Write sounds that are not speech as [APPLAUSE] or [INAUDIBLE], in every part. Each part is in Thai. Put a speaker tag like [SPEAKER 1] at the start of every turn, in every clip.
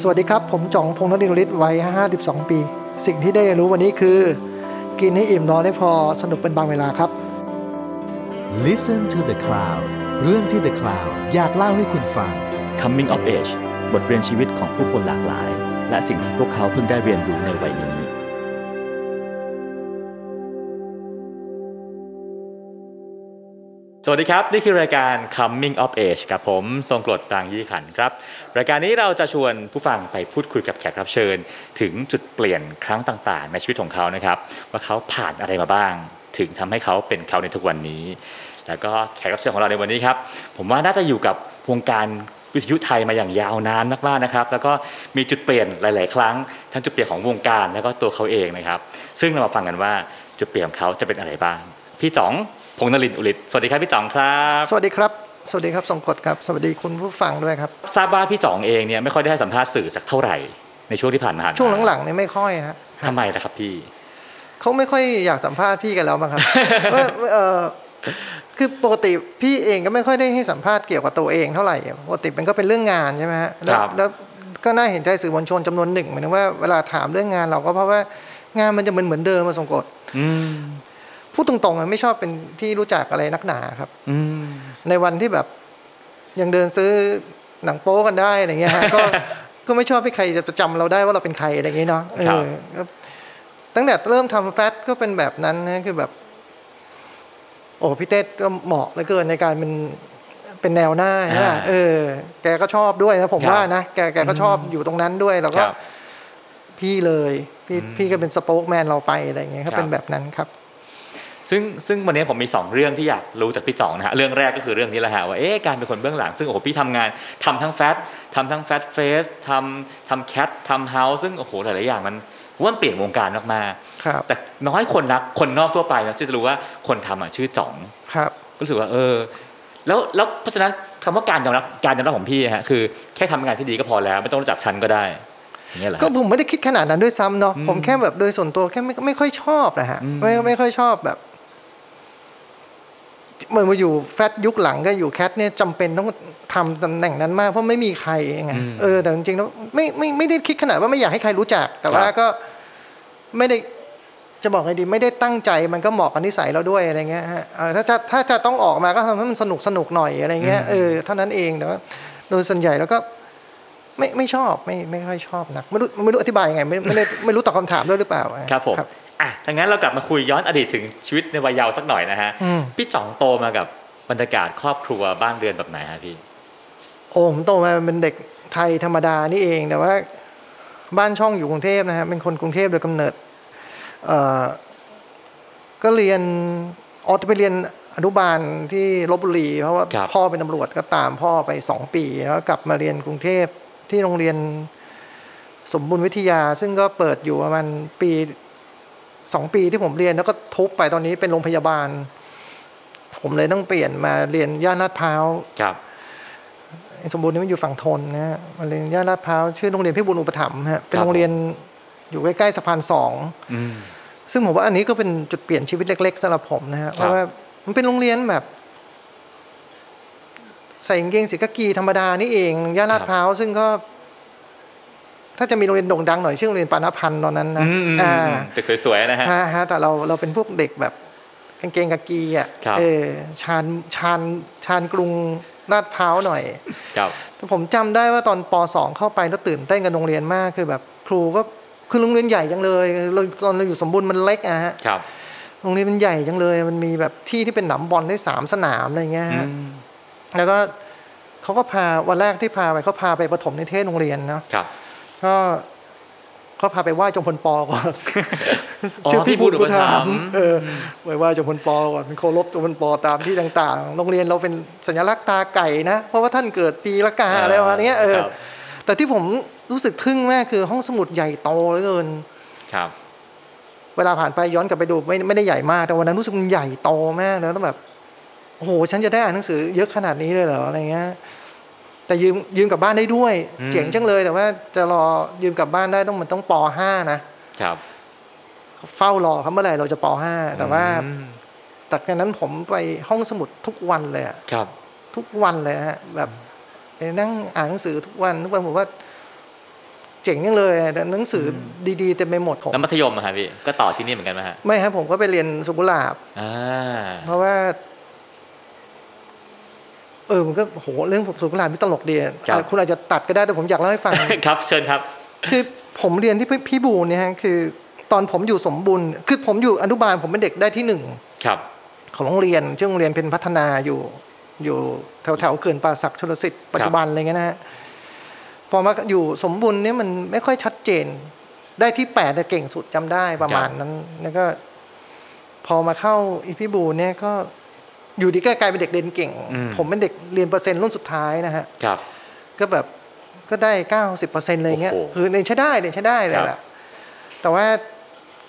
[SPEAKER 1] สวัสดีครับ ผมจ่องพงษ์นรินทร์ฤทธิ์วัย 52 ปี สิ่งที่ได้เรียนรู้วันนี้คือ กินให้อิ่มนอนให้พอสนุกเป็นบางเวลาครับ
[SPEAKER 2] Listen to the Cloud เรื่องที่ The Cloud อยากเล่าให้คุณฟัง
[SPEAKER 3] Coming of Age บทเรียนชีวิตของผู้คนหลากหลาย และสิ่งที่พวกเขาเพิ่งได้เรียนรู้ในวัยนี้ สวัสดีครับ นี่คือรายการ Coming of Age กับผม ทรงกรดปรางยี่ขันธ์ครับ รายการนี้เราจะชวนผู้ฟังไปพูดคุยกับแขกรับเชิญ ถึงจุดเปลี่ยนครั้งต่างๆ ในชีวิตของเขานะครับ ว่าเขาผ่านอะไรมาบ้าง ถึงทำให้เขาเป็นเขาในทุกวันนี้ แล้วก็แขกรับเชิญของเราในวันนี้ครับ ผมว่าน่าจะอยู่กับวงการวิทยุไทยมาอย่างยาวนานมากๆนะครับ แล้วก็มีจุดเปลี่ยนหลาย ๆ ครั้ง ทั้งจุดเปลี่ยนของวงการแล้วก็ตัวเขาเองนะครับ ซึ่งเรามาฟังกันว่าจุดเปลี่ยนของเขาจะเป็นอะไรบ้าง พี่จ๋องพงษ์นรินทร์อุลิตสวัสดีครับพี่จ๋องครับ
[SPEAKER 1] สวัสดีครับ สวัสดีครับสงกดครับ สวัสดีคุณผู้ฟังด้วยครับ
[SPEAKER 3] ทราบว่าพี่จ๋องเองเนี่ยไม่ค่อยได้ให้สัมภาษณ์สื่อสักเท่าไหร่ในช่วงที่ผ่านมา
[SPEAKER 1] ช่วงหลังๆเนี่ยไม่ค่อยฮะ
[SPEAKER 3] ๆทำไมนะครับพี่
[SPEAKER 1] เขาไม่ค่อยอยากสัมภาษณ์พี่กันแล้วมั้ง
[SPEAKER 3] [LAUGHS]
[SPEAKER 1] ครับ ว่าเออคือปกติพี่เองก็ไม่ค่อยได้ให้สัมภาษณ์เกี่ยวกับตัวเองเท่าไหร่ปกติมันก็เป็นเรื่องงานใช่ไหมฮะแล้ว
[SPEAKER 3] ครับ
[SPEAKER 1] แล้วก็น่าเห็นใจสื่อมวลชนจำนวนหนึ่งเหมือนว่าเวลาถามเรื่องงานเราก็เพราะว่างานมันจะเหมือนเหมือนเดิมมาสงกด
[SPEAKER 3] อืม
[SPEAKER 1] พูดตรงๆอะไม่ชอบเป็นที่รู้จักอะไรนักหนาครับ
[SPEAKER 3] อืม
[SPEAKER 1] ในวันที่แบบยังเดินซื้อหนังโป๊กันได้อะไรเงี้ยฮะ [LAUGHS] ก็ ก็ไม่ชอบให้ใครจะประจำเราได้ว่าเราเป็นใครอะไรเงี้ยเนาะเอ
[SPEAKER 3] ครับ
[SPEAKER 1] อก็ตั้งแต่เริ่มทำแฟตก็เป็นแบบนั้นนะคือแบบ โอ้พี่เต้ก็เหมาะเหลือเกินในการเป็นเป็นแนวหน้าใช่ไหมเออ แกก็ชอบด้วยนะผมว่านะแกแกก็ชอบอยู่ตรงนั้นด้วยแล้ว
[SPEAKER 3] ค
[SPEAKER 1] ก็
[SPEAKER 3] รับ
[SPEAKER 1] พี่เลยพี่พี่ก็เป็นสปอคแมนเราไปอะไรเงี้ย
[SPEAKER 3] ครั
[SPEAKER 1] ก็
[SPEAKER 3] บ
[SPEAKER 1] เป็นแบบนั้นครับ
[SPEAKER 3] ซึ่งซึ่งวันนี้ผมมี 2 เรื่องที่อยากรู้จากพี่จ่องนะฮะเรื่องแรกก็คือเรื่องนี้แหละฮะว่าเอ๊ะการเป็นคนเบื้องหลัง ซึ่งโอ้โหพี่ทำงานทำทั้งแฟตทำทั้งแฟตเฟสทำทำแคททำเฮาส์ซึ่งโอ้โหหลายๆอย่างมันผมว่ามันเปลี่ยนวงการมาก
[SPEAKER 1] ครับ
[SPEAKER 3] ๆแต่น้อยคนนักคนนอกทั่วไปนะที่จะรู้ว่าคนทำอ่ะชื่อจ่อง
[SPEAKER 1] ครับ
[SPEAKER 3] ก็รู้สึกว่าเออแล้วแล้วเพราะฉะนั้นคำว่าการยอมรับการยอมรับของพี่อะฮะคือแค่ทำงานที่ดีก็พอแล้ว ไม่ต้องรู้จักฉันก็ได้อย่างเงี้ยเหรอฮะ
[SPEAKER 1] ก็ผมไม่ได้คิดขนาดนั้นด้วยซ้ำเนาะผมแค่แบบโดยส่วนตัวแค่ไม่ไม่ค่อยชอบนะฮะ
[SPEAKER 3] อืม
[SPEAKER 1] ไม่ไม่ค่อยชอบแบบเหมือนมาอยู่แฟตยุคหลังก็อยู่แคทเนี่ยจำเป็นต้องทำตำแหน่งนั้นมาก เพราะไม่มีใครไง
[SPEAKER 3] อืม
[SPEAKER 1] เออแต่จริงๆแล้วไม่ไม่ไม่ได้คิดขนาดว่าไม่อยากให้ใครรู้จัก แต่ว่า
[SPEAKER 3] ครับ
[SPEAKER 1] ก็ไม่ได้จะบอกไงดี ไม่ได้ตั้งใจมันก็เหมาะกับนิสัยเราด้วยอะไรเงี้ยฮะเออถ้าจะถ้าจะต้องออกมาก็ทำให้มันสนุกสนุกหน่อยอะไรเงี้ย
[SPEAKER 3] อืม
[SPEAKER 1] เออเท่านั้นเองแต่ว่าโดยส่วนใหญ่แล้วก็ ไม่ไม่ชอบไม่ไม่ค่อยชอบนักไม่รู้ไม่รู้อธิบายยังไงไม่ไม่ได้ไม่รู้ตอบคำถามด้วยหรือเปล่าอะ
[SPEAKER 3] ครับผมอ่ะถ้างั้นเรากลับมาคุยย้อนอดีตถึงชีวิตในวัยเยาว์สักหน่อยนะฮะ
[SPEAKER 1] อืม
[SPEAKER 3] พี่จ่องโตมากับบรรยากาศครอบครัวบ้านเรือนแบบไหนฮะพี่
[SPEAKER 1] โอผมโตมาเป็นเด็กไทยธรรมดานี่เอง แต่ว่า บ้านช่องอยู่กรุงเทพนะฮะเป็นคนกรุงเทพโดยกำเนิดเอ่อก็เรียนออกไปเรียนอนุบาลที่ลบบุรี เพราะว่า
[SPEAKER 3] ครับ
[SPEAKER 1] พ่อเป็นตำรวจก็ตามพ่อไปสองปี แล้วก็กลับมาเรียนกรุงเทพที่โรงเรียนสมบูรณ์วิทยา ซึ่งก็เปิดอยู่ประมาณปีสองปีที่ผมเรียนแล้วก็ทุบไปตอนนี้เป็นโรงพยาบาล ผมเลยต้องเปลี่ยนมาเรียนย่านลาดพร้าว
[SPEAKER 3] ครับ
[SPEAKER 1] ไอ้สมบูรณ์นี่มันอยู่ฝั่งทนนะฮะมันเรียนย่านลาดพร้าวชื่อโรงเรียนพิบูลอุปถัมภ์ฮะเป็นโรงเรียนอยู่ใกล้ๆสะพานสอง
[SPEAKER 3] อืม
[SPEAKER 1] ซึ่งผมว่าอันนี้ก็เป็นจุดเปลี่ยนชีวิตเล็กๆสำหรับผมนะฮะเพราะว่ามันเป็นโรงเรียนแบบ ใส่กางเกงสีกากีธรรมดานี่เองย่านลาดพร้าวซึ่งก็ ถ้าจะมีโรงเรียนโด่งดังหน่อยชื่อโรงเรียนปานพันธ์ตอนนั้นนะ
[SPEAKER 3] อืมอืมอื
[SPEAKER 1] อ่า
[SPEAKER 3] มตึกสวยๆนะฮะ
[SPEAKER 1] ฮะฮะแต่เราเราเป็นพวกเด็กแบบกางเกงกากีอ่ะ
[SPEAKER 3] ครับ
[SPEAKER 1] เออชานชานชานกรุงลาดพร้าวหน่อย
[SPEAKER 3] ครับ
[SPEAKER 1] ผมจำได้ว่าตอนป .2 เข้าไปแล้วตื่นเต้นกับโรงเรียนมากคือแบบ ครูก็คือโรงเรียนใหญ่จังเลยเราตอนเราอยู่สมบูรณ์มันเล็กอะฮะ
[SPEAKER 3] ครับ
[SPEAKER 1] โรงเรียนมันใหญ่จังเลย มันมีแบบที่ที่เป็นหนามบอลได้สามสนามอะไรเงี้ย
[SPEAKER 3] อื
[SPEAKER 1] ฮะ
[SPEAKER 3] ม
[SPEAKER 1] แล้วก็เขาก็พาวันแรกที่พาไปเขาพาไปประถมนิเทศโรงเรียนเนาะ
[SPEAKER 3] ครับ
[SPEAKER 1] ก็เขาพาไปไหว้จงพลปอก่อน
[SPEAKER 3] อ๋อ
[SPEAKER 1] ชื่อพี่บุญกุถาม
[SPEAKER 3] พี่บุญกุถาม
[SPEAKER 1] เออไหว้ไหว้จงพลปอก่อนเคารพจงพลปอตามที่ต่างๆ โรงเรียนเราเป็นสัญลักษณ์ตาไก่นะ เพราะว่าท่านเกิดปีละกาอะไรประมาณเนี้ยเออ
[SPEAKER 3] ครับ
[SPEAKER 1] แต่ที่ผมรู้สึกทึ่งมากคือห้องสมุดใหญ่โตเหลือเกิน
[SPEAKER 3] ครับ
[SPEAKER 1] เวลาผ่านไปย้อนกลับไปดูไม่ไม่ได้ใหญ่มาก แต่วันนั้นรู้สึกมันใหญ่โตมากแล้วต้องแบบโอ้โหฉันจะได้อ่านหนังสือเยอะขนาดนี้เลยเหรออะไรเงี้ยแต่ยืมยืมกลับบ้านได้ด้วย
[SPEAKER 3] อืม
[SPEAKER 1] เจ๋งจังเลย แต่ว่าจะรอยืมกลับบ้านได้ต้องมันต้องป .5 นะ
[SPEAKER 3] ครับ
[SPEAKER 1] เฝ้ารอครับเมื่อไหร่เราจะป .5 แต่ว่า
[SPEAKER 3] อืม
[SPEAKER 1] จากนั้นผมไปห้องสมุดทุกวันเลยอะ
[SPEAKER 3] ครับ
[SPEAKER 1] ทุกวันเลยฮะแบบไปนั่งอ่านหนังสือทุกวันทุกวันผมว่า เจ๋งยังเลยหนังสือดีๆเต็มไปหมดผม
[SPEAKER 3] แล้วมัธยมอะครับพี่ก็ต่อที่นี่เหมือนกันไหมฮะ
[SPEAKER 1] ไม่ครับผมก็ไปเรียนสุกุหลาบ
[SPEAKER 3] อ่า
[SPEAKER 1] เพราะว่า เออมันก็โหเรื่องสุกุหลาบนี่ตลกดีอะอ่ะคุณอาจจะตัดก็ได้แต่ผมอยากเล่าให้ [LAUGHS] ฟัง
[SPEAKER 3] ครับเชิญครับ
[SPEAKER 1] คือผมเรียนที่พี่พี่บูลเนี่ยฮะคือตอนผมอยู่สมบูรณ์คือผมอยู่อนุบาลผมเป็นเด็กได้ที่หนึ่ง
[SPEAKER 3] ครับ
[SPEAKER 1] ของโรงเรียนชื่อโรงเรียนเพ็ญพัฒนาอยู่ อยู่แถวแถวๆเขื่อนป่าศักดิ์ชลสิทธิ์ปัจจุบันอะไรเงี้ยนะฮะพอมาอยู่สมบูรณ์เนี่ยมันไม่ค่อยชัดเจน ได้ที่แปดเนี่ยเก่งสุดจำได้ประมาณนั้น แล้วก็ พอมาเข้าอีพี่บูลเนี่ยก็อยู่ดีก็กลายเป็นเด็กเรียนเก่ง
[SPEAKER 3] อืม
[SPEAKER 1] ผมเป็นเด็กเรียนเปอร์เซ็นต์รุ่นสุดท้ายนะฮะ
[SPEAKER 3] ครับ
[SPEAKER 1] ก็แบบก็ได้เก้าสิบเปอร์เซ็นต์อะไรเงี้ย
[SPEAKER 3] โอ้โห
[SPEAKER 1] คือเรียนใช้ได้เรียนใช้ได้เลย
[SPEAKER 3] ครั
[SPEAKER 1] ล่ะ
[SPEAKER 3] บ
[SPEAKER 1] แต่ว่า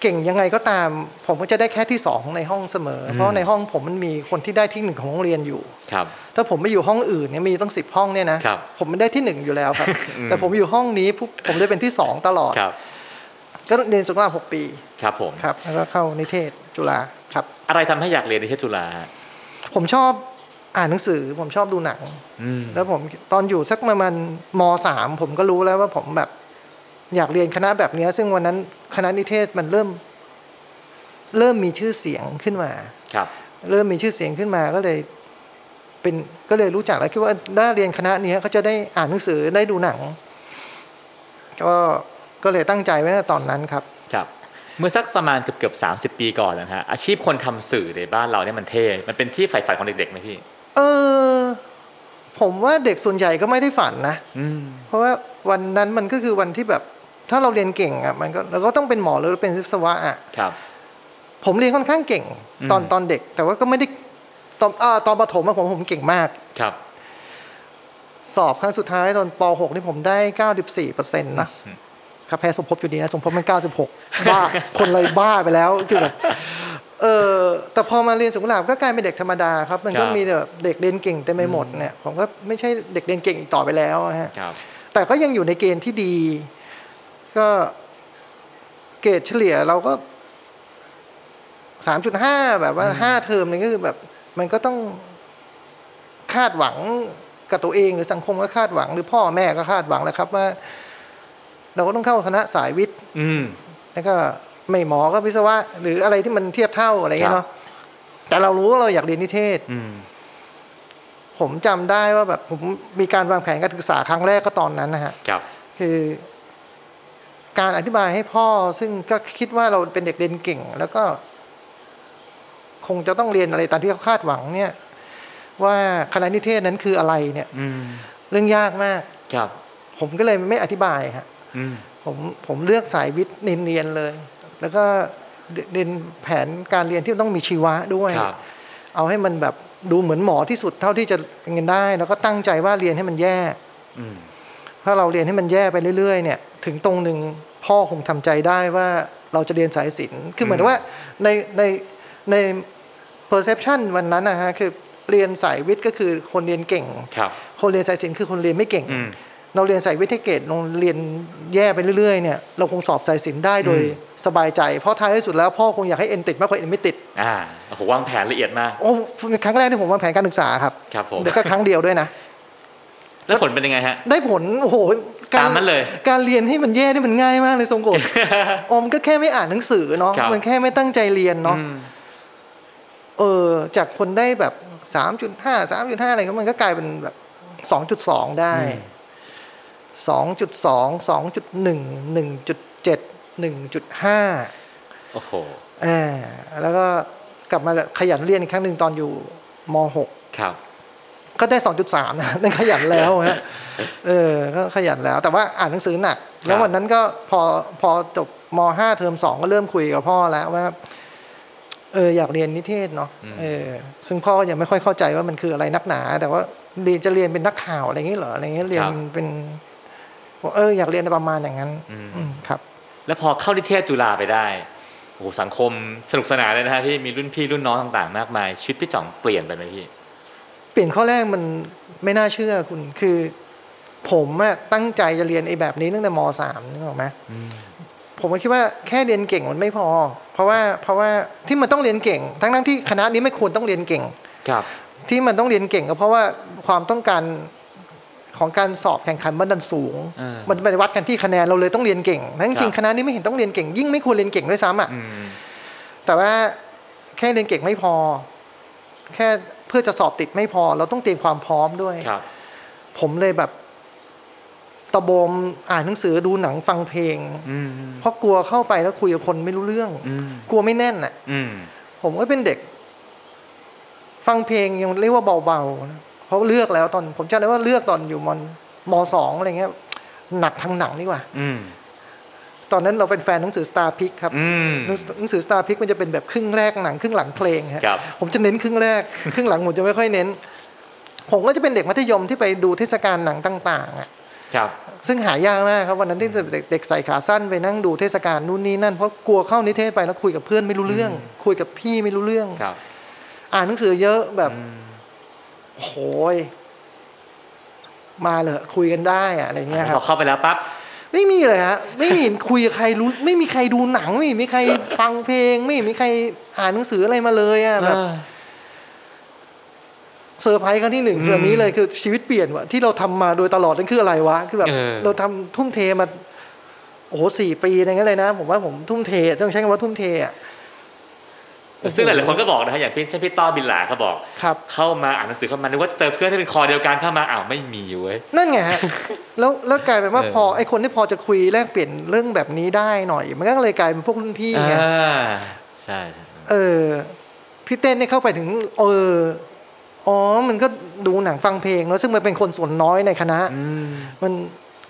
[SPEAKER 1] เก่งยังไงก็ตาม ผมก็จะได้แค่ที่สองในห้องเสมอ
[SPEAKER 3] อืม
[SPEAKER 1] เพราะในห้องผมมันมีคนที่ได้ที่หนึ่งของโรงเรียนอยู่
[SPEAKER 3] ครับ
[SPEAKER 1] ถ้าผมไปอยู่ห้องอื่นเนี่ยมีตั้งสิบห้องเนี่ยนะครับ ผมมันได้ที่หนึ่งอยู่แล้ว
[SPEAKER 3] [LAUGHS]
[SPEAKER 1] ครับ
[SPEAKER 3] อืม
[SPEAKER 1] แต่ผมอยู่ห้องนี้ปุ๊บผมได้เป็นที่สองตลอด
[SPEAKER 3] ครับ
[SPEAKER 1] ก็เรียนสุขภาพหกปี
[SPEAKER 3] ครับผม
[SPEAKER 1] ครับแล้วก็เข้านิเทศจุฬาครับ
[SPEAKER 3] อะไรทำให้อยากเรียนนิเทศจุฬาฮะ
[SPEAKER 1] ผมชอบอ่านหนังสือ ผมชอบดูหนัง
[SPEAKER 3] อืม
[SPEAKER 1] แล้วผมตอนอยู่สักประมาณมสามผมก็รู้แล้วว่าผมแบบ อยากเรียนคณะแบบเนี้ยซึ่งวันนั้นคณะนิเทศมันเริ่ม เริ่มมีชื่อเสียงขึ้นมา
[SPEAKER 3] ครับ
[SPEAKER 1] เริ่มมีชื่อเสียงขึ้นมาก็เลย เป็นก็เลยรู้จักแล้วคิดว่าถ้าเรียนคณะเนี้ยก็จะได้อ่านหนังสือได้ดูหนัง ก็ก็เลยตั้งใจไว้ในตอนนั้นครับ
[SPEAKER 3] ครับเมื่อสักประมาณเกือบเกือบสาปีก่อนนะฮะอาชีพคนทำสื่อในบ้านเราเนี่ยมันเท่ มันเป็นที่ใฝ่ฝันของเด็กๆไหมพี่
[SPEAKER 1] เออ ผมว่าเด็กส่วนใหญ่ก็ไม่ได้ฝันนะ
[SPEAKER 3] อืม
[SPEAKER 1] เพราะว่าวันนั้นมันก็คือวันที่แบบ ถ้าเราเรียนเก่งอ่ะมันก็เราก็ต้องเป็นหมอหรือเป็นวิศวะอ่ะ
[SPEAKER 3] ครับ
[SPEAKER 1] ผมเรียนค่อนข้างเก่ง
[SPEAKER 3] อืม
[SPEAKER 1] ตอนตอนเด็ก แต่ว่าก็ไม่ได้ตอนอาตอนประถมอะผมผมเก่งมาก
[SPEAKER 3] ครับ
[SPEAKER 1] สอบครั้งสุดท้ายตอนป .6 นี่ผมได้ 94เปอร์เซ็นต์นะครับแพ้สมภพอยู่ดีนะสมภพมัน 96 บ้า [LAUGHS] คนไรบ้าไปแล้วคือแบบเออแต่พอมาเรียนสุขลาบก็กลายเป็นเด็กธรรมดาครับ มันก็
[SPEAKER 3] ครับ
[SPEAKER 1] มีแบบเด็กเรียนเก่งเต็มไปหมดเนี่ยผมก็ไม่ใช่เด็กเรียนเก่งอีกต่อไปแล้วอะฮะ
[SPEAKER 3] ครับ
[SPEAKER 1] แต่ก็ยังอยู่ในเกณฑ์ที่ดี ก็เกรดเฉลี่ยเราก็สามจุดห้าแบบว่าห้าเทอมนี่ก็คือแบบ มันก็ต้องคาดหวังกับตัวเองหรือสังคมก็คาดหวัง หรือพ่อแม่ก็คาดหวังแล้วครับว่า เราก็ต้องเข้าคณะสายวิทย์
[SPEAKER 3] อืม
[SPEAKER 1] แล้วก็ไม่หมอก็วิศวะ หรืออะไรที่มันเทียบเท่าอะไรอย่างเงี้ย
[SPEAKER 3] ครับ
[SPEAKER 1] เนาะแต่เรารู้ว่าเราอยากเรียนนิเทศ
[SPEAKER 3] อืม
[SPEAKER 1] ผมจำได้ว่าแบบผมมีการวางแผนการศึกษาครั้งแรกก็ตอนนั้นนะฮะ
[SPEAKER 3] ครับ
[SPEAKER 1] คือการอธิบายให้พ่อซึ่งก็คิดว่าเราเป็นเด็กเรียนเก่ง แล้วก็ คงจะต้องเรียนอะไรตามที่เขาคาดหวังเนี่ย ว่าคณะนิเทศนั้นคืออะไรเนี่ย
[SPEAKER 3] อืม
[SPEAKER 1] เรื่องยากมาก
[SPEAKER 3] ครับ
[SPEAKER 1] ผมก็เลยไม่อธิบายฮะ
[SPEAKER 3] อืม
[SPEAKER 1] ผมผมเลือกสายวิทย์เนียนๆเลย แล้วก็เรียนแผนการเรียนที่ต้องมีชีวะด้วย
[SPEAKER 3] ครับ
[SPEAKER 1] เอาให้มันแบบดูเหมือนหมอที่สุดเท่าที่จะเรียนได้ แล้วก็ตั้งใจว่าเรียนให้มันแย่
[SPEAKER 3] อืม
[SPEAKER 1] ถ้าเราเรียนให้มันแย่ไปเรื่อยๆ เนี่ย ถึงตรงหนึ่งพ่อคงทำใจได้ว่าเราจะเรียนสายศิลป์คือเหมือนว่าในในใน perception วันนั้นนะฮะคือเรียนสายวิทย์ก็คือคนเรียนเก่ง
[SPEAKER 3] ครับ
[SPEAKER 1] คนเรียนสายศิลป์คือคนเรียนไม่เก่ง
[SPEAKER 3] อืม
[SPEAKER 1] เราเรียนสายวิทย์ให้เกรดโรงเรียนแย่ไปเรื่อยๆ เนี่ยเราคงสอบสายศิลป์ได้โดย
[SPEAKER 3] อืม
[SPEAKER 1] สบายใจ เพราะท้ายที่สุดแล้วพ่อคงอยากให้เอ็นติดมากกว่าเอ็นไม่ติด
[SPEAKER 3] อ่าโอ้โหวางแผนละเอียดมาก
[SPEAKER 1] โอ้เป็นครั้งแรกที่ผมวางแผนการศึกษาครับ
[SPEAKER 3] ครับผม
[SPEAKER 1] เดี๋ยวก็ครั้งเดียวด้วยนะ
[SPEAKER 3] แล้วผลเป็นยังไงฮะ
[SPEAKER 1] ได้ผลโอ้โหการ
[SPEAKER 3] ตามนั้นเลย
[SPEAKER 1] การเรียนให้มันแย่นี่มันง่ายมากเลยทรง
[SPEAKER 3] [LAUGHS]
[SPEAKER 1] กฎ ออมก็แค่ไม่อ่านหนังสือเนาะ
[SPEAKER 3] ครับ
[SPEAKER 1] มันแค่ไม่ตั้งใจเรียนเนาะ
[SPEAKER 3] อืม
[SPEAKER 1] เออ จากคนได้แบบสามจุดห้าสามจุดห้าอะไรก็มันก็กลายเป็นแบบสองจุดสองได้สองจุดสองสองจุดหนึ่งหนึ่งจุดเจ็ดหนึ่งจุดห้า
[SPEAKER 3] โอ้โห
[SPEAKER 1] อ่าแล้วก็กลับมาขยันเรียนอีกครั้งหนึ่งตอนอยู่มหก
[SPEAKER 3] ครับ
[SPEAKER 1] ก็ได้ 2.3 นะ [LAUGHS] นั่นขยันแล้วฮะ เออ ก็ขยันแล้ว แต่ว่าอ่านหนังสือหนัก แล้
[SPEAKER 3] คว รับ
[SPEAKER 1] วันนั้นก็พอพอจบม .5 เทอม2 ก็เริ่มคุยกับพ่อแล้วว่า เออ อยากเรียนนิเทศเนาะ เออ ซึ่งพ่อยังไม่ค่อยเข้าใจว่ามันคืออะไรนักหนา แต่ว่าเรียนจะเรียนเป็นนักข่าวอะไรอย่างเงี้ยเหรอ อะไรเงี้ย เรียนเป็นบอกเออ อยากเรียนประมาณอย่างนั้น อืมครับ
[SPEAKER 3] แล้วพอเข้านิเทศจุฬาไปได้ โอ้โหสังคมสนุกสนานเลยนะฮะพี่ มีรุ่นพี่รุ่นน้องต่างๆ มากมาย ชีวิตพี่จ่องเปลี่ยนไปไหมพี่
[SPEAKER 1] เปลี่ยนข้อแรกมันไม่น่าเชื่อคุณ คือ ผมอะตั้งใจจะเรียนไอ้แบบนี้ตั้งแต่มสามนึกออกไหมผมก็คิดว่าแค่เรียนเก่งมันไม่พอ เพราะว่าเพราะว่าที่มันต้องเรียนเก่ง ทั้งทั้งๆที่คณะนี้ไม่ควรต้องเรียนเก่ง
[SPEAKER 3] ครับ
[SPEAKER 1] ที่มันต้องเรียนเก่งก็เพราะว่าความต้องการ ของการสอบแข่งขันมันดันสูง
[SPEAKER 3] อ่ามั
[SPEAKER 1] มันไปวัดกันที่คะแนนเราเลยต้องเรียนเก่งทั้งจริ
[SPEAKER 3] ครั
[SPEAKER 1] ง
[SPEAKER 3] บ
[SPEAKER 1] ๆคณะนี้ไม่เห็นต้องเรียนเก่งยิ่งไม่ควรเรียนเก่งด้วยซ้ำอ่ะ
[SPEAKER 3] อืม
[SPEAKER 1] แต่ว่าแค่เรียนเก่งไม่พอ แค่เพื่อจะสอบติดไม่พอ เราต้องเตรียมความพร้อมด้วย
[SPEAKER 3] ครับ
[SPEAKER 1] ผมเลยแบบ ตะบมอ่านหนังสือดูหนังฟังเพลง
[SPEAKER 3] อืม
[SPEAKER 1] เพราะกลัวเข้าไปแล้วคุยกับคนไม่รู้เรื่อง
[SPEAKER 3] อืม
[SPEAKER 1] กลัวไม่แน่นอ่ะ
[SPEAKER 3] อืม
[SPEAKER 1] ผมก็เป็นเด็ก ฟังเพลงยังเรียกว่าเบาๆนะเพราะเลือกแล้วตอน ผมจำได้ว่าเลือกตอนอยู่มอนมสองอะไรเงี้ยหนักทางหนังดีกว่า
[SPEAKER 3] อืม
[SPEAKER 1] ตอนนั้นเราเป็นแฟนหนังสือ Star p i c ครับ
[SPEAKER 3] อืม
[SPEAKER 1] หนังหนังสือ Star p i c มันจะเป็นแบบครึ่งแรกหนังครึ่งหลังเพลงฮะ
[SPEAKER 3] ครับ
[SPEAKER 1] ผมจะเน้นครึ่งแรก ครึ่งหลังผมจะไม่ค่อยเน้น ผมก็จะเป็นเด็กมัธยมที่ไปดูเทศกาลหนังต่างๆอ่ะ
[SPEAKER 3] ครับ
[SPEAKER 1] ซึ่งหายากมากครับวันนั้นที่เด็กเด็กใส่ขาสั้นไปนั่งดูเทศกาลนู่นนี่นั่นเพราะกลัวเข้านิเทศไปแล้วคุยกับเพื่อนไม่รู้เรื่อง คุยกับพี่ไม่รู้เรื่อง
[SPEAKER 3] ครับ
[SPEAKER 1] อ่านหนังสือเยอะแบบโหยมาเหอะคุยกันได้อะอะไรเงี้ยค
[SPEAKER 3] พ
[SPEAKER 1] รั
[SPEAKER 3] อบ เข้าไปแล้วปั๊บ
[SPEAKER 1] ไม่มีเลยฮะไม่มี คุยกับใครรู้ ไม่มีใครดูหนังไม่มีใครฟังเพลง ไม่มีใครอ่านหนังสืออะไรมาเลยอะแบบเซอร์ไพรส์ครั้งที่หนึ่งคืออันนี้เลยคือชีวิตเปลี่ยนวะที่เราทำมาโดยตลอดนั่นคืออะไรวะคือแบบ
[SPEAKER 3] เออ
[SPEAKER 1] เราทำทุ่มเทมาโอ้โหสี่ปีอะไรเงี้ยเลยนะผมว่าผมทุ่มเทต้องใช้คำว่าทุ่มเทอะ
[SPEAKER 3] ซึ่งหลายๆคนก็บอกนะฮะอย่างพี่เช่นพี่ต้อบินหลาเขาบอก
[SPEAKER 1] ครับ
[SPEAKER 3] เข้ามาอ่านหนังสือเข้ามานึกว่าจะเจอเพื่อนที่เป็นคอเดียวกันเข้ามาอ้าวไม่มีเว้ย
[SPEAKER 1] นั่นไง
[SPEAKER 3] [LAUGHS]
[SPEAKER 1] ฮะ แล้วแล้วกลายเป็นว่า
[SPEAKER 3] เออ
[SPEAKER 1] พอไอคนที่พอจะคุยแลกเปลี่ยนเรื่องแบบนี้ได้หน่อย มันก็เลยกลายเป็นพวกรุ่นพี่ไง
[SPEAKER 3] อ่าใช่ใช่
[SPEAKER 1] เออพี่เต้นเนี่ยเข้าไปถึง เอออ๋อมันก็ดูหนังฟังเพลงเนอะซึ่งมันเป็นคนส่วนน้อยในคณะ มัน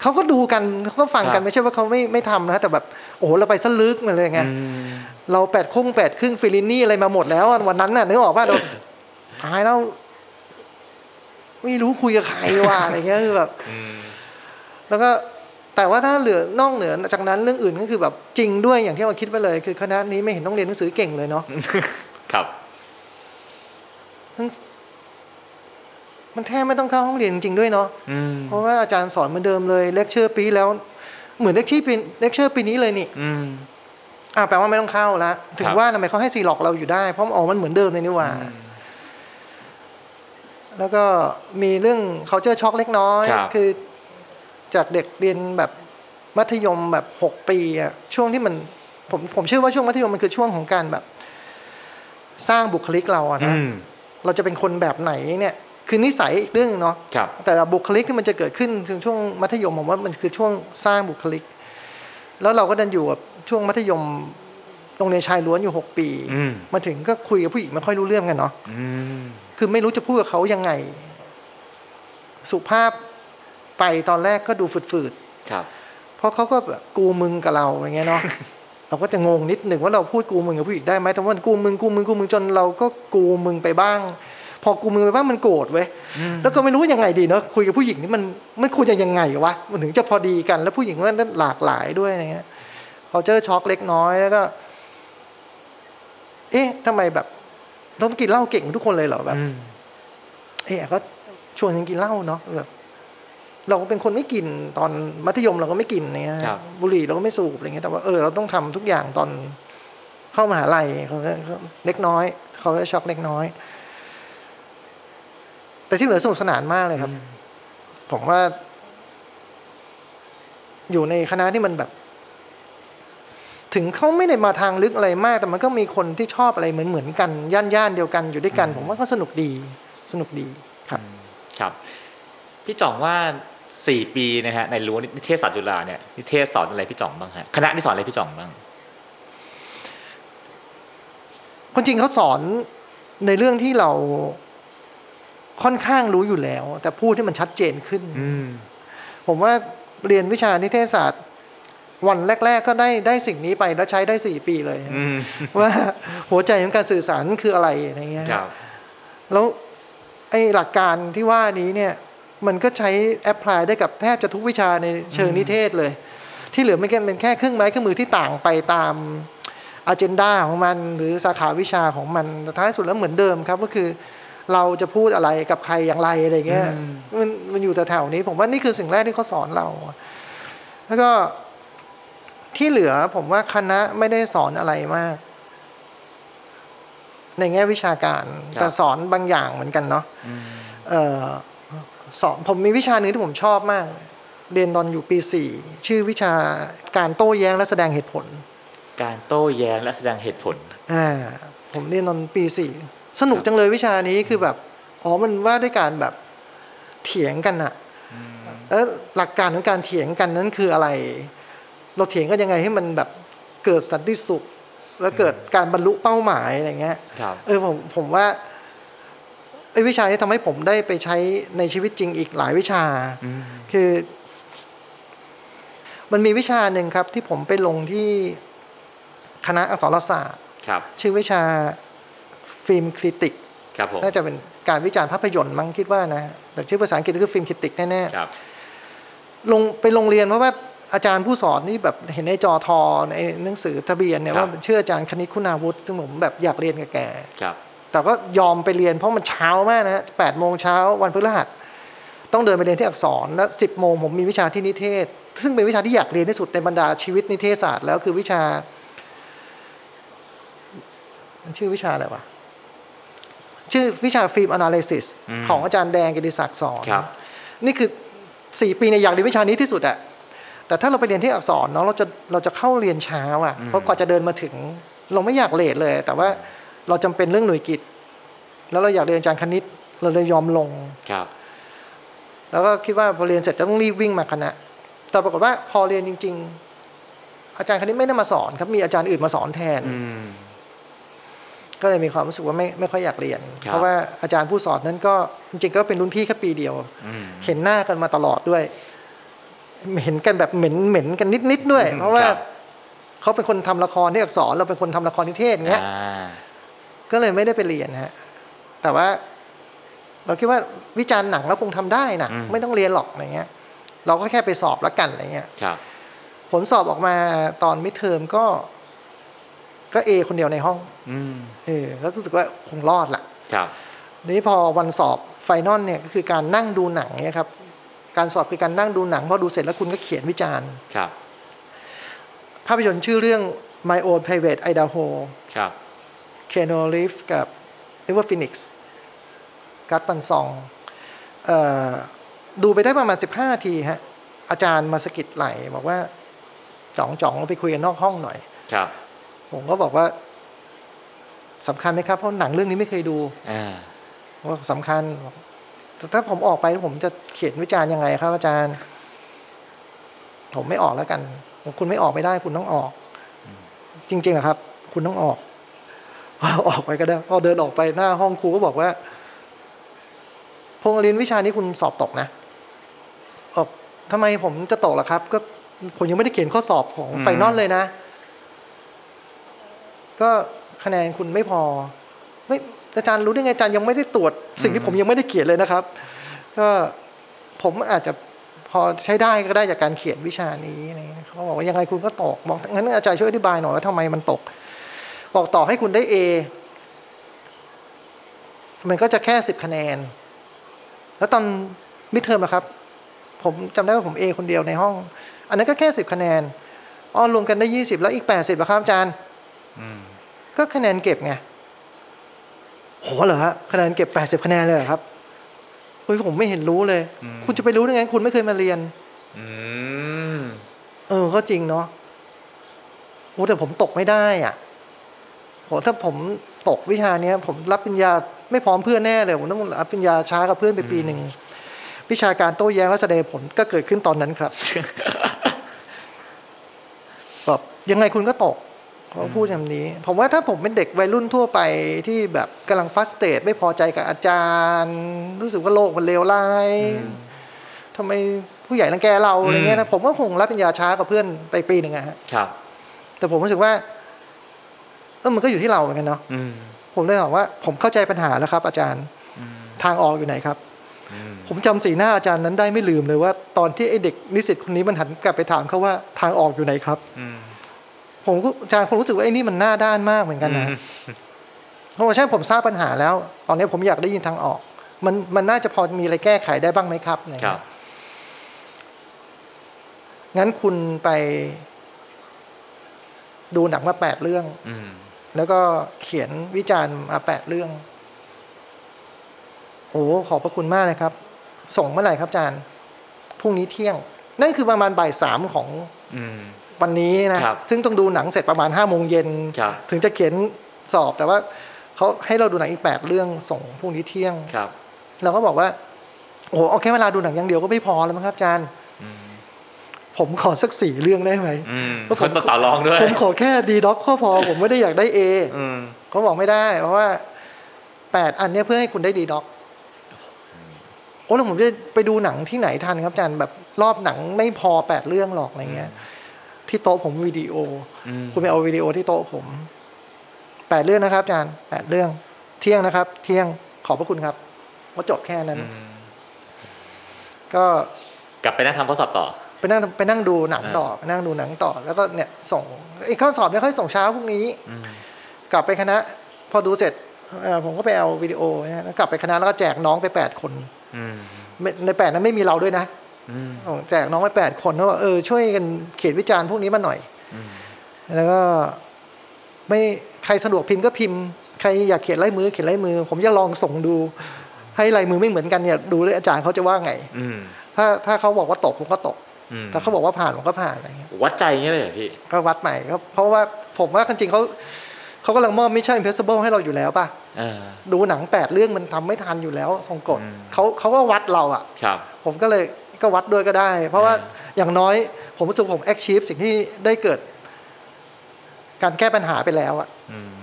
[SPEAKER 1] เขาก็ดูกันเขาก็ฟังกั
[SPEAKER 3] ครั
[SPEAKER 1] น
[SPEAKER 3] บ
[SPEAKER 1] ไม่ใช่ว่าเขาไม่ไม่ทำนะ แต่แบบโอ้โหเราไปซะลึกมาเลยไง
[SPEAKER 3] อืม
[SPEAKER 1] เราแปดครึ่งแปดครึ่งฟิลินี่อะไรมาหมดแล้วอะวันนั้นน่ะนึกออกป่ะเรา ตายแล้วไม่รู้คุยกับใครว่ะอะไรเงี้ยคือแบบ
[SPEAKER 3] อืม
[SPEAKER 1] แล้วก็แต่ว่าถ้าเหลือนอกเหนือจากนั้นเรื่องอื่นก็คือแบบจริงด้วยอย่างที่เราคิดไปเลย คือคณะนี้ไม่เห็นต้องเรียนหนังสือเก่งเลยเนาะ
[SPEAKER 3] ครับ
[SPEAKER 1] ทั้งมันแทบไม่ต้องเข้าห้องเรียนจริงๆด้วยเนาะ
[SPEAKER 3] อืม
[SPEAKER 1] เพราะว่าอาจารย์สอนเหมือนเดิมเลยเลคเชอร์ปีที่แล้ว เหมือนเลคเชอร์ปีเลคเชอร์ปีนี้เลยนี่
[SPEAKER 3] อืม
[SPEAKER 1] อ่ะแปลว่าไม่ต้องเข้าละถึ
[SPEAKER 3] ค
[SPEAKER 1] ง
[SPEAKER 3] รับ
[SPEAKER 1] ว่าทำไมเขาให้ซีล็อกเราอยู่ได้เพราะอ๋อมันเหมือนเดิมเลยนี่หว่า แล้วก็มีเรื่อง culture shock เล็กน้อย
[SPEAKER 3] ครับ
[SPEAKER 1] อจากเด็กเรียนแบบมัธยมแบบหกปีอะช่วงที่มันผมผมเชื่อว่าช่วงมัธยมมันคือช่วงของการแบบ สร้างบุคลิกเราอะ
[SPEAKER 3] อื
[SPEAKER 1] นะ
[SPEAKER 3] ม
[SPEAKER 1] เราจะเป็นคนแบบไหนเนี่ย คือนิสัยอีกเรื่องหนึ่งเนาะ
[SPEAKER 3] ครับ
[SPEAKER 1] แต่บุคลิกที่มันจะเกิดขึ้นถึงช่วงมัธยมผมว่ามันคือช่วงสร้างบุคลิก แล้วเราก็ดันอยู่กับช่วงมัธยมโรงเรียนชายล้วนอยู่หกปี
[SPEAKER 3] อืม
[SPEAKER 1] มาถึงก็คุยกับผู้หญิงไม่ค่อยรู้เรื่องกันเนาะ
[SPEAKER 3] อืม
[SPEAKER 1] คือไม่รู้จะพูดกับเขายังไง สุภาพไปตอนแรกก็ดูฝืด
[SPEAKER 3] ครับ
[SPEAKER 1] ๆ เพราะเขาก็แบบกูมึงกับเราอย่างเงี้ยเนาะ [LAUGHS] เราก็จะงงนิดหนึ่งว่าเราพูดกูมึงกับผู้หญิงได้ไหมแต่ว่ากูมึงกูมึงกูมึงจนเราก็กูมึงไปบ้าง พอกูมึงไปบ้างมันโกรธเว้ยแล้วก็ไม่รู้ว่ายังไงดีเนาะคุยกับผู้หญิงนี่มันมันควรจะยังไงวะมันถึงจะพอดีกัน แล้วผู้หญิงมันหลากหลายด้วยอะไรเงี้ยเขาเจอช็อกเล็กน้อยแล้วก็ เอ๊ะทำไมแบบต้องกินเหล้าเก่งทุกคนเลยเหรอแบบ
[SPEAKER 3] อืม
[SPEAKER 1] เอะก็ชวนกันกินเหล้าเนาะแบบเราก็เป็นคนไม่กินตอนมัธยมเราก็ไม่กินเนี่ย
[SPEAKER 3] ครับ
[SPEAKER 1] บุหรี่เราก็ไม่สูบอะไรเงี้ยแต่ว่าเออเราต้องทำทุกอย่างตอนเข้ามหาลัยเขาก็เขาเล็กน้อย เขาจะช็อกเล็กน้อย แต่ที่เหลือสนุกสนานมากเลยครับ ผมว่า อยู่ในคณะที่มันแบบ ถึงเขาไม่ได้มาทางลึกอะไรมาก แต่มันก็มีคนที่ชอบอะไรเหมือนเหมือนๆกันย่านย่านๆเดียวกันอยู่ด้วยกัน ผมว่าก็สนุกดีสนุกดีครับ
[SPEAKER 3] ครับ พี่จ่องว่าสี่ปีนะฮะในรั้วนิเทศศาสตร์จุฬาเนี่ยนิเทศสอนอะไรพี่จ่องบ้างฮะคณะนี่สอนอะไรพี่จ่องบ้าง
[SPEAKER 1] คนจริงเขาสอนในเรื่องที่เราค่อนข้างรู้อยู่แล้ว แต่พูดให้มันชัดเจนขึ้น
[SPEAKER 3] อืม
[SPEAKER 1] ผมว่าเรียนวิชานิเทศศาสตร์ วันแรก ๆ ก็ได้ได้สิ่งนี้ไปแล้วใช้ได้สี่ปีเลย
[SPEAKER 3] อืม
[SPEAKER 1] ว่าหัวใจของการสื่อสารคืออะไรอะไรเงี้ย
[SPEAKER 3] ครับ
[SPEAKER 1] แล้วไอ้หลักการที่ว่านี้เนี่ย มันก็ใช้แอพพลายได้กับแทบจะทุกวิชาในเชิงนิเทศเลย ที่เหลือมันก็เป็นแค่เครื่องไม้เครื่องมือที่ต่างไปตามอ g e n d a ของมัน หรือสาขาวิชาของมันแต่ท้ายสุดแล้วเหมือนเดิมครับก็คือเราจะพูดอะไรกับใครอย่างไรอะไรเงี้ย
[SPEAKER 3] อืม
[SPEAKER 1] มันมันอยู่แต่แถวนี้ ผมว่านี่คือสิ่งแรกที่เขาสอนเรา แล้วก็ที่เหลือผมว่าคณะไม่ได้สอนอะไรมาก ในแง่วิชาการ
[SPEAKER 3] ครับ
[SPEAKER 1] แต่สอนบางอย่างเหมือนกันเนาะเอ่อ สอนผมมีวิชาหนึ่งที่ผมชอบมาก เรียนตอนอยู่ปีสี่ชื่อวิชาการโต้แย้งและแสดงเหตุผล
[SPEAKER 3] การโต้แย้งและแสดงเหตุผล
[SPEAKER 1] อ่าผมเรียนตอนปีสี่สนุกจังเลยวิชานี้คือแบบอ๋อมันว่าด้วยการแบบเถียงกันอะเออหลักการของการเถียงกันนั้นคืออะไร เราเถียงกันยังไงให้มันแบบเกิดสันติสุข และเกิดการบรรลุเป้าหมายอะไรเงี้ย
[SPEAKER 3] ครับ
[SPEAKER 1] เออผมผมว่าไอ้วิชานี้ทำให้ผมได้ไปใช้ในชีวิตจริงอีกหลายวิชา
[SPEAKER 3] อืม
[SPEAKER 1] คือ มันมีวิชาหนึ่งครับ ที่ผมไปลงที่คณะอักษรศาสตร์
[SPEAKER 3] ครับ
[SPEAKER 1] ชื่อวิชาฟิล์มคริติก
[SPEAKER 3] ครับผม
[SPEAKER 1] น่าจะเป็นการวิจารณ์ภาพยนตร์มั้งคิดว่านะแต่ชื่อภาษาอังกฤษก็คือฟิล์มคริติกแน่ๆ
[SPEAKER 3] ครับ
[SPEAKER 1] ลงไปโรงเรียนเพราะว่าอาจารย์ผู้สอนนี่แบบเห็นในจอทอในหนังสือทะเบียนเนี่ย
[SPEAKER 3] ครับ
[SPEAKER 1] ว่าชื่ออาจารย์คณิตคุณาวุฒิซึ่งผมแบบอยากเรียนกับแก
[SPEAKER 3] ครับ
[SPEAKER 1] แต่ก็ยอมไปเรียนเพราะมันเช้ามากนะฮะแปดโมงเช้าวันพฤหัส ต้องเดินไปเรียนที่อักษร และสิบโมงผมมีวิชาที่นิเทศ ซึ่งเป็นวิชาที่อยากเรียนที่สุดในบรรดาชีวิตนิเทศศาสตร์แล้วคือวิชา มันชื่อวิชาอะไรวะ ชื่อวิชาฟิล์มอนาลิซิสของอาจารย์แดงกิติศักดิ์สอน
[SPEAKER 3] ครับ
[SPEAKER 1] นี่คือสี่ปีในยอยากเรียนวิชานี้ที่สุดอะแต่ถ้าเราไปเรียนที่อักษรเนาะเราจะเราจะเข้าเรียนเช้าอะเพราะกว่อนจะเดินมาถึง เราไม่อยากเลทเลย แต่ว่าเราจำเป็นเรื่องหน่วยกิจ แล้วเราอยากเรียนอาจารย์คณิต เราเลยยอมลง
[SPEAKER 3] ครับ
[SPEAKER 1] แล้วก็คิดว่าพอเรียนเสร็จต้องรีบวิ่งมาคณะ แต่ปรากฏว่าพอเรียนจริง ๆ อาจารย์คณิตไม่ได้มาสอนครับมีอาจารย์อื่นมาสอนแทน
[SPEAKER 3] อืม
[SPEAKER 1] ก็เลยมีความรู้สึกว่าไม่ไม่ค่อยอยากเรียน
[SPEAKER 3] ครับ
[SPEAKER 1] เพราะว่าอาจารย์ผู้สอนนั้นก็จริง ๆ ก็เป็นรุ่นพี่แค่ปีเดียว
[SPEAKER 3] อืม
[SPEAKER 1] เห็นหน้ากันมาตลอดด้วย เห็นกันแบบเหม็นเหม็นกันนิดนิดๆด้วย
[SPEAKER 3] อืม
[SPEAKER 1] เพราะว่า
[SPEAKER 3] ครับ
[SPEAKER 1] เขาเป็นคนทำละครที่อักษรเราเป็นคนทำละครนิเทศเงี้ย
[SPEAKER 3] อ่า
[SPEAKER 1] ก็เลยไม่ได้ไปเรียนฮะ แต่ว่า เราคิดว่าวิจารณ์หนังเราคงทำได้นะ
[SPEAKER 3] อืม
[SPEAKER 1] ไม่ต้องเรียนหรอกอะไรเงี้ย เราก็แค่ไปสอบละกันอะไรเงี้ย
[SPEAKER 3] ครับ
[SPEAKER 1] ผลสอบออกมาตอนมิดเทอมก็ ก็เอคนเดียวในห้อง
[SPEAKER 3] อืม
[SPEAKER 1] เออก็รู้สึกว่าคงรอดละ
[SPEAKER 3] ครับ
[SPEAKER 1] ทีนี้พอวันสอบไฟนอลเนี่ยก็คือการนั่งดูหนังเนี่ยครับการสอบคือการนั่งดูหนังพอดูเสร็จแล้วคุณก็เขียนวิจารณ์
[SPEAKER 3] ครับ
[SPEAKER 1] ภาพยนตร์ชื่อเรื่อง My Own Private Idaho
[SPEAKER 3] ครับ
[SPEAKER 1] k e n o r e e v e กับ River Phoenix กัตตันซองเอ่อดูไปได้ประมาณ 15นาทีฮะอาจารย์มาสะกิดไหลบอกว่าจ่องจ่องเราไปคุยกันนอกห้องหน่อย
[SPEAKER 3] ครับ
[SPEAKER 1] ผมก็บอกว่าสำคัญไหมครับเพราะหนังเรื่องนี้ไม่เคยดู
[SPEAKER 3] อ่า
[SPEAKER 1] ว่าสำคัญบอกแต่ถ้าผมออกไปผมจะเขียนวิจารณ์ยังไงครับอาจารย์ ผมไม่ออกแล้วกัน คุณไม่ออกไม่ได้ คุณต้องออก จริงๆเหรอครับ คุณต้องออก [LAUGHS] ออกไปก็ได้พอเดินออกไปหน้าห้องครูก็บอกว่า พงษ์อรินทร์วิชานี้คุณสอบตกนะออกทำไมผมจะตกล่ะครับ ก็ผมยังไม่ได้เขียนข้อสอบของ
[SPEAKER 3] อืม
[SPEAKER 1] ไฟนอลเลยนะ ก็คะแนนคุณไม่พอ ไม่อาจารย์รู้ได้ไงอาจารย์ยังไม่ได้ตรวจ สิ่งที่ผมยังไม่ได้เขียนเลยนะครับ ก็ผมอาจจะพอใช้ได้ก็ได้จากการเขียนวิชานี้อะไรเงี้ยเขาบอกว่ายังไงคุณก็ตกบอกงั้นอาจารย์ช่วยอธิบายหน่อยว่าทำไมมันตก บอกต่อให้คุณได้ A มันก็จะแค่สิบคะแนน แล้วตอนมิดเทอมนะครับ ผมจำได้ว่าผม A คนเดียวในห้อง อันนั้นก็แค่สิบคะแนนอ้อรวมกันได้ยี่สิบแล้วอีกแปดสิบครับอาจารย์
[SPEAKER 3] อืม
[SPEAKER 1] ก็คะแนนเก็บไงโหเหรอฮะคะแนนเก็บ 80 คะแนนเลยเหรอครับเฮ้ยผมไม่เห็นรู้เลย
[SPEAKER 3] อืม
[SPEAKER 1] คุณจะไปรู้ได้ไง คุณไม่เคยมาเรียน
[SPEAKER 3] อืม
[SPEAKER 1] เออ ก็จริงเนาะโอ้แต่ผมตกไม่ได้อ่ะโหถ้าผมตกวิชาเนี้ย ผมรับปริญญาไม่พร้อมเพื่อนแน่เลย ผมต้องรับปริญญาช้ากับเพื่อนไปปีหนึ่ง วิชาการโต้แย้งและแสดงผลก็เกิดขึ้นตอนนั้นครับ [LAUGHS] แบบยังไงคุณก็ตกเขาพูดอย่างนี้ ผมว่าถ้าผมเป็นเด็กวัยรุ่นทั่วไปที่แบบกำลังฟัสเตดไม่พอใจกับอาจารย์ รู้สึกว่าโลกมันเลวร้ายทำไมผู้ใหญ่รังแกเราอะไรเงี้ยนะผมก็คงรับปริญญาช้ากว่าเพื่อนไปปีหนึ่งอะฮะ
[SPEAKER 3] ครับ
[SPEAKER 1] แต่ผมรู้สึกว่าเออมันก็อยู่ที่เราเหมือนกันเนาะ
[SPEAKER 3] อืม
[SPEAKER 1] ผมเลยบอกว่า ผมเข้าใจปัญหาแล้วครับ อาจารย์ทางออกอยู่ไหนครับ
[SPEAKER 3] อืม
[SPEAKER 1] ผมจำสีหน้าอาจารย์นั้นได้ไม่ลืมเลยว่า ตอนที่ไอเด็กนิสิตคนนี้มันหันกลับไปถามเขาว่าทางออกอยู่ไหนครับ
[SPEAKER 3] อืม
[SPEAKER 1] ผมก็อาจารย์คงรู้สึกว่าไอ้นี่มันหน้าด้านมากเหมือนกันนะ
[SPEAKER 3] อืม
[SPEAKER 1] เพราะว่าใช่ผมทราบปัญหาแล้ว ตอนนี้ผมอยากได้ยินทางออก มันมันน่าจะพอมีอะไรแก้ไขได้บ้างไหมครับนะ
[SPEAKER 3] ค
[SPEAKER 1] ค
[SPEAKER 3] รั
[SPEAKER 1] รั
[SPEAKER 3] บบ
[SPEAKER 1] งั้นคุณไป ดูหนังมาแปดเรื่อง
[SPEAKER 3] อืม
[SPEAKER 1] แล้วก็เขียนวิจารณ์มาแปดเรื่อง โอ้ขอบพระคุณมากเลยครับ ส่งเมื่อไหร่ครับอาจารย์พรุ่งนี้เที่ยง นั่นคือประมาณบ่ายสามของ
[SPEAKER 3] อืม
[SPEAKER 1] วันนี้นะครับซึ่งต้องดูหนังเสร็จประมาณห้าโมงเย็น
[SPEAKER 3] ครับ
[SPEAKER 1] ถึงจะเขียนสอบแต่ว่าเขาให้เราดูหนังอีกแปดเรื่องส่งพรุ่งนี้เที่ยง
[SPEAKER 3] ครับ
[SPEAKER 1] เราก็บอกว่า โอ้โหเอาแค่เวลาดูหนังอย่างเดียวก็ไม่พอแล้วมั้งครับอาจารย์ผมขอสักสี่เรื่องได้ไหม
[SPEAKER 3] อืม
[SPEAKER 1] แล้ว
[SPEAKER 3] ค
[SPEAKER 1] ผม
[SPEAKER 3] นต่อรองด้วย
[SPEAKER 1] ผมขอแค่ดีด็อกก็พอ ผมไม่ได้อยากได้เอ
[SPEAKER 3] อืม
[SPEAKER 1] เขาบอกไม่ได้ เพราะว่าแปดอันเนี้ยเพื่อให้คุณได้ดีด็อกโอ้แล้วผมจะไปดูหนังที่ไหนทันครับอาจารย์แบบรอบหนังไม่พอแปดเรื่องหรอกอะไรเงี้ย ที่โต๊ะผมวิดีโอ
[SPEAKER 3] อืม
[SPEAKER 1] คุณไปเอาวิดีโอที่โต๊ะผมแปดเรื่องนะครับอาจารย์แปดเรื่อง เที่ยงนะครับ เที่ยงขอบพระคุณครับก็จบแค่นั้น
[SPEAKER 3] อืม
[SPEAKER 1] ก็
[SPEAKER 3] กลับไปนั่งทำข้อสอบต่อ
[SPEAKER 1] ไปนั่งไปนั่งดูหนังต่อไปนั่งดูหนังต่อ แล้วก็เนี่ยส่งไอ้ข้อสอบเนี่ยค่อยส่งเช้าพรุ่งนี้
[SPEAKER 3] อืม
[SPEAKER 1] กลับไปคณะ พอดูเสร็จเอ่อผมก็ไปเอาวิดีโอนะฮะแล้วกลับไปคณะแล้วก็แจกน้องไปแปดคน
[SPEAKER 3] อืม
[SPEAKER 1] ไม่ในแปดนั้นไม่มีเราด้วยนะ
[SPEAKER 3] อืม
[SPEAKER 1] แจกน้องไปแปดคนแล้วบอกเออช่วยกันเขียนวิจารณ์พวกนี้มาหน่อย แล้วก็ไม่ใครสะดวกพิมพ์ก็พิมพ์ ใครอยากเขียนลายมือเขียนลายมือ ผมจะลองส่งดู ให้ลายมือไม่เหมือนกันเนี่ยดูเลยอาจารย์เขาจะว่าไง
[SPEAKER 3] อืม
[SPEAKER 1] ถ้าถ้าเขาบอกว่าตกผมก็ตก
[SPEAKER 3] อืม
[SPEAKER 1] แต่เขาบอกว่าผ่านผมก็ผ่านอะไรเงี้ย
[SPEAKER 3] วัดใจอย่างเงี้ยเลยเหรอพี่
[SPEAKER 1] ก็วัดใหม่ครับเพราะว่าผมว่าจริงๆเขาเขากำลังมอบมิชชั่นอิมเพสซิเบิลให้เราอยู่แล้วป่ะ
[SPEAKER 3] เออ
[SPEAKER 1] ดูหนังแปดเรื่องมันทำไม่ทันอยู่แล้วทรงกฎ
[SPEAKER 3] อืม
[SPEAKER 1] เขาเขาก็วัดเราอะ่ะ
[SPEAKER 3] ครับ
[SPEAKER 1] ผมก็เลยก็วัดด้วยก็ได้ เพราะว่า
[SPEAKER 3] อ่
[SPEAKER 1] อย่างน้อยผมรู้สึกผมแอคชีพสิ่งที่ได้เกิด การแก้ปัญหาไปแล้วอะ่ะ
[SPEAKER 3] อืม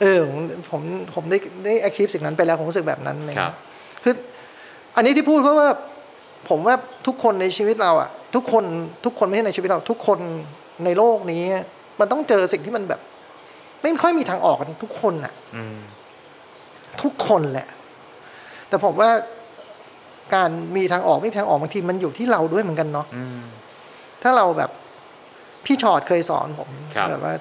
[SPEAKER 1] เออผมผมผมได้ได้แอคชีพสิ่งนั้นไปแล้วผมรู้สึกแบบนั้นเลย
[SPEAKER 3] ครับ
[SPEAKER 1] คืออันนี้ที่พูดเพราะว่า ผมว่าทุกคนในชีวิตเราอะ่ะ ทุกคนทุกคนไม่ใช่ในชีวิตเรา ทุกคนในโลกนี้ มันต้องเจอสิ่งที่มันแบบ ไม่ค่อยมีทางออกกันทุกคนอ่ะ
[SPEAKER 3] อืม
[SPEAKER 1] ทุกคนแหละ แต่ผมว่าการมีทางออกไม่มีทางออกบางทีมันอยู่ที่เราด้วยเหมือนกันเนาะ
[SPEAKER 3] อืม
[SPEAKER 1] ถ้าเราแบบพี่ชอดเคยสอนผม
[SPEAKER 3] ครับ
[SPEAKER 1] แบบว่า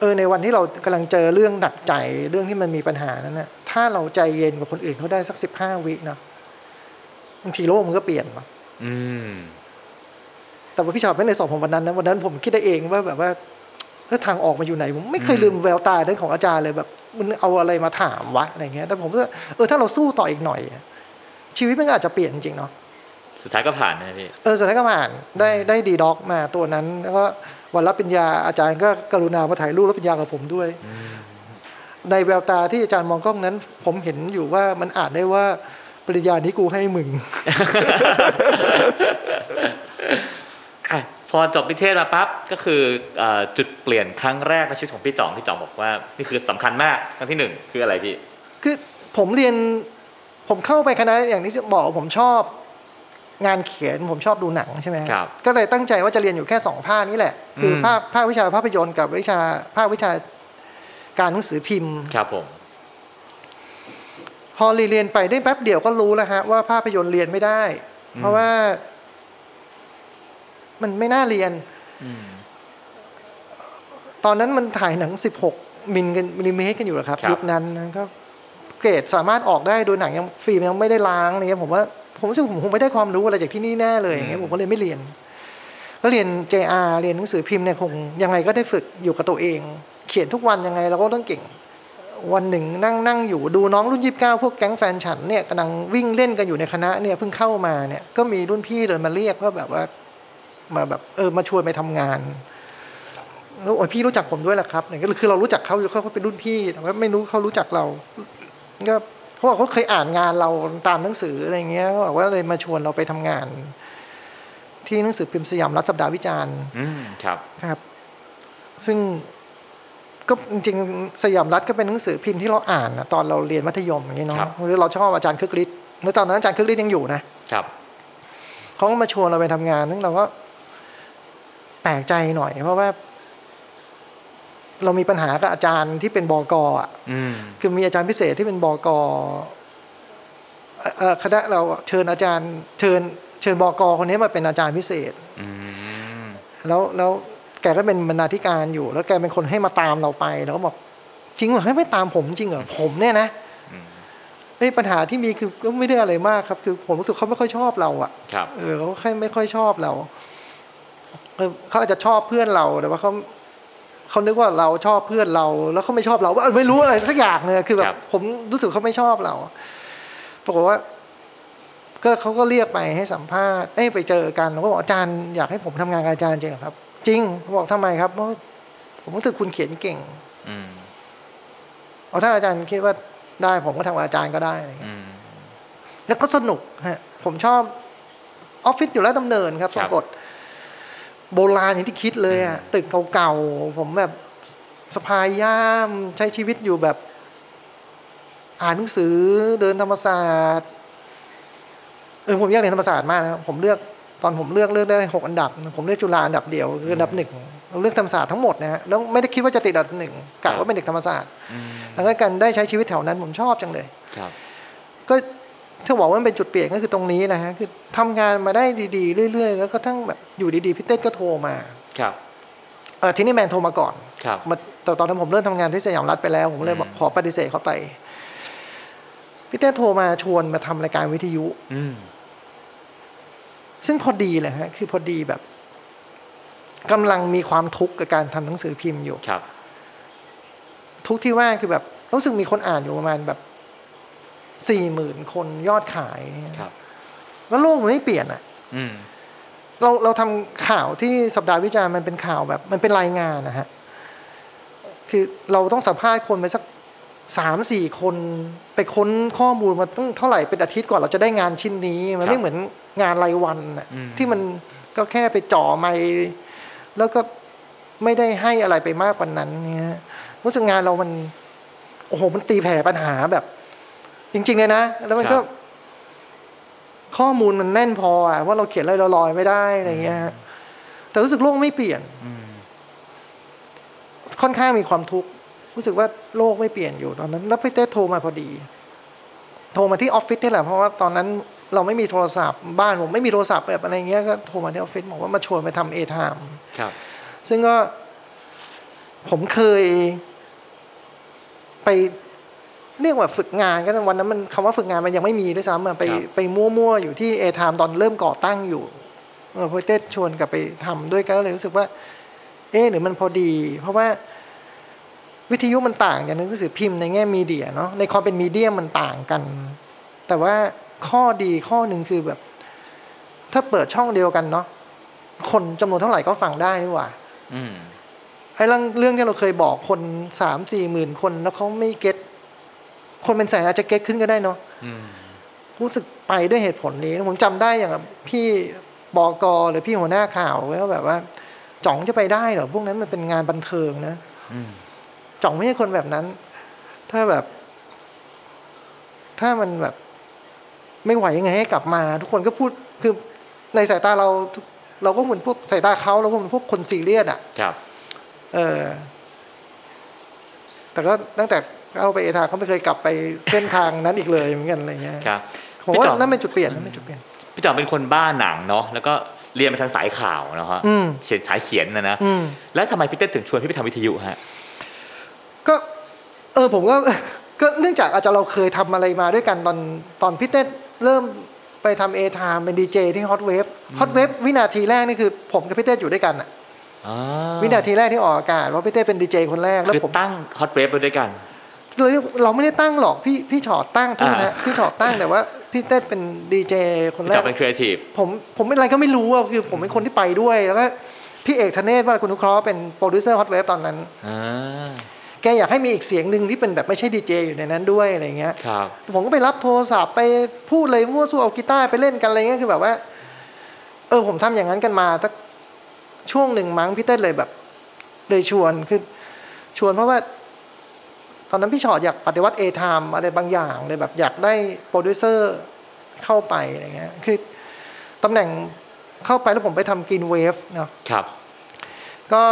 [SPEAKER 1] เออในวันที่เรากำลังเจอเรื่องหนักใจเรื่องที่มันมีปัญหานั้นนะถ้าเราใจเย็นกว่าคนอื่นเขาได้สักสิบห้าวิเนาะบางทีโลกมันก็เปลี่ยนว่ะ
[SPEAKER 3] อืม
[SPEAKER 1] แต่ว่าพี่ชอดไม่ได้สอนผมวันนั้นนะวันนั้นผมคิดได้เองว่าแบบว่าเออทางออกมันอยู่ไหน ผมไม่เคยลืมแววตาเรื่องของอาจารย์เลยแบบมันเอาอะไรมาถามวะอะไรเงี้ย แต่ผมว่าเออถ้าเราสู้ต่ออีกหน่อยอะชีวิตมันก็อาจจะเปลี่ยนจริงๆเนาะ
[SPEAKER 3] สุดท้ายก็ผ่านนะพี่
[SPEAKER 1] เออสุดท้ายก็ผ่านได้ได้ดีด็อกมาตัวนั้น แล้วก็วันรับปริญญาอาจารย์ก็กรุณามาถ่ายรูปรับปริญญากับผมด้วย ในแววตาที่อาจารย์มองกล้องนั้น ผมเห็นอยู่ว่ามันอ่านได้ว่าปริญญานี้กูให้มึง
[SPEAKER 3] อ่ะพอจบนิเทศมาปั๊บก็คือเอ่อจุดเปลี่ยนครั้งแรกในชีวิตของพี่จ่องพี่จ่องบอกว่านี่คือสำคัญมากครั้งที่หนึ่งคืออะไรพี่
[SPEAKER 1] คือผมเรียนผมเข้าไปคณะอย่างที่บอกผมชอบงานเขียนผมชอบดูหนังใช่ไหม
[SPEAKER 3] ครับ
[SPEAKER 1] ก็เลยตั้งใจว่าจะเรียนอยู่แค่สองภาคนี้แหละ คืออ
[SPEAKER 3] ม
[SPEAKER 1] ภาคภาควิชาภาพยนตร์กับวิชาภาควิชาการหนังสือพิมพ์
[SPEAKER 3] ครับผม
[SPEAKER 1] พอเรียนไปได้แป๊บเดียวก็รู้แล้วฮะว่าภาพยนตร์เรียนไม่ได้ เพราะว่า มันไม่น่าเรียน
[SPEAKER 3] อืม
[SPEAKER 1] ตอนนั้นมันถ่ายหนัง 16 มิลกันมิลลิเมตรกันอยู่เหรอครับ
[SPEAKER 3] ครับ
[SPEAKER 1] ยุคนั้นก็เกรดสามารถออกได้โดยหนังยังฟิล์มยังไม่ได้ล้างอะไรเงี้ยผมว่าผมรู้สึกผมคงไม่ได้ความรู้อะไรจากที่นี่แน่เลยอย่างเงี้ยผมก็เลยไม่เรียน ก็เรียน JR เรียนหนังสือพิมพ์เนี่ยคงยังไงก็ได้ฝึกอยู่กับตัวเอง เขียนทุกวันยังไงเราก็ต้องเก่ง วันหนึ่งนั่งนั่งอยู่ดูน้องรุ่นยีิบเก้าพวกแก๊งแฟนฉันเนี่ยกำลังวิ่งเล่นกันอยู่ในคณะเนี่ยเพิ่งเข้ามาเนี่ยก็มีรุ่นพี่เดินมาเรียกว่าแบบว่า มาแบบเออมาชวนไปทำงานแล้วโอ้ยพี่รู้จักผมด้วยแหละครับเนี่ยก็คือเรารู้จักเขาอยู่เขาก็เป็นรุ่นพี่แต่ว่าไม่รู้เขารู้จักเราก็เขาบอกเขาเคยอ่านงานเราตามหนังสืออะไรเงี้ยเขาบอกว่าเลยมาชวนเราไปทำงาน ที่หนังสือพิมพ์สยามรัฐสัปดาห์วิจารณ์
[SPEAKER 3] อืมครับ
[SPEAKER 1] ครับ ซึ่งก็จริงๆสยามรัฐก็เป็นหนังสือพิมพ์ที่เราอ่านนะตอนเราเรียนมัธยมอย่างนี้เนาะ
[SPEAKER 3] ครับ
[SPEAKER 1] หรือเราชอบอาจารย์คึกฤทธิ์แล้วตอนนั้นอาจารย์คึกฤทธิ์ยังอยู่นะครับ เขาก็มาชวนเราไปทำงานซึ่งเราก็แปลกใจหน่อย เพราะว่า เรามีปัญหากับอาจารย์ที่เป็นบกอ่ะ
[SPEAKER 3] อืม
[SPEAKER 1] คือมีอาจารย์พิเศษที่เป็นบกเอ่อเอ่อคณะเราเชิญอาจารย์ เชิญ เชิญบกคนนี้มาเป็นอาจารย์พิเศษ
[SPEAKER 3] อืม
[SPEAKER 1] แล้วแล้วแกก็เป็นบรรณาธิการอยู่ แล้วแกเป็นคนให้มาตามเราไปแล้วก็บอกจริงเหรอให้ไม่ตามผมจริงเหรอผมเนี่ยนะไอ้ยปัญหาที่มีคือก็ไม่ได้อะไรมากครับ คือผมรู้สึกเขาไม่ค่อยชอบเราอะ
[SPEAKER 3] ครับ
[SPEAKER 1] เออเขาแค่ไม่ค่อยชอบเราเออเขาอาจจะชอบเพื่อนเราแต่ว่าเขาเขานึกว่าเราชอบเพื่อนเรา แล้วเขาไม่ชอบเราว่าเออไม่รู้อะไรสักอย่างเนี่ยคือแบ
[SPEAKER 3] ครับ บ
[SPEAKER 1] ผมรู้สึกเขาไม่ชอบเราปรากฏว่า ก็เขาก็เรียกไปให้สัมภาษณ์เอ้ยไปเจอกันผมก็บอกอาจารย์อยากให้ผมทำงานกับอาจารย์จริงเหรอครับ จริงผมบอกทำไมครับเพราะผมรู้สึกคุณเขียนเก่ง
[SPEAKER 3] อืม
[SPEAKER 1] เอาถ้าอาจารย์คิดว่าได้ผมก็ทำกับอาจารย์ก็ได้อะไรอย่างเงี้ย
[SPEAKER 3] อืม
[SPEAKER 1] แล้วก็สนุกฮะ ผมชอบออฟฟิศอยู่แล้วดำเนินครับ
[SPEAKER 3] ค
[SPEAKER 1] ป
[SPEAKER 3] รับ
[SPEAKER 1] รากฏโบราณอย่างที่คิดเลยอะ
[SPEAKER 3] อืม
[SPEAKER 1] ตึกเก่าๆ ผมแบบสะพายย่ามใช้ชีวิตอยู่แบบ อ่านหนังสือเดินธรรมศาสตร์เออผมอยากเรียนธรรมศาสตร์มากนะครับผมเลือกตอนผมเลือกเลือกได้หกอันดับ ผมเลือกจุฬาอันดับเดียวคืออันดับหนึ่งเลือกธรรมศาสตร์ทั้งหมดนะฮะแล้วไม่ได้คิดว่าจะติดอันดับหนึ่งกะว่าเป็นเด็กธรรมศาสตร์
[SPEAKER 3] อืม
[SPEAKER 1] แล้วก็การได้ใช้ชีวิตแถวนั้น ผมชอบจังเลย
[SPEAKER 3] ครับ
[SPEAKER 1] ก็ถ้าบอกว่ามันเป็นจุดเปลี่ยนก็คือตรงนี้นะฮะคือทำงานมาได้ดีๆเรื่อยๆ แล้วก็ทั้งแบบอยู่ดีๆพี่เต้นก็โทรมา
[SPEAKER 3] ครับ
[SPEAKER 1] เออทีนี้แมนโทรมาก่อน
[SPEAKER 3] ครับ
[SPEAKER 1] มาตอนตอนนั้นผมเริ่มทำงานที่สยามรัฐไปแล้ว ผมเลยบอกขอปฏิเสธเขาไปพี่เต้นโทรมาชวนมาทำรายการวิทยุ
[SPEAKER 3] อืม
[SPEAKER 1] ซึ่งพอดีเลยฮะคือพอดีแบบกำลังมีความทุกข์กับการทำหนังสือพิมพ์อยู่
[SPEAKER 3] ครับ
[SPEAKER 1] ทุกข์ที่ว่าคือแบบรู้สึกมีคนอ่านอยู่ประมาณแบบสี่หมื่นคนยอดขาย
[SPEAKER 3] ครับ
[SPEAKER 1] แล้วโลกมันไม่เปลี่ยนอะ
[SPEAKER 3] อืม
[SPEAKER 1] เราเราทำข่าวที่สัปดาห์วิจารณ์มันเป็นข่าวแบบ มันเป็นรายงานนะฮะ คือเราต้องสัมภาษณ์คนไปสักสามสี่คน ไปค้นข้อมูลมาตั้งเท่าไหร่เป็นอาทิตย์ก่อนเราจะได้งานชิ้นนี้ มันไม่เหมือนงานรายวันน่ะที่มันก็แค่ไปจ่อไมค์แล้วก็ไม่ได้ให้อะไรไปมากกว่านั้นเนี่ยรู้สึกงานเรามัน โอ้โหมันตีแผ่ปัญหาแบบ จริง ๆ เลยนะ แล้วมันก็ ข้อมูลมันแน่นพออะว่าเราเขียนอะไรลอยๆไม่ได้อะไรเงี้ยฮะแต่รู้สึกโลกไม่เปลี่ยน
[SPEAKER 3] อืม
[SPEAKER 1] ค่อนข้างมีความทุกข์รู้สึกว่าโลกไม่เปลี่ยนอยู่ตอนนั้น แล้วพี่เต้โทรมาพอดี โทรมาที่ออฟฟิศนี่แหละเพราะว่าตอนนั้นเราไม่มีโทรศัพท์บ้านผมไม่มีโทรศัพท์แบบอะไรเงี้ยก็โทรมาที่ออฟฟิศบอกว่ามาชวนไปทำเอทาม
[SPEAKER 3] ครับ
[SPEAKER 1] ซึ่งก็ ผมเคย ไปเรียกว่าฝึกงานก็ได้วันนั้นมันคำว่าฝึกงานมันยังไม่มีด้วยซ้ำอะไป
[SPEAKER 3] ครับ
[SPEAKER 1] ไปมั่วๆ อยู่ที่เอทามตอนเริ่มก่อตั้งอยู่เออพอเต้ชวนกลับไปทำด้วยกันก็เลยรู้สึกว่า เอ๊ะหรือมันพอดี เพราะว่า วิทยุมันต่างจากหนังสือพิมพ์ในแง่มีเดียเนาะในความเป็นมีเดียมันต่างกัน แต่ว่าข้อดีข้อหนึ่งคือแบบ ถ้าเปิดช่องเดียวกันเนาะคนจำนวนเท่าไหร่ก็ฟังได้นี่หว่า
[SPEAKER 3] อืม
[SPEAKER 1] ไอ้เรื่องเรื่องที่เราเคยบอกคนสามสี่หมื่นคนแล้วเขาไม่เก็ตคนเป็นแสนอาจจะเก็ตขึ้นก็ได้เนาะ
[SPEAKER 3] อืม
[SPEAKER 1] รู้สึกไปด้วยเหตุผลนี้ผมจำได้อย่างกับพี่บอกอหรือพี่หัวหน้าข่าวก็แบบว่าจ่องจะไปได้เหรอพวกนั้นมันเป็นงานบันเทิงนะ
[SPEAKER 3] อืม
[SPEAKER 1] จ่องไม่ใช่คนแบบนั้น ถ้าแบบ ถ้ามันแบบ ไม่ไหวยังไงให้กลับมา ทุกคนก็พูดคือในสายตาเราทุกเราก็เหมือนพวกสายตาเขาเราก็เหมือนพวกคนซีเรียสอะ
[SPEAKER 3] ครับ
[SPEAKER 1] เออ แต่ก็ตั้งแต่เข้าไปเอทาเขาไม่เคยกลับไปเส้นทางนั้นอีกเลยเหมือนกันอะไรเงี้ย
[SPEAKER 3] ครับ
[SPEAKER 1] ผม
[SPEAKER 3] พี่
[SPEAKER 1] ว่า
[SPEAKER 3] จ่อง
[SPEAKER 1] นั่นเป็นจุดเปลี่ยนนั่นเป็นจุดเปลี่ยน
[SPEAKER 3] พี่จ่องเป็นคนบ้าหนังเนาะแล้วก็เรียนไปทางสายข่าวนะฮะ
[SPEAKER 1] อืม
[SPEAKER 3] เขียนสายเขียนนะนะ
[SPEAKER 1] อืม
[SPEAKER 3] แล้วทำไมพี่เต้ถึงชวนพี่ไปทำวิทยุฮะ
[SPEAKER 1] ก็ เออ ผมก็ [LAUGHS] ก็เนื่องจากอาจจะเราเคยทำอะไรมาด้วยกันตอนตอนพี่เต้เริ่มไปทำเอทามเป็นดีเจที่ฮอตเวฟฮอตเวฟวินาทีแรกนี่คือ ผมกับพี่เต้อยู่ด้วยกันอะ
[SPEAKER 3] อ่า
[SPEAKER 1] วินาทีแรกที่ออกอากาศว่าพี่เต้เป็นดีเจคนแรกแล้ว
[SPEAKER 3] คือ
[SPEAKER 1] ผม
[SPEAKER 3] ตั้งฮอตเวฟไปด้วยกัน
[SPEAKER 1] เราเรียกเราไม่ได้ตั้งหรอกพี่พี่ชอตตั้งทุก
[SPEAKER 3] อ่า
[SPEAKER 1] นะพี่ชอตตั้งแต่ว่าพี่เต้เป็นดีเจคน
[SPEAKER 3] พี่
[SPEAKER 1] แร
[SPEAKER 3] จ่อก งเป็นครีเอทีฟ
[SPEAKER 1] ผมผมเป็นอะไรก็ไม่รู้อะคือผมเป็นคนที่ไปด้วย แล้วก็พี่เอกธเนศว่าคุณนุเคราะห์เป็นโปรดิวเซอร์ฮอตเวฟตอนนั้น
[SPEAKER 3] อ่า
[SPEAKER 1] แกอยากให้มีอีกเสียงหนึ่งที่เป็นแบบไม่ใช่ดีเจอยู่ในนั้นด้วยอะไรเงี้ย
[SPEAKER 3] ครับ
[SPEAKER 1] ผมก็ไปรับโทรศัพท์ไปพูดเลยมั่วสู้เอากีตาร์ไปเล่นกันอะไรเงี้ยคือแบบว่า เออผมทำอย่างนั้นกันมาสักช่วงหนึ่งมั้งพี่เต้เลยแบบ เลยชวนคือชวนเพราะว่า ตอนนั้นพี่ชอตอยากปฏิวัติเอทามอะไรบางอย่างเลยแบบอยากได้โปรดิวเซอร์เข้าไปอะไรเงี้ย คือตำแหน่งเข้าไปแล้วผมไปทำกรีนเวฟเนาะ
[SPEAKER 3] ครับ
[SPEAKER 1] ก็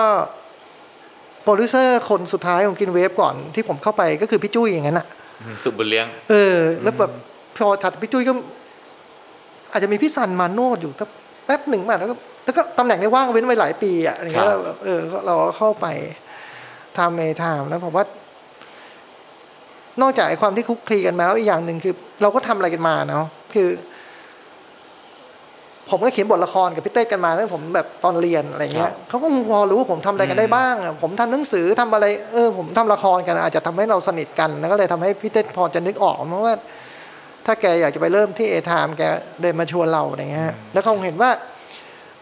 [SPEAKER 1] โปรดิวเซอร์คนสุดท้ายของกินเวฟก่อนที่ผมเข้าไปก็คือพี่จุ้ยอย่างนั้นอ่ะ
[SPEAKER 3] อืมสุบุญเลี้ยง
[SPEAKER 1] เออ แล้วแบบพอถัดจากพี่จุ้ยก็ อาจจะมีพี่สันมาโนดอยู่สักแป๊บหนึ่งมาแล้วก็แล้วก็ตำแหน่งได้ว่างเว้นไว้หลายปีอ่ะอย่างเงี้ย
[SPEAKER 3] ครั
[SPEAKER 1] เรา
[SPEAKER 3] บ
[SPEAKER 1] แบบเออก็เราก็เข้าไปทำเมทามแล้วผมว่า นอกจากไอ้ความที่คุกคลีกันมาแล้วอีกอย่างหนึ่งคือ เราก็ทำอะไรกันมาเนาะคือ ผมก็เขียนบทละครกับพี่เต้กันมาตั้งแต่ผมแบบตอนเรียนอะไรเงี้ยเขาก็พอรู้ว่าผมทำอะไรกันได้บ้างอะผมทำหนังสือทำอะไรเออผมทำละครกันอาจจะทำให้เราสนิทกันแล้วก็เลยทำให้พี่เต้พอจะนึกออกมั้งว่า ถ้าแกอยากจะไปเริ่มที่เอทามแกเดินมาชวนเราอย่างเงี้ยฮะแล้วเขาคงเห็นว่า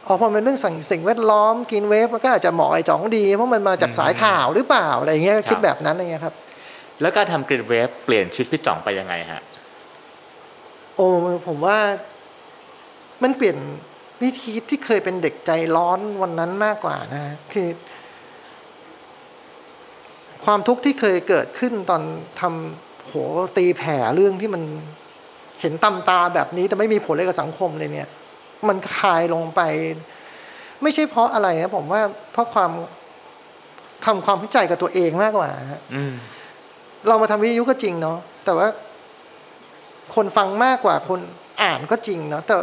[SPEAKER 1] อ๋อพอมันเป็นเรื่องสิ่งสิ่งแวดล้อมกินเวฟมันก็อาจจะเหมาะไอ้จ่องดี เพราะมันมาจากสายข่าวหรือเปล่าอะไรอย่างเงี้ยก็คิด
[SPEAKER 3] ครับ
[SPEAKER 1] แบบนั้นอะไรเงี้ยครับ
[SPEAKER 3] แล้วการทำกรีนเวฟเปลี่ยนชีวิตพี่จ่องไปยังไงฮะ
[SPEAKER 1] โอ้ผมว่ามันเปลี่ยนวิธีที่เคยเป็นเด็กใจร้อนวันนั้นมากกว่านะคือ ความทุกข์ที่เคยเกิดขึ้นตอนทำโหตีแผ่เรื่องที่มันเห็นตำตาแบบนี้แต่ไม่มีผลอะไรกับสังคมเลยเนี่ย มันคลายลงไป ไม่ใช่เพราะอะไรนะผมว่าเพราะความทำความเข้าใจกับตัวเองมากกว่าฮะ
[SPEAKER 3] อืม
[SPEAKER 1] เรามาทำวิทยุก็จริงเนาะแต่ว่า คนฟังมากกว่าคนอ่านก็จริงเนาะแต่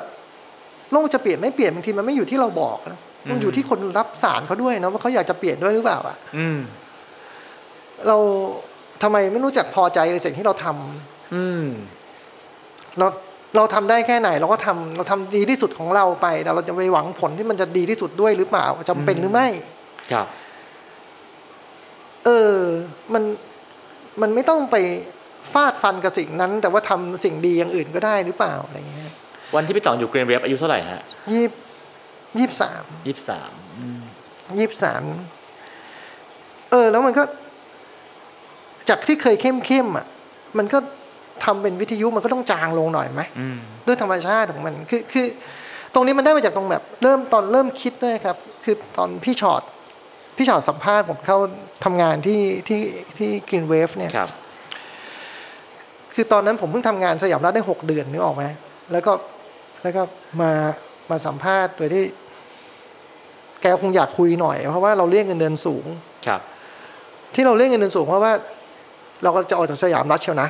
[SPEAKER 1] โลกจะเปลี่ยนไม่เปลี่ยนบางทีมันไม่อยู่ที่เราบอกนะมันอยู่
[SPEAKER 3] อืม
[SPEAKER 1] ที่คนรับสารเขาด้วยเนาะว่าเขาอยากจะเปลี่ยนด้วยหรือเปล่าอะ
[SPEAKER 3] อืม
[SPEAKER 1] เราทำไมไม่รู้จักพอใจในสิ่งที่เราทำ
[SPEAKER 3] อืม
[SPEAKER 1] เราเราทำได้แค่ไหน เราก็ทำเราทำดีที่สุดของเราไป แต่เราจะไปหวังผลที่มันจะดีที่สุดด้วยหรือเปล่าจำเป็นหรือไม่
[SPEAKER 3] ครับ
[SPEAKER 1] เออ มัน มันไม่ต้องไปฟาดฟันกับสิ่งนั้น แต่ว่าทำสิ่งดีอย่างอื่นก็ได้หรือเปล่าอะไรเงี้ย
[SPEAKER 3] วันที่พี่จ่องอยู่กรีนเวฟอายุเท่าไหร่ฮะ
[SPEAKER 1] ยี่ยี่สาม
[SPEAKER 3] ยี่สิบสาม
[SPEAKER 1] ยี่สามเออ แล้วมันก็ จากที่เคยเข้มเข้มๆอ่ะ มันก็ทำเป็นวิทยุมันก็ต้องจางลงหน่อยไหม
[SPEAKER 3] อืม
[SPEAKER 1] ด้วยธรรมชาติของมันคือคือ ตรงนี้มันได้มาจากตรงแบบ เริ่มตอนเริ่มคิดด้วยครับ คือตอนพี่ชอตพี่ชอตสัมภาษณ์ผมเข้าทำงานที่ที่ที่กรีนเวฟเนี่ย
[SPEAKER 3] ครับ
[SPEAKER 1] คือตอนนั้นผมเพิ่งทำงานสยามรัฐได้หกเดือนนึกออกไหมแล้วก็แล้วก็มามาสัมภาษณ์โดยที่ แกคงอยากคุยหน่อย เพราะว่าเราเรียกเงินเดือนสูง
[SPEAKER 3] ครับ
[SPEAKER 1] ที่เราเรียกเงินเดือนสูงเพราะว่า เราก็จะออกจากสยามรัฐเชียวนะ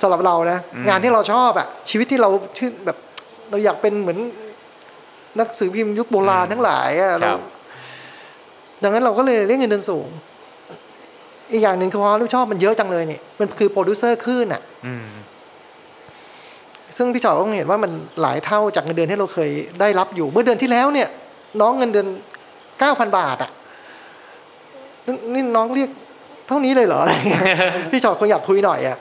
[SPEAKER 1] สำหรับเรานะ
[SPEAKER 3] อืม
[SPEAKER 1] งานที่เราชอบอะชีวิตที่เราชื่นแบบ เราอยากเป็นเหมือนนักสือพิมพ์ยุคโบราณทั้งหลายอะ
[SPEAKER 3] ค
[SPEAKER 1] เรา
[SPEAKER 3] รับ
[SPEAKER 1] ดังนั้นเราก็เลยเรียกเงินเดือนสูง อีกอย่างหนึ่งคือความรับผิดชอบมันเยอะจังเลยนี่มันคือโปรดิวเซอร์คลื่นอ่ะ
[SPEAKER 3] อืม
[SPEAKER 1] ซึ่งพี่จอยก็เห็นว่ามันหลายเท่าจากเงินเดือนที่เราเคยได้รับอยู่ เมื่อเดือนที่แล้วเนี่ย น้องเงินเดือนเก้าพันบาทอ่ะนนี่น้องเรียกเท่านี้เลยเหรออะไร [LAUGHS] เงี้ย พี่จอยคงอยากคุยหน่อยอ่ะ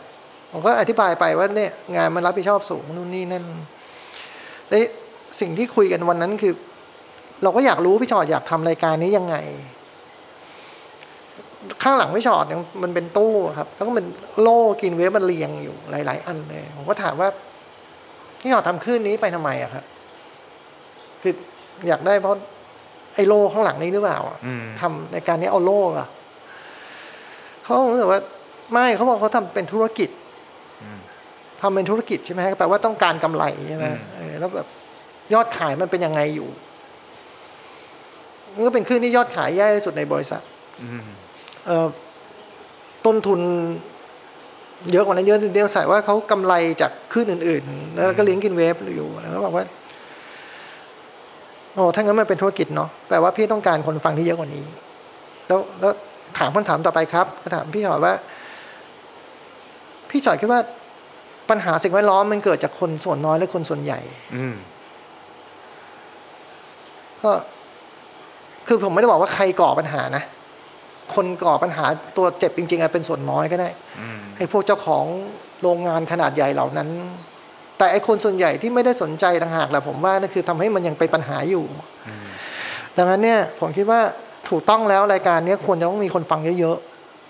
[SPEAKER 1] ผมก็อธิบายไปว่าเนี่ย งานมันรับผิดชอบสูงนู่นนี่นั่นและสิ่งที่คุยกันวันนั้นคือ เราก็อยากรู้พี่จอยอยากทำรายการนี้ยังไง ข้างหลังพี่ชอตเนี่ยมันเป็นตู้ครับ แล้วก็มันโล่กินเวฟมันเรียงอยู่หลาย ๆ อันเลยผมก็ถามว่า พี่หอดทำคลื่นนี้ไปทำไมอะครับ คืออยากได้เพราะไอ้โล่ข้างหลังนี้หรือเปล่าอะ
[SPEAKER 3] อืม
[SPEAKER 1] ทำในการนี้เอาโล่เหรอะเขารู้สึกว่า ไม่เขาบอกเขาทำเป็นธุรกิจทำเป็นธุรกิจใช่ไหมฮะแปลว่าต้องการกำไรใช่ไหมเออแล้วแบบยอดขายมันเป็นยังไงอยู่มันก็เป็นคลื่นที่ยอดขายแย่ที่สุดในบริษัท
[SPEAKER 3] อืม
[SPEAKER 1] เอ่อต้นทุนเยอะกว่านั้นเยอะเดียวใส่ว่าเขากำไรจากคลื่นอื่น ๆ แล้วก็เลี้ยงกินเวฟอยู่แล้วก็บอกว่าโอ้ถ้างั้นมันเป็นธุรกิจเนาะแปลว่าพี่ต้องการคนฟังที่เยอะกว่านี้ แล้วแล้วถามคำถามต่อไปครับก็ถามพี่จอยว่า พี่จอยคิดว่าปัญหาสิ่งแวดล้อมมันเกิดจากคนส่วนน้อยหรือคนส่วนใหญ่
[SPEAKER 3] อืม
[SPEAKER 1] ก็คือผมไม่ได้บอกว่าใครก่อปัญหานะ คนก่อปัญหาตัวเจ็บจริงๆอะเป็นส่วนน้อยก็ได้
[SPEAKER 3] อืม
[SPEAKER 1] ไอ้พวกเจ้าของโรงงานขนาดใหญ่เหล่านั้น แต่ไอ้คนส่วนใหญ่ที่ไม่ได้สนใจต่างหากแหละผมว่านั่นคือทำให้มันยังเป็นปัญหาอยู่ ดังนั้นเนี่ย ผมคิดว่าถูกต้องแล้วรายการเนี้ยควรจะต้องมีคนฟังเยอะ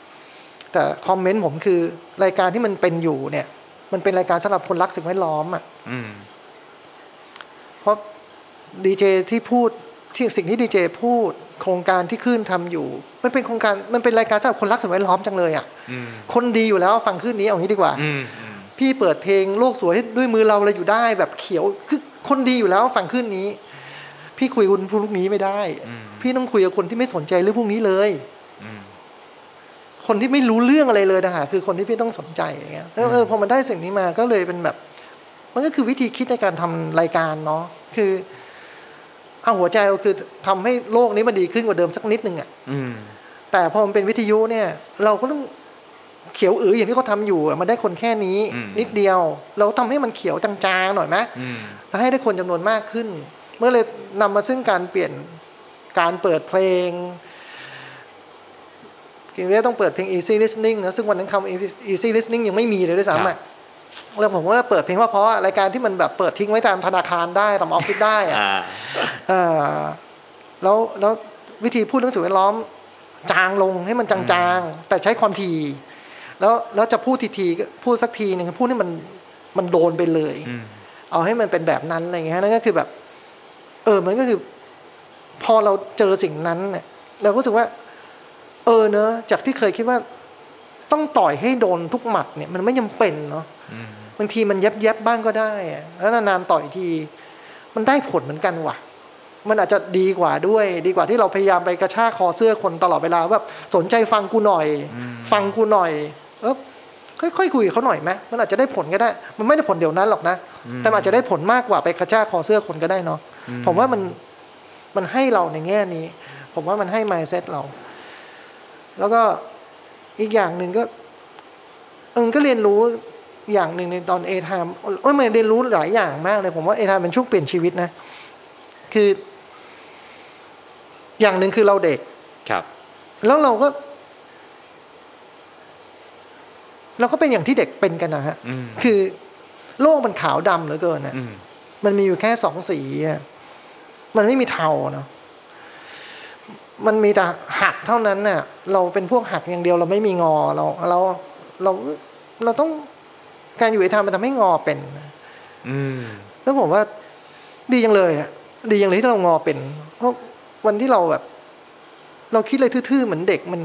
[SPEAKER 1] ๆแต่คอมเมนต์ผมคือรายการที่มันเป็นอยู่เนี่ย มันเป็นรายการสำหรับคนรักสิ่งแวดล้อมอ่ะ
[SPEAKER 3] อืม
[SPEAKER 1] เพราะดีเจที่พูดที่สิ่งที่ดีเจพูด โครงการที่ขึ้นทำอยู่ มันเป็นโครงการมันเป็นรายการสำหรับคนรักสิ่งแวดล้อมจังเลยอะ่ะ
[SPEAKER 3] อืม
[SPEAKER 1] คนดีอยู่แล้วฟังขึ้นนี้เอางี้ดีกว่า
[SPEAKER 3] อืม
[SPEAKER 1] พี่เปิดเพลงโลกสวยให้ด้วยมือเราเลยอยู่ได้แบบเขียวคือคนดีอยู่แล้วฟังขึ้นนี้ พี่คุยกับคนพวกนี้ไม่ได้
[SPEAKER 3] อืม
[SPEAKER 1] พี่ต้องคุยกับคนที่ไม่สนใจเรื่องพวกนี้เลย
[SPEAKER 3] อืม
[SPEAKER 1] คนที่ไม่รู้เรื่องอะไรเลยนะฮะคือคนที่พี่ต้องสนใจอย่างเงี้ยแล้วเออพอมันได้สิ่งนี้มาก็เลยเป็นแบบ มันก็คือวิธีคิดในการทำรายการเนาะคือเอาหัวใจเราคือทำให้โลกนี้มันดีขึ้นกว่าเดิมสักนิดนึงอะ
[SPEAKER 3] อืม
[SPEAKER 1] แต่พอมันเป็นวิทยุเนี่ย เราก็ต้องเขียวอืออย่างที่เขาทำอยู่อะมันได้คนแค่นี้
[SPEAKER 3] อืม
[SPEAKER 1] นิดเดียว เราทำให้มันเขียวจางๆหน่อยไหม
[SPEAKER 3] อืม
[SPEAKER 1] และให้ได้คนจำนวนมากขึ้น เมื่อเลยนำมาซึ่งการเปลี่ยนการเปิดเพลงกินเวฟต้องเปิดเพลง easy listening นะซึ่งวันนั้นคำ easy listening ยังไม่มีเลยด้วยซ้ำ
[SPEAKER 3] ครั
[SPEAKER 1] อ่ะ
[SPEAKER 3] บ
[SPEAKER 1] แล้วผมว่าเปิดเพลงเพราะๆรายการที่มันแบบเปิดทิ้งไว้ตามธนาคารได้ตามออฟฟิศได้อะ
[SPEAKER 3] อ่า
[SPEAKER 1] เออแล้วแล้ววิธีพูดเรื่องสิ่งแวดล้อม จางลงให้มันจางๆ แต่ใช้ความที แล้วแล้วจะพูดทีทีๆก็พูดสักทีหนึ่งพูดให้มันมันโดนไปเลย
[SPEAKER 3] อืม
[SPEAKER 1] เอาให้มันเป็นแบบนั้นอะไรเงี้ยนั่นก็คือแบบ เออมันก็คือ พอเราเจอสิ่งนั้นเนี่ยเราก็รู้สึกว่า เออเนอะจากที่เคยคิดว่า ต้องต่อยให้โดนทุกหมัดเนี่ย มันไม่จำเป็นเนาะ
[SPEAKER 3] อืม
[SPEAKER 1] บางทีมันเย็บเย็บๆบ้างก็ได้อะแล้วนานๆต่อยที มันได้ผลเหมือนกันว่ะ มันอาจจะดีกว่าด้วย ดีกว่าที่เราพยายามไปกระชากคอเสื้อคนตลอดเวลาแบบสนใจฟังกูหน่อย ฟังกูหน่อย เออค่อยๆคุยกับเขาหน่อยไหมมันอาจจะได้ผลก็ได้ มันไม่ได้ผลเดี๋ยวนั้นหรอกนะ แต่มันอาจจะได้ผลมากกว่าไปกระชากคอเสื้อคนก็ได้เนาะผมว่ามันมันให้เราในแง่นี้ ผมว่ามันให้ mindset เรา แล้วก็อีกอย่างหนึ่งก็เออก็เรียนรู้อย่างหนึ่งในตอนเอทามโอ้ยมันเรียนรู้หลายอย่างมากเลยผมว่าเอทามเป็นช่วงเปลี่ยนชีวิตนะ คือ อย่างหนึ่งคือเราเด็ก
[SPEAKER 3] ครับ
[SPEAKER 1] แล้วเราก็ เราก็เป็นอย่างที่เด็กเป็นกันนะฮะ
[SPEAKER 3] อืม
[SPEAKER 1] คือโลกมันขาวดำเหลือเกินนะ
[SPEAKER 3] อืม
[SPEAKER 1] มันมีอยู่แค่สองสีอะมันไม่มีเทาเนาะ มันมีแต่หักเท่านั้นน่ะ เราเป็นพวกหักอย่างเดียวเราไม่มีงอเราเราเราเราต้องการอยู่ในธรรมมันทำให้งอเป็นนะ
[SPEAKER 3] อืม
[SPEAKER 1] แล้วผมว่าดีจังเลยอะดีจังเลยที่เรางอเป็น เพราะวันที่เราแบบ เราคิดอะไรทื่อๆเหมือนเด็กมัน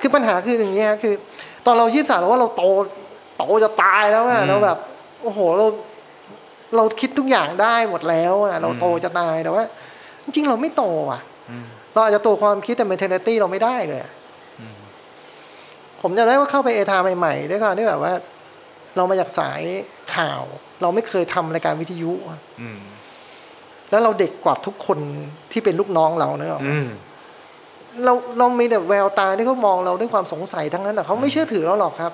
[SPEAKER 1] คือปัญหาคืออย่างเงี้ยคือ ตอนเรายี่สิบสามเราว่าเราโตโตจะตายแล้วอะเราแบบ โอ้โหเรา เราคิดทุกอย่างได้หมดแล้วอะเราโตจะตายแต่ว่า จริงๆเราไม่โตอะเราอาจจะโตความคิดแต่ mentality เราไม่ได้เลยอะผมจำได้ว่าเข้าไปเอทาใหม่ๆด้วยกันที่แบบว่า เรามาจากสายข่าว เราไม่เคยทำรายการวิทยุอะ
[SPEAKER 3] อืม
[SPEAKER 1] แล้วเราเด็กกว่าทุกคนที่เป็นลูกน้องเราเนกอะ
[SPEAKER 3] อืม
[SPEAKER 1] เราเรามีแต่แววตาที่เขามองเราด้วยความสงสัยทั้งนั้นอะเขาไม่เชื่อถือเราหรอกครับ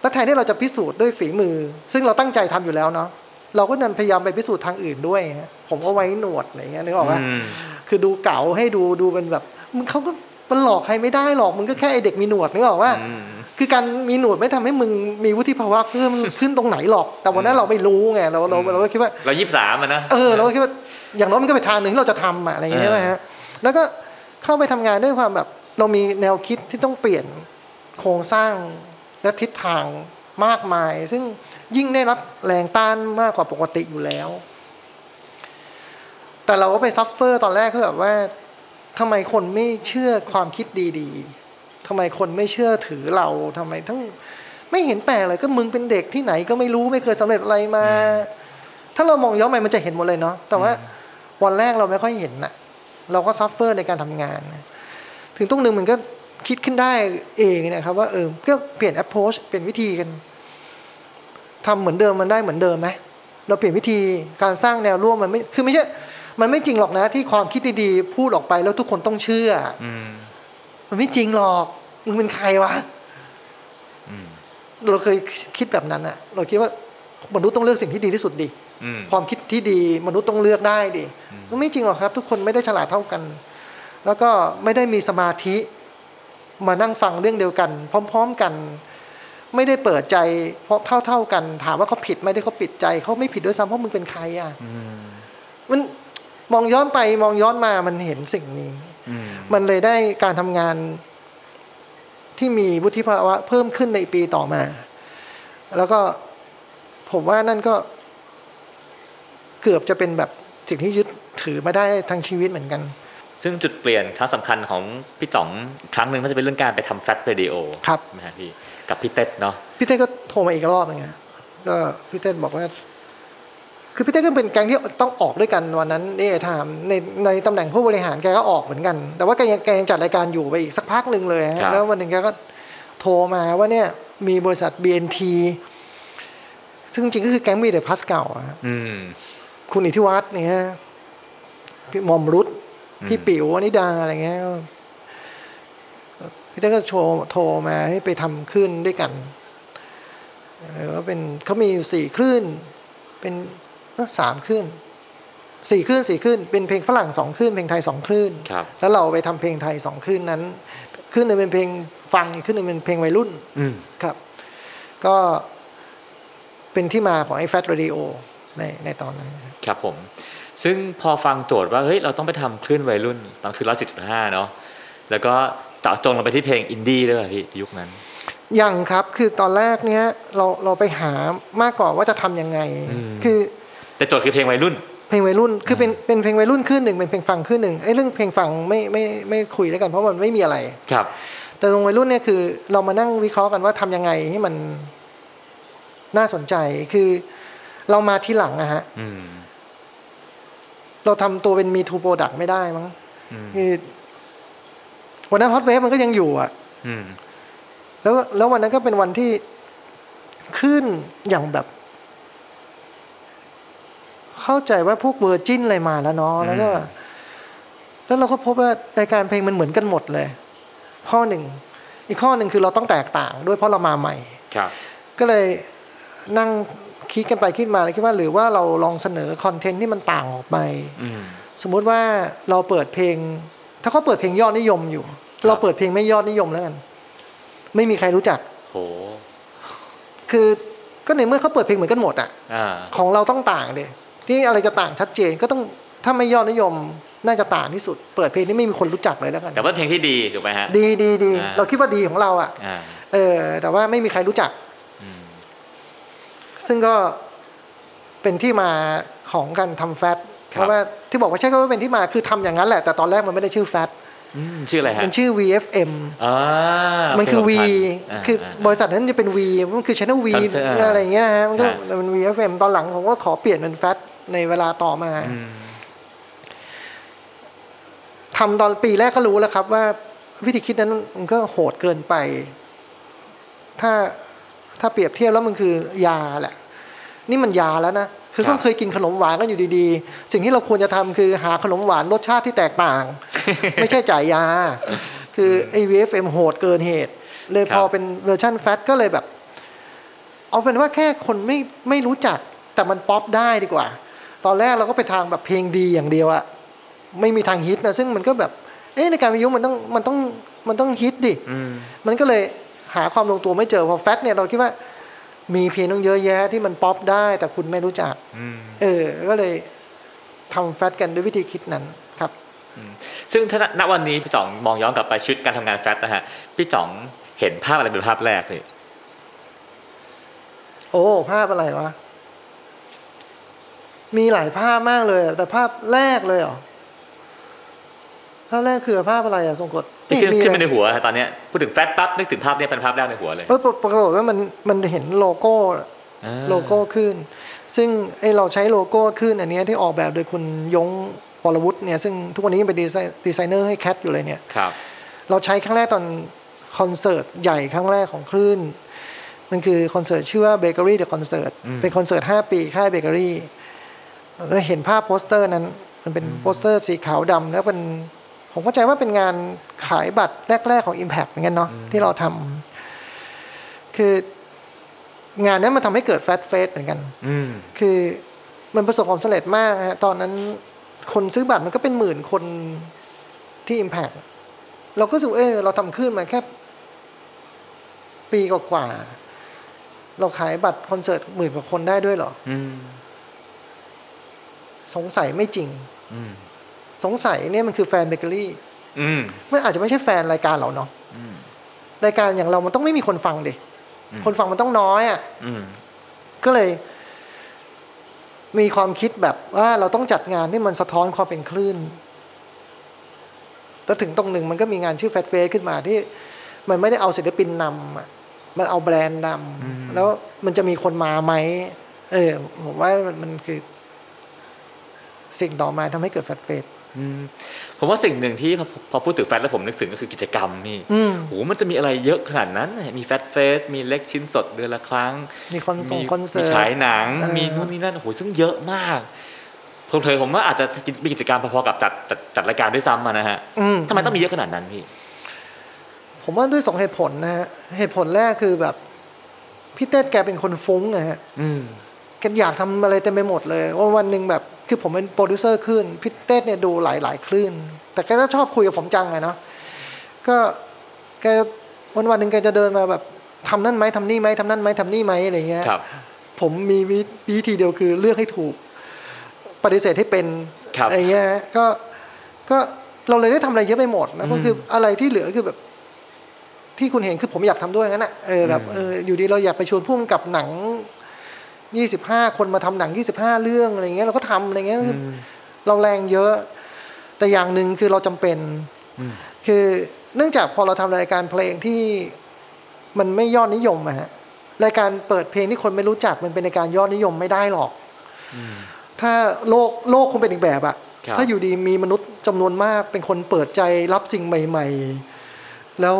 [SPEAKER 1] แล้วแทนที่เราจะพิสูจน์ด้วยฝีมือ ซึ่งเราตั้งใจทำอยู่แล้วเนาะเราก็นันพยายามไปพิสูจน์ทางอื่นด้วยฮะผมก็ไว้หนวดอะไรเงี้ยนึกออกปะ
[SPEAKER 3] อืม
[SPEAKER 1] คือดูเก๋าให้ดูดูเป็นแบบมึงเขาก็มันหลอกใครไม่ได้หรอกมึงก็แค่ไอเด็กมีหนวดนึกออกว่า
[SPEAKER 3] อืม
[SPEAKER 1] คือการมีหนวดไม่ทำให้มึงมีวุฒิภาวะเพิ่ม ขึ้นตรงไหนหรอก แต่วันนั้นเราไม่รู้ไงเราเราเราก็คิดว่า
[SPEAKER 3] เรายี่สิบสามอะนะ
[SPEAKER 1] เออเราก็คิดว่าอย่างน้อยมันก็เป็นทางหนึ่งที่เราจะทำอะอะไรอย่างเงี้ย
[SPEAKER 3] เออ
[SPEAKER 1] ใช่ไหมฮะแล้วก็เข้าไปทำงานด้วยความแบบ เรามีแนวคิดที่ต้องเปลี่ยนโครงสร้างและทิศทางมากมาย ซึ่งยิ่งได้รับแรงต้านมากกว่าปกติอยู่แล้ว แต่เราก็ไปซัฟเฟอร์ตอนแรกคือแบบว่าทำไมคนไม่เชื่อความคิดดีๆทำไมคนไม่เชื่อถือเราทำไมทั้งไม่เห็นแปลกเลยก็มึงเป็นเด็กที่ไหนก็ไม่รู้ไม่เคยสำเร็จอะไรมา ถ้าเรามองย้อนไปมันจะเห็นหมดเลยเนาะแต่ว่าวันแรกเราไม่ค่อยเห็นน่ะ เราก็ซัฟเฟอร์ในการทำงานนะถึงตรงหนึ่งมันก็คิดขึ้นได้เองนะครับ ว่าเออก็เปลี่ยน approach เปลี่ยนวิธีกันทำเหมือนเดิมมันได้เหมือนเดิมไหมเราเปลี่ยนวิธีการสร้างแนวร่วมมันไม่คือไม่ใช่มันไม่จริงหรอกนะ ที่ความคิดดีๆพูดออกไปแล้วทุกคนต้องเชื่อ
[SPEAKER 3] อืม
[SPEAKER 1] มันไม่จริงหรอกมึงเป็นใครวะ
[SPEAKER 3] อืม
[SPEAKER 1] เราเคยคิดแบบนั้นอะเราคิดว่ามนุษย์ต้องเลือกสิ่งที่ดีที่สุดดิ
[SPEAKER 3] อืม
[SPEAKER 1] ความคิดที่ดีมนุษย์ต้องเลือกได้ดิก็ไม่จริงหรอกครับ ทุกคนไม่ได้ฉลาดเท่ากัน แล้วก็ไม่ได้มีสมาธิ มานั่งฟังเรื่องเดียวกัน พร้อม ๆกัน ไม่ได้เปิดใจเพราะเท่า ๆกัน ถามว่าเขาผิดไหมที่เขาปิดใจเขาไม่ผิดด้วยซ้ำเพราะมึงเป็นใครอ่ะ
[SPEAKER 3] อืม
[SPEAKER 1] มันมองย้อนไปมองย้อนมามันเห็นสิ่งนี้
[SPEAKER 3] อืม
[SPEAKER 1] มันเลยได้การทำงานที่มีวุฒิภาวะเพิ่มขึ้นในปีต่อมา แล้วก็ผมว่านั่นก็เกือบจะเป็นแบบสิ่งที่ยึดถือมาได้ทั้งชีวิตเหมือนกัน
[SPEAKER 3] ซึ่งจุดเปลี่ยนครั้งสำคัญของพี่จ๋องครั้งหนึ่งก็จะเป็นเรื่องการไปทำแฟตเรดิโอ
[SPEAKER 1] ครับ
[SPEAKER 3] นะฮะพี่กับพี่เต็ดเนาะ
[SPEAKER 1] พี่เต้ก็โทรมาอีกรอบหนึงอะก็พี่เต้บอกว่า คือพี่เต้ก็เป็นแกงที่ต้องออกด้วยกันวันนั้นนี่ถามในในตำแหน่งผู้บริหารแกก็ออกเหมือนกัน แต่ว่าแกยังแกยังจัดรายการอยู่ไปอีกสักพักหนึ่งเลยฮะ
[SPEAKER 3] ครับ
[SPEAKER 1] แล้ววันหนึ่งแกก็โทรมาว่าเนี่ย มีบริษัท BNT ซึ่งจริงๆก็คือแก๊งมีเดอะพลัสเก่าอะฮะ
[SPEAKER 3] อืม
[SPEAKER 1] คุณอิทธิวัฒน์เนี่ยพี่หมอมรุตพี่ปิ๋วอนิดาอะไรเงี้ยก็พี่เต้ก็โทรโทรมาให้ไปทำคลื่นด้วยกันเออว่าเป็นเขามีอยู่สี่คลื่น เป็นเอ้อสามคลื่นสี่คลื่นสี่คลื่นเป็นเพลงฝรั่งสองคลื่นเพลงไทยสองคลื่น
[SPEAKER 3] ครับ
[SPEAKER 1] แล้วเราไปทำเพลงไทยสองคลื่นนั้นคลื่นหนึ่งเป็นเพลงฟังอีกคลื่นหนึ่งเป็นเพลงวัยรุ่น
[SPEAKER 3] อืม
[SPEAKER 1] ครับ ก็ เป็นที่มาของไอ้แฟตเรดิโอในในตอนนั้น
[SPEAKER 3] ครับผม ซึ่งพอฟังโจทย์ว่า เฮ้ย เราต้องไปทำคลื่นวัยรุ่น ตอนคือร้อยสิบจุดห้าเนาะ แล้วก็เจาะจงลงไปที่เพลงอินดี้ด้วยป่ะพี่ยุคนั้น
[SPEAKER 1] ยังครับ คือตอนแรกเนี้ยเราเราไปหามากกว่าว่าจะทำยังไง
[SPEAKER 3] อืม
[SPEAKER 1] คือ
[SPEAKER 3] แต่โจทย์คือเพลงวัยรุ่น
[SPEAKER 1] เพลงวัยรุ่น คือเป็นเป็นเพลงวัยรุ่นขึ้นหนึ่งเป็นเพลงฟังขึ้นหนึ่งไอ้เรื่องเพลงฟังไม่ไม่ไม่ไม่คุยแล้วกันเพราะมันไม่มีอะไร
[SPEAKER 3] ครับ
[SPEAKER 1] แต่ตรงวัยรุ่นเนี่ยคือเรามานั่งวิเคราะห์กันว่าทำยังไงให้มันน่าสนใจ คือเรามาที่หลังอะฮะ
[SPEAKER 3] อืม
[SPEAKER 1] เราทำตัวเป็นมีทูโปรดักไม่ได้มั้ง
[SPEAKER 3] อืม
[SPEAKER 1] คือวันนั้นฮอตเวฟมันก็ยังอยู่อะ
[SPEAKER 3] อืม
[SPEAKER 1] แล้วแล้ววันนั้นก็เป็นวันที่ขึ้นอย่างแบบ เข้าใจว่าพวกเวอร์จินอะไรมาแล้วเนาะแล้วก็ แล้วเราก็พบว่ารายการเพลงมันเหมือนกันหมดเลย ข้อหนึ่ง อีกข้อหนึ่งคือเราต้องแตกต่าง ด้วยเพราะเรามาใหม่
[SPEAKER 3] ครับ
[SPEAKER 1] ก็เลยนั่งคิดกันไปคิดมาเลยคิดว่า หรือว่าเราลองเสนอคอนเทนต์ที่มันต่างออกไป
[SPEAKER 3] อืม
[SPEAKER 1] สมมุติว่าเราเปิดเพลง ถ้าเขาเปิดเพลงยอดนิยมอยู่
[SPEAKER 3] ครับ
[SPEAKER 1] เราเปิดเพลงไม่ยอดนิยมแล้วกันไม่มีใครรู้จัก
[SPEAKER 3] โห
[SPEAKER 1] คือก็ในเมื่อเขาเปิดเพลงเหมือนกันหมดอะ
[SPEAKER 3] อ่า
[SPEAKER 1] ของเราต้องต่างเดยที่อะไรจะต่างชัดเจนก็ต้องถ้าไม่ยอดนิยมน่าจะต่างที่สุด เปิดเพลงที่ไม่มีคนรู้จักเลยแล้วกัน
[SPEAKER 3] แต่ว่าเพลงที่ดีถูกไหมฮะ
[SPEAKER 1] ดีดีดี
[SPEAKER 3] อ่า
[SPEAKER 1] เราคิดว่าดีของเราอะ
[SPEAKER 3] อ่า
[SPEAKER 1] เออ แต่ว่าไม่มีใครรู้จัก ซึ่งก็เป็นที่มาของการทำแฟต
[SPEAKER 3] ค
[SPEAKER 1] เพ
[SPEAKER 3] รับ
[SPEAKER 1] ราะว่าที่บอกว่าใช่ก็ว่าเป็นที่มาคือทำอย่างนั้นแหละ แต่ตอนแรกมันไม่ได้ชื่อแฟต
[SPEAKER 3] อืมชื่ออะไรฮะ
[SPEAKER 1] มันชื่อ VFM
[SPEAKER 3] อ่า
[SPEAKER 1] มันคือ V
[SPEAKER 3] เพลงสำญ
[SPEAKER 1] คืออา บริษัทนั้นจะเป็น V มันคือ Channel V
[SPEAKER 3] ตอนเช้า
[SPEAKER 1] อะไรอย่างเงี้ยนะฮะ มันก็
[SPEAKER 3] ฮะ
[SPEAKER 1] มัน VFM ตอนหลังผมก็ขอเปลี่ยนเป็นแฟตในเวลาต่อมา
[SPEAKER 3] อืม
[SPEAKER 1] ทำตอนปีแรกก็รู้แล้วครับว่าวิธีคิดนั้นมันก็โหดเกินไป ถ้าถ้าเปรียบเทียบแล้วมันคือยาแหละ นี่มันยาแล้วนะ คือก็เคยกินขนมหวานกันอยู่ดีๆ สิ่งที่เราควรจะทำคือหาขนมหวานรสชาติที่แตกต่าง [LAUGHS] ไม่ใช่จ่ายยา คือไอ VFM โหดเกินเหตุ เลยพอเป็นเวอร์ชั่นแฟตก็เลยแบบ เอาเป็นว่าแค่คนไม่ไม่รู้จัก แต่มันป๊อปได้ดีกว่า ตอนแรกเราก็ไปทางแบบเพลงดีอย่างเดียวอะไม่มีทางฮิตนะซึ่งมันก็แบบ เอ๊ะในการวิทยุมันต้องมันต้องมันต้องฮิตดิ
[SPEAKER 3] อืม
[SPEAKER 1] มันก็เลยหาความลงตัวไม่เจอพอแฟตเนี่ยเราคิดว่า มีเพลงต้องเยอะแยะที่มันป๊อปได้ แต่คุณไม่รู้จัก
[SPEAKER 3] อืม
[SPEAKER 1] เออ ก็เลยทำแฟตกันด้วยวิธีคิดนั้นครับ
[SPEAKER 3] ซึ่งถ้าณณวันนี้พี่จ๋องมองย้อนกลับไปชีวิตการทำงานแฟตนะฮะ พี่จ๋องเห็นภาพอะไรเป็นภาพแรกเลย
[SPEAKER 1] โอ้ภาพอะไรวะ มีหลายภาพมากเลยอะแต่ภาพแรกเลยเหรอภาพแรกคือภาพอะไรอ่ะทรงกฎ
[SPEAKER 3] ที่ขึ้นขึ้นมา
[SPEAKER 1] เล
[SPEAKER 3] ใน
[SPEAKER 1] ย
[SPEAKER 3] หัวฮะตอนเนี้ยพูดถึงแฟตปั๊บนึกถึงภาพเนี้ยเป็นภาพแรกในหัวเลย
[SPEAKER 1] เออปรปรากฏว่ามันมันเห็นโลโก้
[SPEAKER 3] า
[SPEAKER 1] โลโก้ขึ้น ซึ่งไอเราใช้โลโก้ขึ้นอันเนี้ยที่ออกแบบโดยคุณยงปรวุฒิเนี่ยซึ่งทุกวันนี้ยังเป็นดีไซน์ดีไซเนอร์ให้แคทอยู่เลยเนี่ย
[SPEAKER 3] ครับ
[SPEAKER 1] เราใช้ครั้งแรกตอนคอนเสิร์ตใหญ่ครั้งแรกของคลื่น มันคือคอนเสิร์ตชื่อว่า Bakery The Concert
[SPEAKER 3] อืม
[SPEAKER 1] เป็นคอนเสิร์ต 5 ปีค่ายเบเกอรี่เราเห็นภาพโปสเตอร์นั้น มันเป็นโปสเตอร์สีขาวดำแล้วเป็นผมเข้าใจว่าเป็นงานขายบัตรแรก ๆ ของ Impact เหมือนกันเนาะที่เราทำคืองานนั้นมันทำให้เกิดแฟตเฟสเหมือนกัน
[SPEAKER 3] อืม
[SPEAKER 1] คือมันประสบความสำเร็จมากฮะตอนนั้นคนซื้อบัตรมันก็เป็นหมื่นคนที่ Impact เราก็รู้สึกเออเราทำขึ้นมาแค่ ปีกว่าๆเราขายบัตรคอนเสิร์ตหมื่นกว่าคนได้ด้วยเหรอ
[SPEAKER 3] อืม
[SPEAKER 1] สงสัยไม่จริง
[SPEAKER 3] อืม
[SPEAKER 1] สงสัยเนี่ยมันคือแฟนเบเกอรี่
[SPEAKER 3] อืม
[SPEAKER 1] มันอาจจะไม่ใช่แฟนรายการเราเนาะ
[SPEAKER 3] อืม
[SPEAKER 1] รายการอย่างเรามันต้องไม่มีคนฟังดิ
[SPEAKER 3] อืม
[SPEAKER 1] คนฟังมันต้องน้อยอ่ะ
[SPEAKER 3] อืม
[SPEAKER 1] ก็เลย มีความคิดแบบว่าเราต้องจัดงานที่มันสะท้อนความเป็นคลื่น แล้วถึงตรงหนึ่งมันก็มีงานชื่อแฟตเฟสขึ้นมาที่ มันไม่ได้เอาศิลปินนำอะมันเอาแบรนด์น
[SPEAKER 3] อืม
[SPEAKER 1] ำแล้วมันจะมีคนมาไหม เออ ผมว่ามันมันคือ สิ่งต่อมาทำให้เกิดแฟตเฟส
[SPEAKER 3] อืมผมว่าสิ่งหนึ่งที่พอพอพูดถึงแฟตแล้วผมนึกถึงก็คือกิจกรรมนี่
[SPEAKER 1] อืม
[SPEAKER 3] โหมันจะมีอะไรเยอะขนาดนั้นน่ะมีแฟตเฟส มีเล็กชิ้นสดเดือนละครั้ง
[SPEAKER 1] มีคอนส่ง
[SPEAKER 3] มี
[SPEAKER 1] คอนเสิร์
[SPEAKER 3] มีฉาย
[SPEAKER 1] ต
[SPEAKER 3] หนัง
[SPEAKER 1] เออ
[SPEAKER 3] มีนู่นนี่นั่น โอ้โหซึ่งเยอะมากเผลอๆผมว่าอาจจะมีกิจกรรมพอๆกับจัดจัดจัดรายการด้วยซ้ำอะนะฮะ
[SPEAKER 1] อืม
[SPEAKER 3] ทำไมต้องมีเยอะขนาดนั้นพี่
[SPEAKER 1] ผมว่าด้วยสองเหตุผลนะฮะ เหตุผลแรกคือแบบพี่เต้แกเป็นคนฟุ้งนะฮะ
[SPEAKER 3] อืม
[SPEAKER 1] แกันอยากทำอะไรเต็มไปหมดเลยว่าวันหนึ่งแบบคือผมเป็นโปรดิวเซอร์คลื่นพี่เต้เนี่ยดูหลายหลายๆคลื่น แต่แกก็ชอบคุยกับผมจังไงเนาะก็แกวันวันๆหนึ่งแกจะเดินมาแบบทำนั่นไหมทำนี่ไหมทำนั่นไหมทำนี่ไหมอะไรเงี้ย
[SPEAKER 3] ครับ
[SPEAKER 1] ผมมีวิวิธีเดียวคือเลือกให้ถูก ปฏิเสธให้เป็น
[SPEAKER 3] ครับ
[SPEAKER 1] อะไรเงี้ยฮะก็ก็เราเลยได้ทำอะไรเยอะไปหมดนะก็คืออะไรที่เหลือคือแบบ ที่คุณเห็นคือผมอยากทำด้วยงั้นอ่ะเออแบบเอออยู่ดีเราอยากไปชวนผู้กำกับหนังยี่สิบห้าคนมาทำหนังยี่สิบห้าเรื่องอะไรเงี้ยเราก็ทำอะไรเงี้ยคืออเราแรงเยอะ แต่อย่างหนึ่งคือเราจำเป็น คือเนื่องจากพอเราทำรายการเพลงที่มันไม่ยอดนิยมอะฮะรายการเปิดเพลงที่คนไม่รู้จักมันเป็นรายการยอดนิยมไม่ได้หรอก ถ้าโลกโลกคงเป็นอีกแบบอะ
[SPEAKER 3] ครับ
[SPEAKER 1] ถ้าอยู่ดีมีมนุษย์จำนวนมากเป็นคนเปิดใจรับสิ่งใหม่ ๆ แล้ว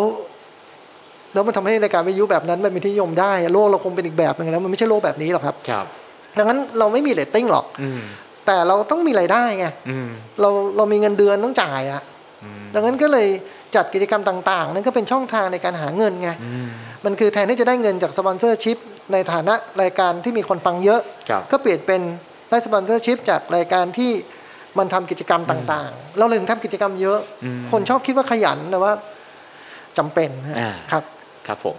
[SPEAKER 1] แล้วมันทำให้รายการวิทยุแบบนั้นมันเป็นที่นิยมได้อะโลกเราคงเป็นอีกแบบหนึงแล้วมันไม่ใช่โลกแบบนี้หรอกครับ
[SPEAKER 3] ครับ
[SPEAKER 1] ดังนั้นเราไม่มีเรตติ้งหรอก
[SPEAKER 3] อืม
[SPEAKER 1] แต่เราต้องมีรายได้ไง
[SPEAKER 3] อืม
[SPEAKER 1] เราเรามีเงินเดือนต้องจ่ายอะดังนั้นก็เลยจัดกิจกรรมต่าง ๆ นั่นก็เป็นช่องทางในการหาเงินไง
[SPEAKER 3] อืม
[SPEAKER 1] มันคือแทนที่จะได้เงินจากสปอนเซอร์ชิพในฐานะรายการที่มีคนฟังเยอะ
[SPEAKER 3] ครับ
[SPEAKER 1] ก็เปลี่ยนเป็นได้สปอนเซอร์ชิพจากรายการที่มันทำกิจกรรมต่างๆ เราเลยถึงทำกิจกรรมเยอะ คนชอบคิดว่าขยันแต่ว่าจำเป็นฮะ
[SPEAKER 3] อ่า
[SPEAKER 1] ครับ
[SPEAKER 3] ครับผม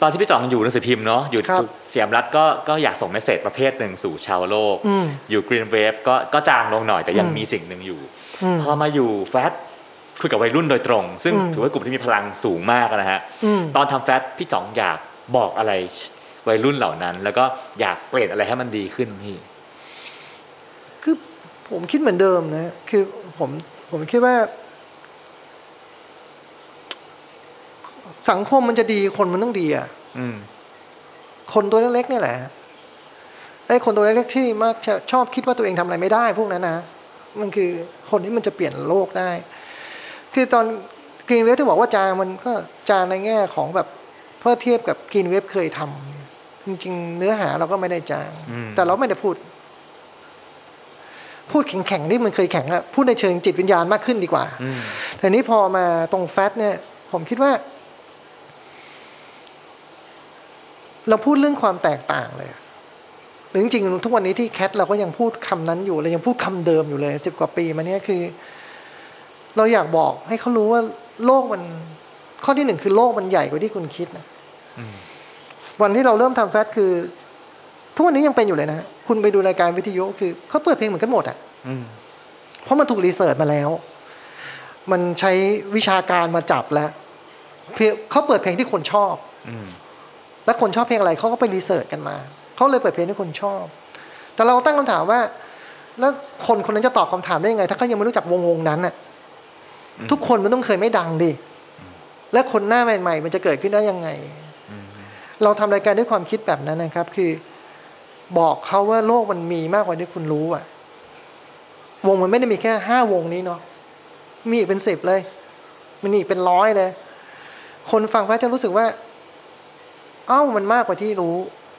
[SPEAKER 3] ตอนที่พี่จ่องอยู่หนังสือพิมพ์เนาะอยู่
[SPEAKER 1] ครับ
[SPEAKER 3] เสียามรัฐก็ก็อยากส่งเมสเซจประเภทหนึ่งสู่ชาวโลก
[SPEAKER 1] อืม
[SPEAKER 3] อยู่กรีนเวฟก็ก็จางลงหน่อยแต่ยัง
[SPEAKER 1] อืม
[SPEAKER 3] มีสิ่งหนึ่งอยู่
[SPEAKER 1] อืม
[SPEAKER 3] พอมาอยู่แฟตคุยกับวัยรุ่นโดยตรง ซึ่ง
[SPEAKER 1] อืม
[SPEAKER 3] ถือว่ากลุ่มที่มีพลังสูงมากนะฮะ
[SPEAKER 1] อืม
[SPEAKER 3] ตอนทำแฟตพี่จ่องอยากบอกอะไรวัยรุ่นเหล่านั้น แล้วก็อยากเปลี่ยนอะไรให้มันดีขึ้นพี่
[SPEAKER 1] คือผมคิดเหมือนเดิมนะ คือผมผมคิดว่า สังคมมันจะดีคนมันต้องดีอ่ะ
[SPEAKER 3] อืม
[SPEAKER 1] คนตัวเล็กๆเนี่ยแหละไอ้คนตัวเล็กๆที่มักจะชอบคิดว่าตัวเองทำอะไรไม่ได้ พวกนั้นนะมันคือคนที่มันจะเปลี่ยนโลกได้ คือตอนกรีนเวฟที่บอกว่าจางมันก็จางในแง่ของแบบเพื่อเทียบกับกรีนเวฟเคยทำจริงๆ เนื้อหาเราก็ไม่ได้จาง
[SPEAKER 3] อืม
[SPEAKER 1] แต่เราไม่ได้พูด พูดแข็งๆที่มันเคยแข็งอะพูดในเชิงจิตวิญญาณมากขึ้นดีกว่า
[SPEAKER 3] อืม
[SPEAKER 1] แต่นี้พอมาตรงแฟตเนี่ย ผมคิดว่า เราพูดเรื่องความแตกต่างเลยอะหรือจริงๆทุกวันนี้ที่แคทเราก็ยังพูดคำนั้นอยู่เรายังพูดคำเดิมอยู่เลยสิบกว่าปีมาเนี้ยคือ เราอยากบอกให้เขารู้ว่าโลกมัน ข้อที่หนึ่งคือโลกมันใหญ่กว่าที่คุณคิดนะวันที่เราเริ่มทำแฟตคือ ทุกวันนี้ยังเป็นอยู่เลยนะฮะคุณไปดูรายการวิทยุคือเขาเปิดเพลงเหมือนกันหมดอ่ะ
[SPEAKER 3] อืม
[SPEAKER 1] เพราะมันถูกรีเสิร์ชมาแล้ว มันใช้วิชาการมาจับแล้วเพลงเขาเปิดเพลงที่คนชอบ
[SPEAKER 3] อืม
[SPEAKER 1] และคนชอบเพลงอะไรเขาก็ไปรีเสิร์ชกันมา เขาเลยเปิดเพลงที่คนชอบ แต่เราตั้งคำถามว่า แล้วคนคนนั้นจะตอบคำถามได้ยังไง ถ้าเขายังไม่รู้จักวงวงนั้นน่ะ ทุกคนมันต้องเคยไม่ดังดิ และคนหน้าใหม่ ๆ มันจะเกิดขึ้นได้ยังไง เราทำรายการด้วยความคิดแบบนั้นนะครับ คือ บอกเขาว่าโลกมันมีมากกว่าที่คุณรู้อะวงมันไม่ได้มีแค่ห้าวงนี้เนาะ มีอีกเป็นสิบเลย มันมีอีกเป็นร้อยเลย คนฟังแพทย์จะรู้สึกว่า เอ้ามันมากกว่าที่รู้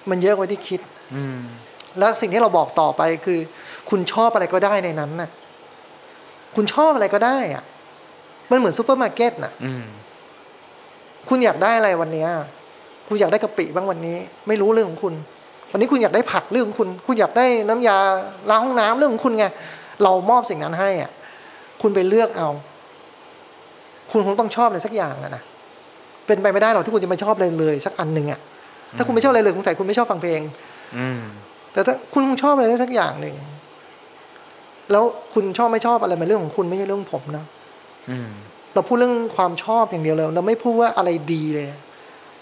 [SPEAKER 1] มันเยอะกว่าที่คิด
[SPEAKER 3] อืม
[SPEAKER 1] และสิ่งที่เราบอกต่อไปคือ คุณชอบอะไรก็ได้ในนั้นน่ะ คุณชอบอะไรก็ได้อะมันเหมือนซูเปอร์มาร์เก็ตน่ะ
[SPEAKER 3] อืม
[SPEAKER 1] คุณอยากได้อะไรวันเนี้ยคุณอยากได้กะปิบ้างวันนี้ ไม่รู้เรื่องของคุณ วันนี้คุณอยากได้ผักเรื่องของคุณ คุณอยากได้น้ำยาล้างห้องน้ำเรื่องของคุณไง เรามอบสิ่งนั้นให้อ่ะ คุณไปเลือกเอา คุณคงต้องชอบอะไรสักอย่างอะนะ เป็นไปไม่ได้หรอกที่คุณจะไม่ชอบอะไรเลยสักอันหนึ่งอ่ะ ถ้าคุณไม่ชอบอะไรเลยคุณใส่คุณไม่ชอบฟังเพลง
[SPEAKER 3] อืม
[SPEAKER 1] แต่ถ้าคุณคงชอบอะไรได้สักอย่างหนึ่ง แล้วคุณชอบไม่ชอบอะไรมันเรื่องของคุณไม่ใช่เรื่องของผมนะ
[SPEAKER 3] อืม
[SPEAKER 1] เราพูดเรื่องความชอบอย่างเดียวเลยเราไม่พูดว่าอะไรดีเลย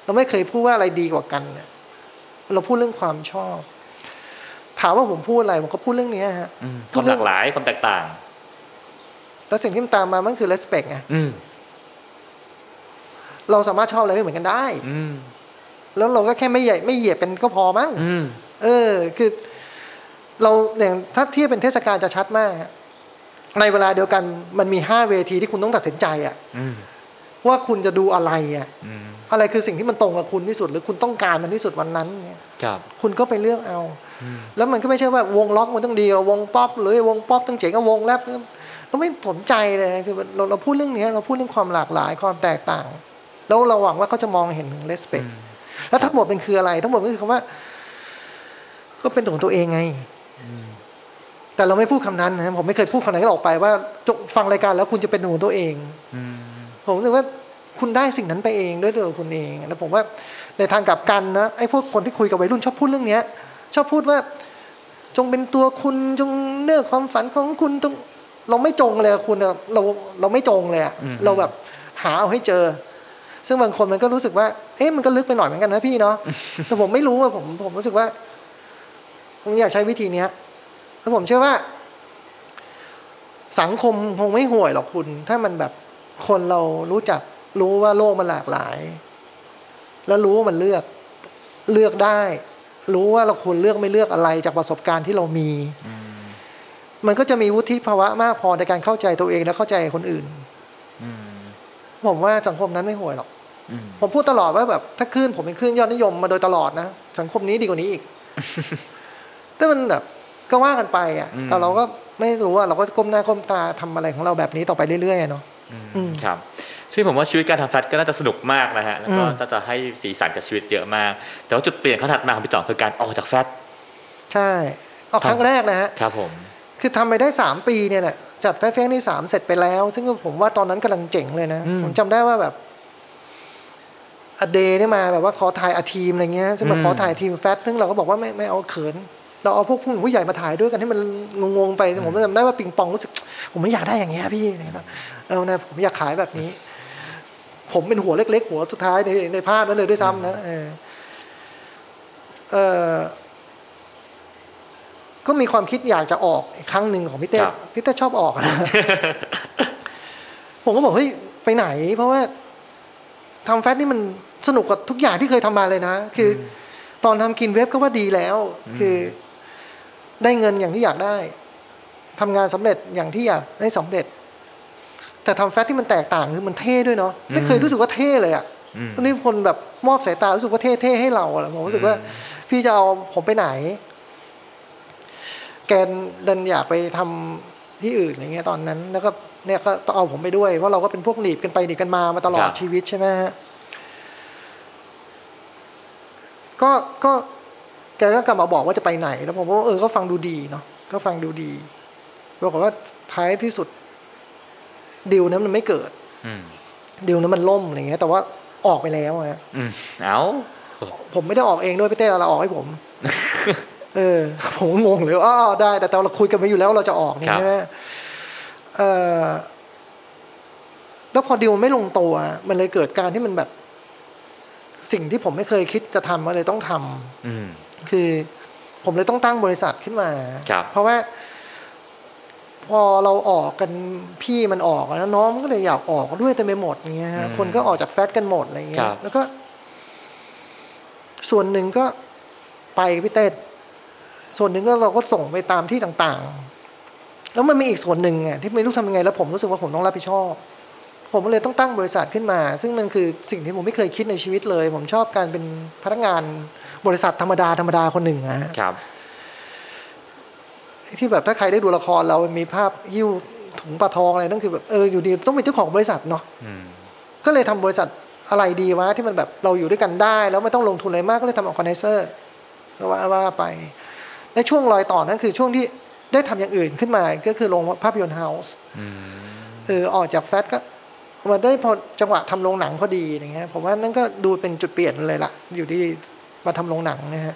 [SPEAKER 1] เราไม่เคยพูดว่าอะไรดีกว่ากันเนี่ยเราพูดเรื่องความชอบ ถามว่าผมพูดอะไรผมก็พูดเรื่องเนี้ยฮะ
[SPEAKER 3] อืมความหลากหลายความแตกต่าง
[SPEAKER 1] แล้วสิ่งที่มันตามมามันคือ respect ไง
[SPEAKER 3] อืม
[SPEAKER 1] เราสามารถชอบอะไรไม่เหมือนกันได้
[SPEAKER 3] อืม
[SPEAKER 1] แล้วเราก็แค่ไม่ใหญ่ไม่เหยียบกันก็พอมั้ง
[SPEAKER 3] อืม
[SPEAKER 1] เออคือเราอย่างถ้าเทียบเป็นเทศกาลจะชัดมากฮะในเวลาเดียวกันมันมีห้าเวทีที่คุณต้องตัดสินใจอะ
[SPEAKER 3] อืม
[SPEAKER 1] ว่าคุณจะดูอะไรอะ
[SPEAKER 3] อืม
[SPEAKER 1] อะไรคือสิ่งที่มันตรงกับคุณที่สุด หรือคุณต้องการมันที่สุดวันนั้นเนี่ย
[SPEAKER 3] ครับ
[SPEAKER 1] คุณก็ไปเลือกเอา แล้วมันก็ไม่ใช่ว่าวงล็อกมันต้องดีกว่าวงป๊อปหรือวงป๊อปต้องเจ๋งกว่าวงแรปเราไม่สนใจเลยคือเราเราพูดเรื่องเนี้ยเราพูดเรื่องความหลากหลายความแตกต่าง แล้วเราหวังว่าเขาจะมองเห็นถึง respect แล้วทั้งหมดเป็นคืออะไร ทั้งหมดก็คือคำว่า ก็เป็นของตัวเองไง แต่เราไม่พูดคำนั้นนะผมไม่เคยพูดคำไหนออกไปว่าจงฟังรายการแล้วคุณจะเป็นของตัวเอง
[SPEAKER 3] อืม
[SPEAKER 1] ผมรู้สึกว่า คุณได้สิ่งนั้นไปเองด้วยตัวคุณเองแล้วผมว่าในทางกลับกันนะไอ้พวกคนที่คุยกับวัยรุ่นชอบพูดเรื่องเนี้ย ชอบพูดว่า จงเป็นตัวคุณจงเลือกความฝันของคุณจงเราไม่จงเลยอะคุณอะเราเราไม่จงเลยอะ
[SPEAKER 3] อืม
[SPEAKER 1] เราแบบหาเอาให้เจอ ซึ่งบางคนมันก็รู้สึกว่า เอ๊ะมันก็ลึกไปหน่อยเหมือนกันนะพี่เนาะ แต่ผมไม่รู้อะผมผมรู้สึกว่า ผมอยากใช้วิธีเนี้ยแล้วผมเชื่อว่า สังคมคงไม่ห่วยหรอกคุณ ถ้ามันแบบคนเรารู้จัก รู้ว่าโลกมันหลากหลาย แล้วรู้ว่ามันเลือกเลือกได้ รู้ว่าเราควรเลือกไม่เลือกอะไรจากประสบการณ์ที่เรามี มันก็จะมีวุฒิภาวะมากพอในการเข้าใจตัวเองและเข้าใจคนอื่น
[SPEAKER 3] อืม
[SPEAKER 1] ผมว่าสังคมนั้นไม่ห่วยหรอก
[SPEAKER 3] อืม
[SPEAKER 1] ผมพูดตลอดว่าแบบถ้าคลื่นผมเป็นคลื่นยอดนิยมมาโดยตลอดนะสังคมนี้ดีกว่า [LAUGHS] นี้อีก แต่มันแบบก็ว่ากันไปอ่ะแต่เราก็ไม่รู้ว่าเราก็ก้มหน้าก้มตาทำอะไรของเราแบบนี้ต่อไปเรื่อยๆอะเนาะ อืม
[SPEAKER 3] ครับ ซึ่งผมว่าชีวิตการทำแฟลตก็น่าจะสนุกมากนะฮะ แล้วก็
[SPEAKER 1] อืม
[SPEAKER 3] น่าจะให้สีสันกับชีวิตเยอะมาก แต่ว่าจุดเปลี่ยนขั้นถัดมาของพี่จ่องคือการออกจากแฟลต
[SPEAKER 1] ใช่ออก
[SPEAKER 3] ค
[SPEAKER 1] ค
[SPEAKER 3] รับ
[SPEAKER 1] รั้งแรกนะฮะ
[SPEAKER 3] ครับผม
[SPEAKER 1] คือทำไปได้ 3 ปีเนี่ยแหละจัดแฟร์แฟร์นี่สามเสร็จไปแล้ว ซึ่งผมว่าตอนนั้นกำลังเจ๋งเลยนะ
[SPEAKER 3] อืม
[SPEAKER 1] ผมจำได้ว่าแบบอเดย์เนี่ยมาแบบว่าขอถ่ายอาทีมอะไรเงี้ยซึ่งแบ
[SPEAKER 3] อื
[SPEAKER 1] บ
[SPEAKER 3] ม
[SPEAKER 1] ขอถ่ายทีมแฟตซึ่งเราก็บอกว่าไม่ไม่เอาเขิน เราเอาพวกผู้หญิงผู้ใหญ่มาถ่ายด้วยกันให้มันงงๆไปแต่ผมจำได้ว่าปิงปองรู้สึก ผมไม่อยากได้อย่างเงี้ยพี่อะไรเงี้ยแบบเอานะผมอยากขายแบบนี้ ผมเป็นหัวเล็ก ๆ หัวสุดท้ายในในภาพนั้นเลยด้วยซ้ำนะเออเออ ก็มีความคิดอยากจะออกอีกครั้งหนึ่งของพี่เต้
[SPEAKER 3] ครับ
[SPEAKER 1] พี่เต้ชอบออกนะ [LAUGHS] ผมก็บอกเฮ้ยไปไหน เพราะว่าทำแฟตนี่มันสนุกกว่าทุกอย่างที่เคยทำมาเลยนะ คืออตอนทำกินเว็บก็ว่าดีแล้ว คือได้เงินอย่างที่อยากได้ทำงานสำเร็จอย่างที่อยากได้สำเร็จ แต่ทำแฟตที่มันแตกต่างคือมันเท่ด้วยเนาะไม่เคยรู้สึกว่าเท่เลยอะ
[SPEAKER 3] อืม
[SPEAKER 1] ตอนนี้คนแบบมอบสายตารู้สึกว่าเท่ๆให้เราอะผมรู้สึกว่า พี่จะเอาผมไปไหน แกนดันอยากไปทำที่อื่นอย่างเงี้ยตอนนั้น แล้วก็เนี่ยก็ต้องเอาผมไปด้วยเพราะเราก็เป็นพวกหนีบกันไปหนีบกันมามาตลอ
[SPEAKER 3] ค
[SPEAKER 1] ด
[SPEAKER 3] รับ
[SPEAKER 1] ชีวิตใช่ไหมฮะก็ก็ แกก็กลับมาบอกว่าจะไปไหน แล้วผมก็เออก็ฟังดูดีเนาะก็ฟังดูดีปรากฏว่าท้ายที่สุดดิวนั้นมันไม่เกิด
[SPEAKER 3] อืม
[SPEAKER 1] ดิวนั้นมันล่มอะไรเงี้ยแต่ว่าออกไปแล้วอะฮะ
[SPEAKER 3] อืมเอ้า
[SPEAKER 1] ผมไม่ได้ออกเองด้วยพี่เต้เราออกให้ผม
[SPEAKER 3] [LAUGHS]
[SPEAKER 1] เออ ผมงงเลยว่าอ้าวได้ แต่เราคุยกันไปอยู่แล้วว่าเราจะออกนี่
[SPEAKER 3] ครับ
[SPEAKER 1] ใช่ไหมเออแล้วพอดีลมันไม่ลงตัว มันเลยเกิดการที่มันแบบ สิ่งที่ผมไม่เคยคิดจะทำก็เลยต้องทำ
[SPEAKER 3] อืม
[SPEAKER 1] คือผมเลยต้องตั้งบริษัทขึ้นมา
[SPEAKER 3] ครับ
[SPEAKER 1] เพราะว่า พอเราออกกันพี่มันออกแล้วน้องมันก็เลยอยากออกด้วยเต็มไปหมดเงี้ยฮะ
[SPEAKER 3] อืม
[SPEAKER 1] คนก็ออกจากแฟตกันหมดอะไรเงี้
[SPEAKER 3] ค
[SPEAKER 1] ย
[SPEAKER 3] รับ
[SPEAKER 1] แล้วก็ ส่วนหนึ่งก็ไปพี่เต้ส่วนหนึ่งก็เราก็ส่งไปตามที่ต่างๆ แล้วมันมีอีกส่วนหนึ่งอะที่ไม่รู้ทำยังไง แล้วผมรู้สึกว่าผมต้องรับผิดชอบ ผมก็เลยต้องตั้งบริษัทขึ้นมา ซึ่งมันคือสิ่งที่ผมไม่เคยคิดในชีวิตเลย ผมชอบการเป็นพนักงานบริษัทธรรมดาธรรมดาคนหนึ่งนะฮะ
[SPEAKER 3] ครับ
[SPEAKER 1] ที่แบบถ้าใครได้ดูละครเรามีภาพหิ้วถุงปลาทองอะไรนั่นคือแบบเอออยู่ดีต้องเป็นเจ้าของบริษัทเนาะ
[SPEAKER 3] อืม
[SPEAKER 1] ก็เลยทำบริษัทอะไรดีวะที่มันแบบเราอยู่ด้วยกันได้ แล้วไม่ต้องลงทุนอะไรมากก็เลยทำออ g a ไนเซอร์ก็ว่าว่าไปในช่วงรอยต่อนั่นคือช่วงที่ได้ทำอย่างอื่นขึ้นมา ก็คือลงภาพยนตร์เฮาส์
[SPEAKER 3] อืม
[SPEAKER 1] เออออกจากแฟตก็มาได้พอจังหวะทำโรงหนังพอดีอย่างเงี้ยผมว่านั่นก็ดูเป็นจุดเปลี่ยนเลยละอยู่ที่มาทำโรงหนังนะฮะ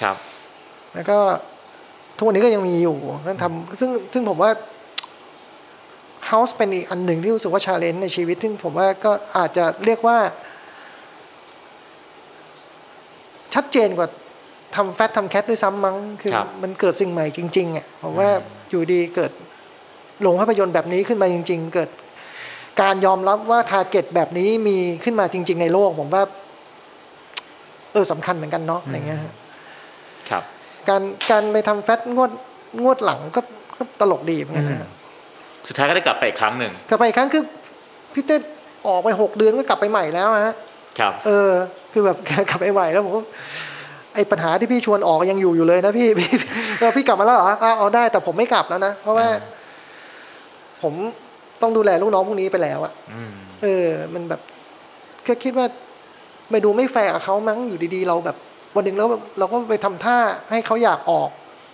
[SPEAKER 3] ครับ
[SPEAKER 1] แล้วก็ทุกวันนี้ก็ยังมีอยู่ก็ทำซึ่งซึ่งผมว่า House เป็นอีกอันหนึ่งที่รู้สึกว่าชาเลนจ์ในชีวิต ซึ่งผมว่าก็อาจจะเรียกว่า ชัดเจนกว่าทำแฟตทำแคทด้วยซ้ำมั้งคือ
[SPEAKER 3] ครับ
[SPEAKER 1] มันเกิดสิ่งใหม่จริง ๆอ่ะผมว่าอยู่ดีเกิด ลงภาพยนตร์แบบนี้ขึ้นมาจริง ๆ เกิด การยอมรับว่าทาร์เก็ตแบบนี้มีขึ้นมาจริง ๆ ในโลก ผมว่า เออสำคัญเหมือนกันเนาะอะไรเงี้ยฮะ
[SPEAKER 3] ครับ
[SPEAKER 1] การการไปทำแฟตงวดงวดหลังก็ก็ตลกดีเหมือนกันนะฮะ
[SPEAKER 3] สุดท้ายก็ได้กลับไปอีกครั้งหนึ่ง
[SPEAKER 1] กลับไปอีกครั้งคือพี่เต้ออกไปหกเดือนก็กลับไปใหม่แล้วฮะ
[SPEAKER 3] ครับ
[SPEAKER 1] เออ คือแบบ [LAUGHS] กลับไปไหวแล้วผมก็ไอปัญหาที่พี่ชวนออกยังอยู่อยู่เลยนะพี่ [LAUGHS] พี่เราพี่กลับมาแล้วเหรออ้าวเอาได้แต่ผมไม่กลับแล้วนะ เพราะว่า ผมต้องดูแลลูกน้องพวกนี้ไปแล้วอะ
[SPEAKER 3] อืม
[SPEAKER 1] เออ มันแบบแค่คิดว่าไม่ดูไม่แฟร์กับเขามั้งอยู่ดีๆ เราแบบ วันหนึ่งแล้วเราก็ไปทำท่าให้เขาอยากออก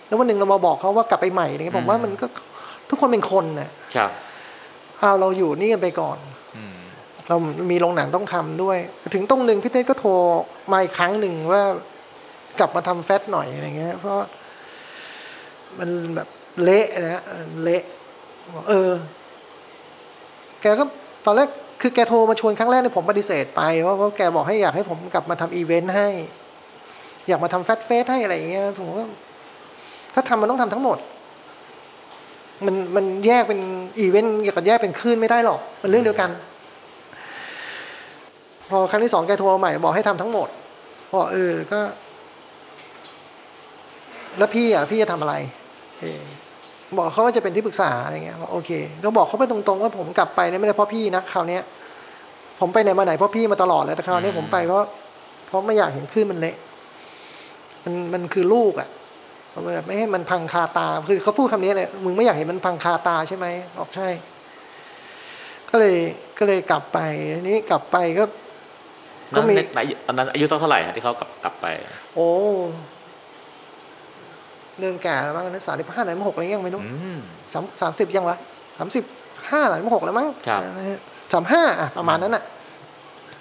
[SPEAKER 1] แล้ววันหนึ่งเรามาบอกเขาว่ากลับไปใหม่อะไรเงี้ยผมว่ามันก็ทุกคนเป็นคนนะครับ เอาเราอยู่นี่กันไปก่อน
[SPEAKER 3] อืม
[SPEAKER 1] เรามีโรงหนังต้องทำด้วย ถึงตรงหนึ่งพี่เต้ก็โทรมาอีกครั้งหนึ่งว่ากลับมาทำแฟตหน่อยอะไรเงี้ย เพราะ มันแบบเละนะเละบอกเออ แกก็ตอนแรกคือแกโทรมาชวนครั้งแรกเนี่ยผมปฏิเสธไปเพราะเพราะแกบอกให้อยากให้ผมกลับมาทำอีเวนต์ให้ อยากมาทำแฟตเฟสให้อะไรอย่างเงี้ยผมก็ถ้าทำมันต้องทำทั้งหมด มันมันแยกเป็นอีเวนต์กับแยกเป็นคลื่นไม่ได้หรอก มันเรื่องเดียวกัน พอครั้งที่สองแกโทรมาใหม่บอกให้ทำทั้งหมดบอกเออก็ แล้วพี่อ่ะพี่จะทำอะไรเออบอกเขาว่าจะเป็นที่ปรึกษาอะไรเงี้ยบอกโอเค ก็บอกเขาไปตรงๆว่าผมกลับไปเนี่ยไม่ได้เพราะพี่นะคราวเนี้ย ผมไปไหนมาไหนเพราะพี่มาตลอดเลยแต่คราวเนี้ยผมไปเพราะเพราะไม่อยากเห็นคลื่นมันเละมันมันคือลูกอ่ะผมแบบไม่ให้มันพังคาตาคือเขาพูดคำนี้เลยมึงไม่อยากเห็นมันพังคาตาใช่ไหมบอกใช่ ก็เลยก็เลยกลับไปทีนี้กลับไปก็ ก็
[SPEAKER 3] นั้น
[SPEAKER 1] มี
[SPEAKER 3] ในไหนตอนนั้นอายุสักเท่าไหร่ฮะที่เขากลับกลับไป
[SPEAKER 1] โอ้เริ่มแก่แล้วมั้งสามสิบห้าหรือหกอะไรเงี้ยยังไม่รู้
[SPEAKER 3] อืม
[SPEAKER 1] สามสามสิบยังวะสามสิบห้าหรือหกแล้วมั้ง
[SPEAKER 3] ครับ
[SPEAKER 1] สามห้าอะประมาณนั้นอ่ะ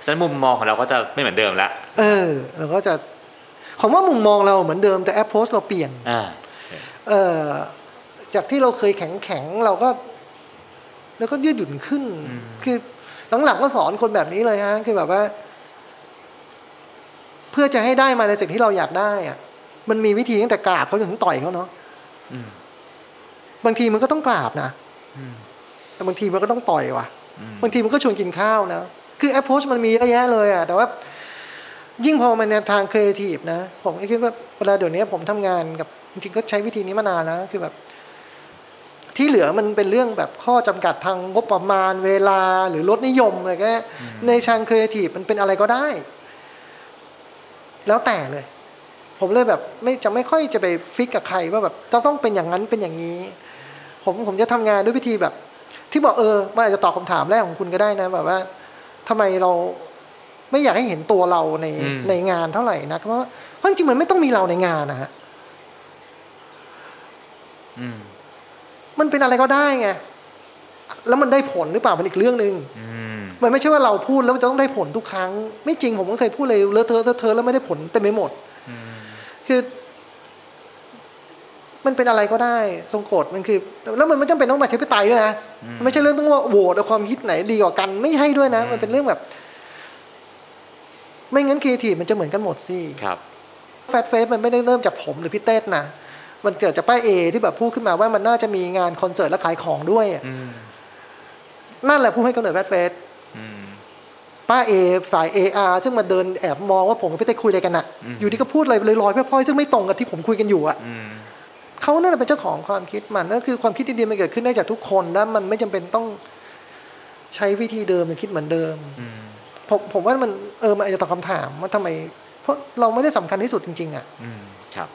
[SPEAKER 3] ฉะนั้นมุมมองของเราก็จะไม่เหมือนเดิมละ
[SPEAKER 1] เออเราก็จะผมว่ามุมมองเราเหมือนเดิมแต่แอปโพสเราเปลี่ยน
[SPEAKER 3] อ่า
[SPEAKER 1] เออจากที่เราเคยแข็งแข็งๆเราก็ แล้วก็ยืดหยุ่นขึ้น คือหลังๆก็สอนคนแบบนี้เลยฮะ คือแบบว่า เพื่อจะให้ได้มาในสิ่งที่เราอยากได้อะมันมีวิธีตั้งแต่กราบเขาจนถึงต่อยเขาเนาะ
[SPEAKER 3] อืม
[SPEAKER 1] บางทีมันก็ต้องกราบนะแต่บางทีมันก็ต้องต่อยว่ะ บางทีมันก็ชวนกินข้าวนะ คือแอปโพสมันมีเยอะแยะเลยอ่ะ แต่ว่า ยิ่งพอมันในทางครีเอทีฟนะ ผมก็คิดว่าเวลาเดี๋ยวนี้ผมทำงานกับจริงๆก็ใช้วิธีนี้มานานแล้วคือแบบ ที่เหลือมันเป็นเรื่องแบบข้อจำกัดทางงบประมาณเวลาหรือลดนิยมอะไรก็ได้ในทางครีเอทีฟมันเป็นอะไรก็ได้ แล้วแต่เลย ผมเลยแบบไม่จะไม่ค่อยจะไปฟิกกับใครว่าแบบต้องต้องเป็นอย่างนั้นเป็นอย่างนี้ ผมผมจะทำงานด้วยวิธีแบบ ที่บอกเออมันอาจจะตอบคำถามแรกของคุณก็ได้นะแบบว่าทำไมเราไม่อยากให้เห็นตัวเราใน
[SPEAKER 3] อืม
[SPEAKER 1] ในงานเท่าไหร่นะเพราะว่าเพราะจริงๆมันไม่ต้องมีเราในงานนะฮะ
[SPEAKER 3] อืม
[SPEAKER 1] มันเป็นอะไรก็ได้ไง แล้วมันได้ผลหรือเปล่ามันอีกเรื่องหนึ่ง
[SPEAKER 3] อืม
[SPEAKER 1] มันไม่ใช่ว่าเราพูดแล้วมันจะต้องได้ผลทุกครั้ง ไม่จริงผมก็เคยพูดเลยเลอะเทอะเลอะเทอะแล้วไม่ได้ผลเต็ไมไปหมด คือ มันเป็นอะไรก็ได้ทรงโกรธมันคือ แล้วมันไม่จำเป็นต้องมาเทพิไตยด้วยนะมันไม่ใช่เรื่องต้องว่าโหวตเอาความคิดไหนดีกว่ากัน ไม่ใช่ด้วยนะ มันเป็นเรื่องแบบ ไม่งั้นครีเอทีฟมันจะเหมือนกันหมดสิ
[SPEAKER 3] ครับ
[SPEAKER 1] แฟตเฟสมันไม่ได้เริ่มจากผมหรือพี่เต้นนะ มันเกิดจากป้าเอที่แบบพูดขึ้นมาว่ามันน่าจะมีงานคอนเสิร์ตและขายของด้วยอะ
[SPEAKER 3] อืม
[SPEAKER 1] นั่นแหละผู้ให้กำเนิดแฟตเฟส
[SPEAKER 3] อืม
[SPEAKER 1] ป้าเอฝ่าย AR ซึ่งมาเดินแอบมองว่าผมกับพี่เต้คุยอะไรกันน่ะ อยู่ที่ก็พูดอะไรลอยๆพร่อยๆซึ่งไม่ตรงกับที่ผมคุยกันอยู่อ่ะ
[SPEAKER 3] อืม
[SPEAKER 1] เขานั่นแหละเป็นเจ้าของความคิดมันนั่นคือความคิดดีๆมันเกิดขึ้นได้จากทุกคนและมันไม่จำเป็นต้องใช้วิธีเดิมหรือคิดเหมือนเดิม
[SPEAKER 3] อืม
[SPEAKER 1] ผมผมว่ามันเออมันอาจจะตอบคำถามว่าทำไม เพราะเราไม่ได้สำคัญที่สุดจริงๆอ่ะ
[SPEAKER 3] อืม ครับ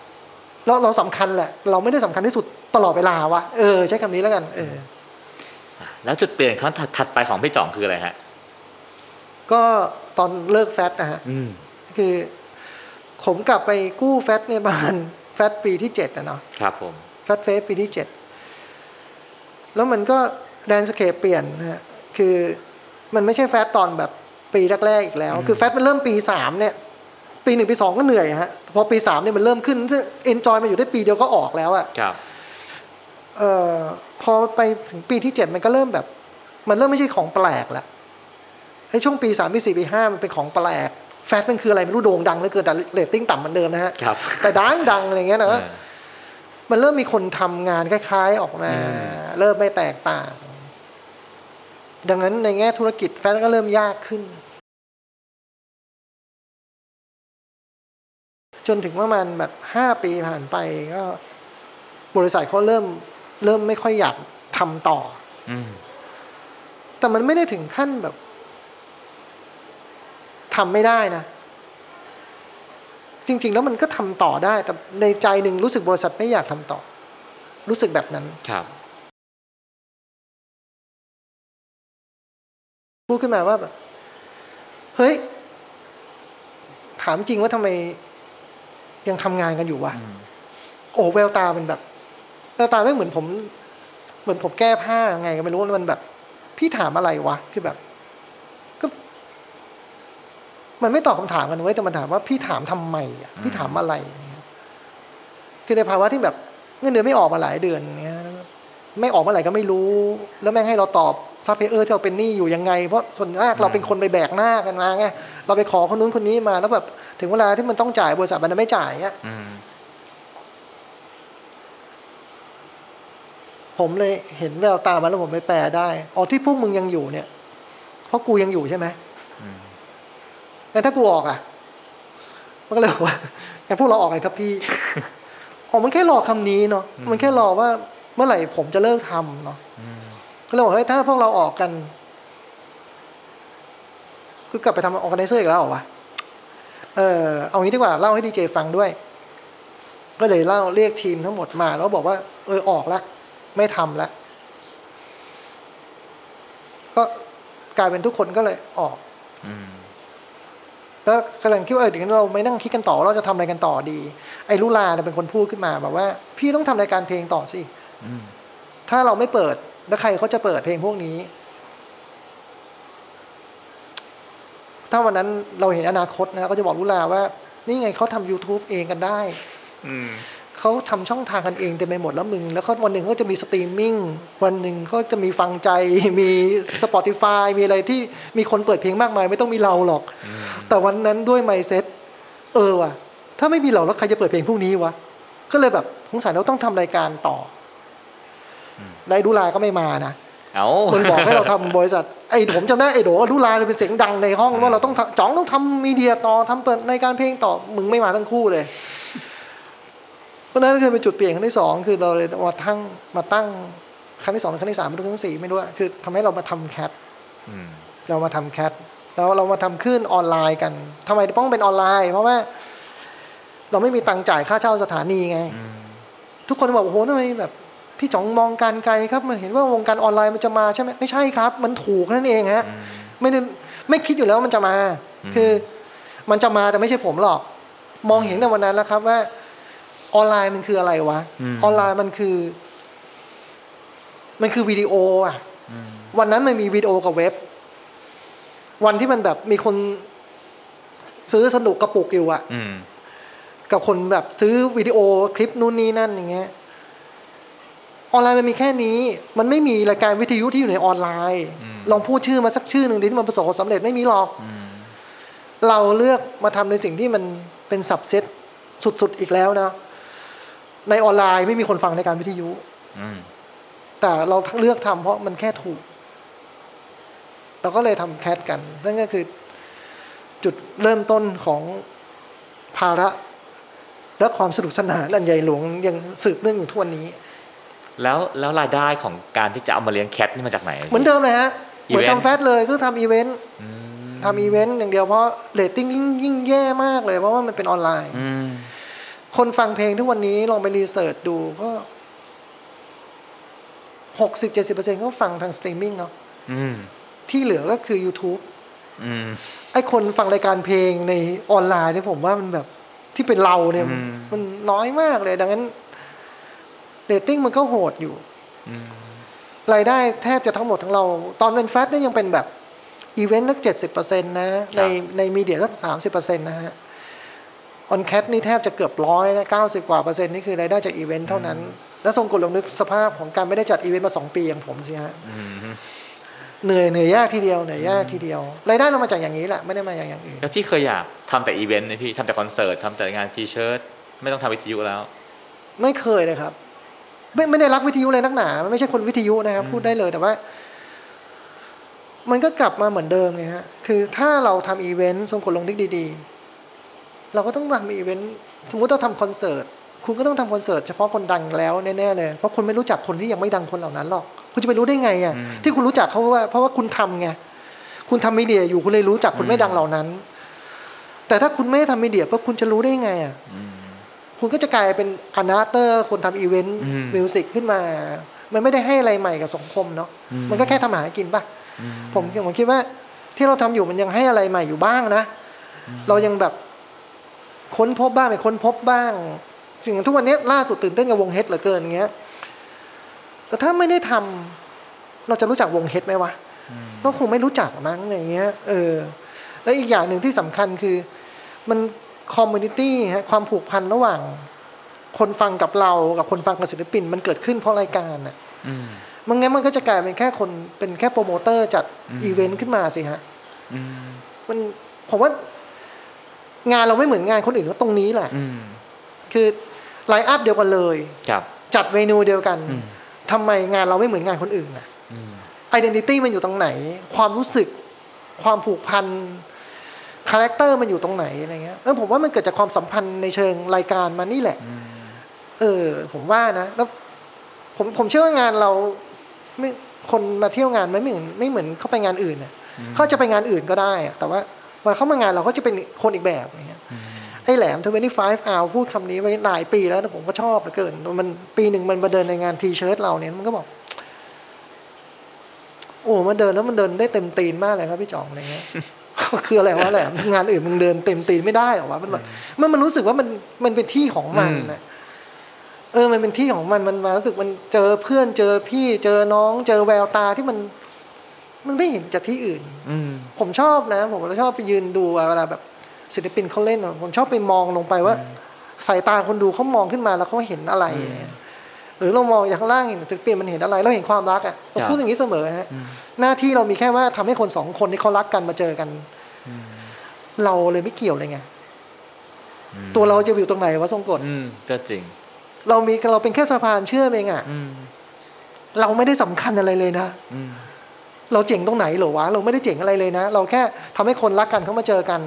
[SPEAKER 1] เราเราสำคัญแหละ เราไม่ได้สำคัญที่สุดตลอดเวลาวะเออใช้คำนี้แล้วกัน เออ
[SPEAKER 3] แล้วจุดเปลี่ยนครั้งถัดถัดไปของพี่จ่องคืออะไรฮะ
[SPEAKER 1] ก็ตอนเลิกแฟตนะฮะ
[SPEAKER 3] อืม
[SPEAKER 1] คือ ผมกลับไปกู้แฟตเนี่ยประมาณแฟตปีที่เจ็ดนะเนาะ
[SPEAKER 3] ครับผม
[SPEAKER 1] แฟตเฟสปีที่เจ็ดแล้วมันก็แดนสเคปเปลี่ยนนะฮะ คือมันไม่ใช่แฟตตอนแบบปีแรกๆอีกแล้ว คือแฟตมันเริ่มปีสามเนี่ย ปีหนึ่งปีสองก็เหนื่อยฮะ พอปีสามเนี่ยมันเริ่มขึ้นซึ่งเอนจอยมันอยู่ได้ปีเดียวก็ออกแล้วอะ
[SPEAKER 3] ครับ
[SPEAKER 1] เอ่อพอไปถึงปีที่เจ็ดมันก็เริ่มแบบ มันเริ่มไม่ใช่ของแปลกละไอ้ช่วงปีสามปีสี่ปีห้ามันเป็นของแปลก แฟตมันคืออะไรไม่รู้โด่งดังเหลือเกินแต่เรตติ้งต่ำเหมือนเดิมนะฮะ
[SPEAKER 3] ครับ
[SPEAKER 1] แต่ดังดังอะไรเงี้ย
[SPEAKER 3] เอ
[SPEAKER 1] นะ
[SPEAKER 3] อ
[SPEAKER 1] มันเริ่มมีคนทำงานคล้ายๆออกมา
[SPEAKER 3] อืม
[SPEAKER 1] เริ่มไม่แตกต่าง ดังนั้นในแง่ธุรกิจแฟตก็เริ่มยากขึ้น จนถึงประมาณแบบห้าปีผ่านไปก็ บริษัทเขาเริ่ม เริ่มไม่ค่อยอยากทำต่อ
[SPEAKER 3] อืม
[SPEAKER 1] แต่มันไม่ได้ถึงขั้นแบบทำไม่ได้นะ จริง ๆ แล้วมันก็ทำต่อได้ แต่ในใจหนึ่งรู้สึกบริษัทไม่อยากทำต่อ รู้สึกแบบนั้น
[SPEAKER 3] ครับ
[SPEAKER 1] พูดขึ้นมาว่าแบบเฮ้ย ถามจริงว่าทำไมยังทำงานกันอยู่วะ
[SPEAKER 3] อืม
[SPEAKER 1] โอ้แววตามันแบบแววตาไม่เหมือนผม เหมือนผมแก้ผ้ายังไงก็ไม่รู้แล้วมันแบบ พี่ถามอะไรวะ คือแบบ ก็ มันไม่ตอบคำถามกันไว้ยแต่มันถามว่าพี่ถามทำไมอะพี่ถามอะไร คือในภาวะที่แบบเงินเดือนไม่ออกมาหลายเดือนเงี้ยแล้วก็ไม่ออกเมื่อไหร่ก็ไม่รู้ แล้วแม่งให้เราตอบซัพพลายเออร์ที่เราเป็นหนี้อยู่ยังไง เพราะส่วนมากเราเป็นคนไปแบกหน้ากันมาไงเราไปขอคนนู้นคนนี้มาแล้วแบบถึงเวลาที่มันต้องจ่ายบริษัทมันไม่จ่ายเงี้ย
[SPEAKER 3] อืม
[SPEAKER 1] ผมเลยเห็นแววตามันแล้วผมไปแปลได้ อ๋อที่พวกมึงยังอยู่เนี่ย เพราะกูยังอยู่ใช่ไหมงั้นถ้ากูออกอ่ะ มันก็เลยบอกว่างั้นพวกเราออกเลยครับ [LAUGHS] พี่ อ๋อมันแค่รอคำนี้เนาะ มันแค่รอว่าเมื่อไหร่ผมจะเลิกทำเนาะก็เลยบอกเฮ้ยถ้าพวกเราออกกัน คือกลับไปทำออร์แกไนเซอร์อีกแล้วเหรอวะ เออเอางี้ดีกว่าเล่าให้ดีเจฟังด้วย ก็เลยเล่าเรียกทีมทั้งหมดมา แล้วบอกว่า เออออกละ ไม่ทำละ ก็กลายเป็นทุกคนก็เลยออก
[SPEAKER 3] อืม
[SPEAKER 1] แล้วกำลังคิดว่าเออเดี๋ยวเราไม่นั่งคิดกันต่อว่าเราจะทำอะไรกันต่อดี ไอ้ลุลาเนี่ยเป็นคนพูดขึ้นมาแบบว่า พี่ต้องทำรายการเพลงต่อสิ
[SPEAKER 3] อืม
[SPEAKER 1] ถ้าเราไม่เปิด แล้วใครเขาจะเปิดเพลงพวกนี้ ถ้าวันนั้นเราเห็นอนาคตนะก็จะบอกลุลาว่า นี่ไงเขาทำ YouTube เองกันได้
[SPEAKER 3] อืม
[SPEAKER 1] เขาทำช่องทางกันเองเต็มไปหมดแล้วมึง แล้วเขาวันหนึ่งเขาจะมีสตรีมมิ่ง วันหนึ่งเขาจะมีฟังใจ [LAUGHS] มี Spotify มีอะไรที่มีคนเปิดเพลงมากมาย ไม่ต้องมีเราหรอก แต่วันนั้นด้วยไมเซ็ตเออว่ะ ถ้าไม่มีเราแล้วใครจะเปิดเพลงพวกนี้วะ ก็เลยแบบสงสัยเราต้องทำรายการต่ออไดดูลาก็ไม่มานะ
[SPEAKER 3] เอา
[SPEAKER 1] คนบอกให้เราทำบริษัทไอ้ผมจำได้ไอ้โดดูลาเลยเป็นเสียงดังในห้องว่าเราต้องทำจ๋องต้องทำมีเดียต่อทำเปิดในการเพลงต่อมึงไม่มาทั้งคู่เลย เพราะฉะนั้นก็คือเป็นจุดเปลี่ยนครั้งที่สองคือเราเลยมาทั้งมาตั้งครั้งที่สองครั้งที่สามครั้งที่สี่ไม่รู้อะคือทำให้เรามาทำแคป
[SPEAKER 3] [LAUGHS] อืม
[SPEAKER 1] เรามาทำแคทแล้วเรามาทำคลื่นออนไลน์กันทำไมต้องเป็นออนไลน์ เพราะว่า เราไม่มีตังค์จ่ายค่าเช่าสถานีไง ทุกคนบอกโอ้โหทำไมแบบ พี่จ๋องมองการไกลครับ มันเห็นว่าวงการออนไลน์มันจะมาใช่ไหมไม่ใช่ครับ มันถูกนั่นเองฮะไม่ได้ไม่คิดอยู่แล้วว่ามันจะมา คือมันจะมาแต่ไม่ใช่ผมหรอก มองเห็นในวันนั้นแล้วครับว่า ออนไลน์มันคืออะไรวะออนไลน์มันคือ มันคือวิดีโออะวันนั้นมันมีวิดีโอกับเว็บ วันที่มันแบบมีคนซื้อสนุกกระปุกอยู่อะ
[SPEAKER 3] อืม
[SPEAKER 1] กับคนแบบซื้อวิดีโอคลิปนู่นนี่นั่นอย่างเงี้ยออนไลน์มันมีแค่นี้ มันไม่มีรายการวิทยุที่อยู่ในออนไลน์ ลองพูดชื่อมาสักชื่อหนึ่งดิที่มันประสบความสำเร็จไม่มีหรอก
[SPEAKER 3] อืม
[SPEAKER 1] เราเลือกมาทำในสิ่งที่มันเป็นสับเซตสุดๆอีกแล้วนะ ในออนไลน์ไม่มีคนฟังในการวิทยุ
[SPEAKER 3] อืม
[SPEAKER 1] แต่เราเลือกทำเพราะมันแค่ถูก เราก็เลยทำแคทกัน นั่นก็คือ จุดเริ่มต้นของภาระ และความสนุกสนานอันใหญ่หลวงยังสืบเนื่องอยู่ทุกวันนี้
[SPEAKER 3] แล้วแล้วรายได้ของการที่จะเอามาเลี้ยงแคทนี่มาจากไหน
[SPEAKER 1] เหมือนเดิมเลยฮะ เหมือน
[SPEAKER 3] Event
[SPEAKER 1] ทำแฟตเลยก็ทำอีเวนต์ทำอีเวนต์อย่างเดียวเพราะเรตติ้งยิ่งยิ่งแย่มากเลย เพราะว่ามันเป็นออนไลน์
[SPEAKER 3] อืม
[SPEAKER 1] คนฟังเพลงทุกวันนี้ลองไปรีเสิร์ชดูก็หกสิบเจ็ดสิบเปอร์เซ็นต์ก็ฟังทางสตรีมมิ่งเนาะ
[SPEAKER 3] อืม
[SPEAKER 1] ที่เหลือก็คือ YouTube
[SPEAKER 3] อืม
[SPEAKER 1] ไอ้คนฟังรายการเพลงในออนไลน์เนี่ยผมว่ามันแบบที่เป็นเราเนี่ย
[SPEAKER 3] อืม
[SPEAKER 1] มันน้อยมากเลย ดังนั้นเรตติ้งมันก็โหดอยู่รายได้แทบจะทั้งหมดทั้งเรา ตอนเป็นแฟตเนี่ยยังเป็นแบบ อีเวนต์สักเจ็ดสิบเปอร์เซ็นต์นะ ในในมีเดียสักสามสิบเปอร์เซ็นต์นะฮะออนแคทนี่แทบจะเกือบร้อยนะเก้าสิบกว่าเปอร์เซ็นต์นี่คือรายได้จากอีเวนต์เท่านั้น แล้วทรงกลลองนึกสภาพของการไม่ได้จัดอีเวนต์มาสองปีอย่างผมสิฮะ เหนื่อยเหนื่อยยากทีเดียวเหนื่อยยากทีเดียวรายได้เรามาจากอย่างนี้แหละไม่ได้มาจากอย่างอื่น
[SPEAKER 3] แล้วพี่เคยอยากทำแต่อีเวนต์นะพี่ทำแต่คอนเสิร์ตทำแต่งานทีเชิร์ตไม่ต้องทำวิทยุแล้ว
[SPEAKER 1] ไม่เคยเลยครับ ไม่ไม่ได้รักวิทยุเลยนักหนา มันไม่ใช่คนวิทยุนะครับ พูดได้เลยแต่ว่า มันก็กลับมาเหมือนเดิมไงฮะ คือถ้าเราทำอีเวนต์สมกลลงดิกดีๆ เราก็ต้องทำอีเวนต์สมมติเราทำคอนเสิร์ตคุณก็ต้องทำคอนเสิร์ตเฉพาะคนดังแล้วแน่ๆเลยเพราะคุณไม่รู้จักคนที่ยังไม่ดังคนเหล่านั้นหรอก คุณจะไปรู้ได้ไงอ่ะที่คุณรู้จักเขาว่าเพราะว่าคุณทำไงคุณทำมีเดียอยู่คุณเลยรู้จักคนไม่ดังเหล่านั้น แต่ถ้าคุณไม่ทำมีเดียปุ๊บคุณจะรู้ได้ไงอ่ะคุณก็จะกลายเป็นอนาเตอร์คนทำอีเวนต์
[SPEAKER 3] อืม
[SPEAKER 1] มิวสิกขึ้นมา มันไม่ได้ให้อะไรใหม่กับสังคมเนาะมันก็แค่ทำอาหากินปะ ผมผมคิดว่า ที่เราทำอยู่มันยังให้อะไรใหม่อยู่บ้างนะ เรายังแบบค้นพบบ้างไม่ค้นพบบ้างถึงทุกวันนี้ล่าสุดตื่นเต้นกับวงเฮดเหลือเกินเงี้ยแต่ถ้าไม่ได้ทำเราจะรู้จักวงเฮดไหมวะก็คงไม่รู้จักมั้งอย่างเงี้ย เออ ใน และอีกอย่างหนึ่งที่สำคัญคือมันคอมมูนิตี้ฮะความผูกพันระหว่าง คนฟังกับเรากับคนฟังกับศิลปิน มันเกิดขึ้นเพราะรายการอ่ะ
[SPEAKER 3] อืม
[SPEAKER 1] มันงั้นมันก็จะกลายเป็นแค่คนเป็นแค่โปรโมเตอร์จัด
[SPEAKER 3] อืม
[SPEAKER 1] อีเวนต์ขึ้นมาสิฮะ
[SPEAKER 3] อืม
[SPEAKER 1] มันผมว่า งานเราไม่เหมือนงานคนอื่นก็ตรงนี้แหละ
[SPEAKER 3] อืม
[SPEAKER 1] คือไลน์อัพเดียวกันเลย
[SPEAKER 3] ครับ
[SPEAKER 1] จัดเมนูเดียวกัน
[SPEAKER 3] อืม
[SPEAKER 1] ทำไมงานเราไม่เหมือนงานคนอื่นอ่ะ
[SPEAKER 3] อืม
[SPEAKER 1] ไอดีนิตี้มันอยู่ตรงไหน ความรู้สึก ความผูกพัน คาแรคเตอร์มันอยู่ตรงไหนอะไรเงี้ย เออผมว่ามันเกิดจากความสัมพันธ์ในเชิงรายการมันนี่แหละ เออ ผมว่านะ แล้ว ผมผมเชื่อว่างานเราไม่คนมาเที่ยวงานมันไม่เหมือนไม่เหมือนเข้าไปงานอื่นน่ะเขาจะไปงานอื่นก็ได้อะแต่ว่าวันเข้ามางานเราก็จะเป็นคนอีกแบบอะไรเงี้ย ไอ้แหลมทเวนตี้ไฟฟ์อาพูดคำนี้ไว้หลายปีแล้วนะผมก็ชอบเหลือเกิน มันปีหนึ่งมันมาเดินในงานทีเชิร์ตเราเนี่ยมันก็บอก โอ้มันเดินแล้วมันเดินได้เต็มตีนมากเลยครับพี่จ่องอะไรเงี้ย [LAUGHS] คืออะไรวะแหลมงานอื่นมึงเดินเต็มตีนไม่ได้หรอวะมันแบบมันมันรู้สึกว่ามันมันเป็นที่ของมัน
[SPEAKER 3] อืม
[SPEAKER 1] นะเออ มันเป็นที่ของมันมันมารู้สึกมันเจอเพื่อนเจอพี่เจอน้องเจอแววตาที่มัน มันไม่เห็นจากที่อื่น
[SPEAKER 3] อืม
[SPEAKER 1] ผมชอบนะ ผมก็ชอบไปยืนดูเวลาแบบศิลปินเขาเล่นอะผมชอบไปมองลงไปว่าสายตาคนดูเขามองขึ้นมาแล้วเขาเห็นอะไรเนี่ยหรือเรามองจากข้างล่างเห็นศิลปินมันเห็นอะไรเราเห็นความรักอ่ะผม
[SPEAKER 3] จ้ะ
[SPEAKER 1] พูดอย่างนี้เสมอฮะหน้าที่เรามีแค่ว่าทำให้คนสองคนที่เขารักกันมาเจอกัน เราเลยไม่เกี่ยวเลยไงตัวเราจะอยู่ตรงไหนวะทรงกฎ
[SPEAKER 3] อืมก็จริง
[SPEAKER 1] เรามีเราเป็นแค่สะพานเชื่อมเองอ่ะ
[SPEAKER 3] อืม
[SPEAKER 1] เราไม่ได้สำคัญอะไรเลยนะ
[SPEAKER 3] อืม
[SPEAKER 1] เราเจ๋งตรงไหนเหรอวะ เราไม่ได้เจ๋งอะไรเลยนะ เราแค่ทำให้คนรักกันเขามาเจอกัน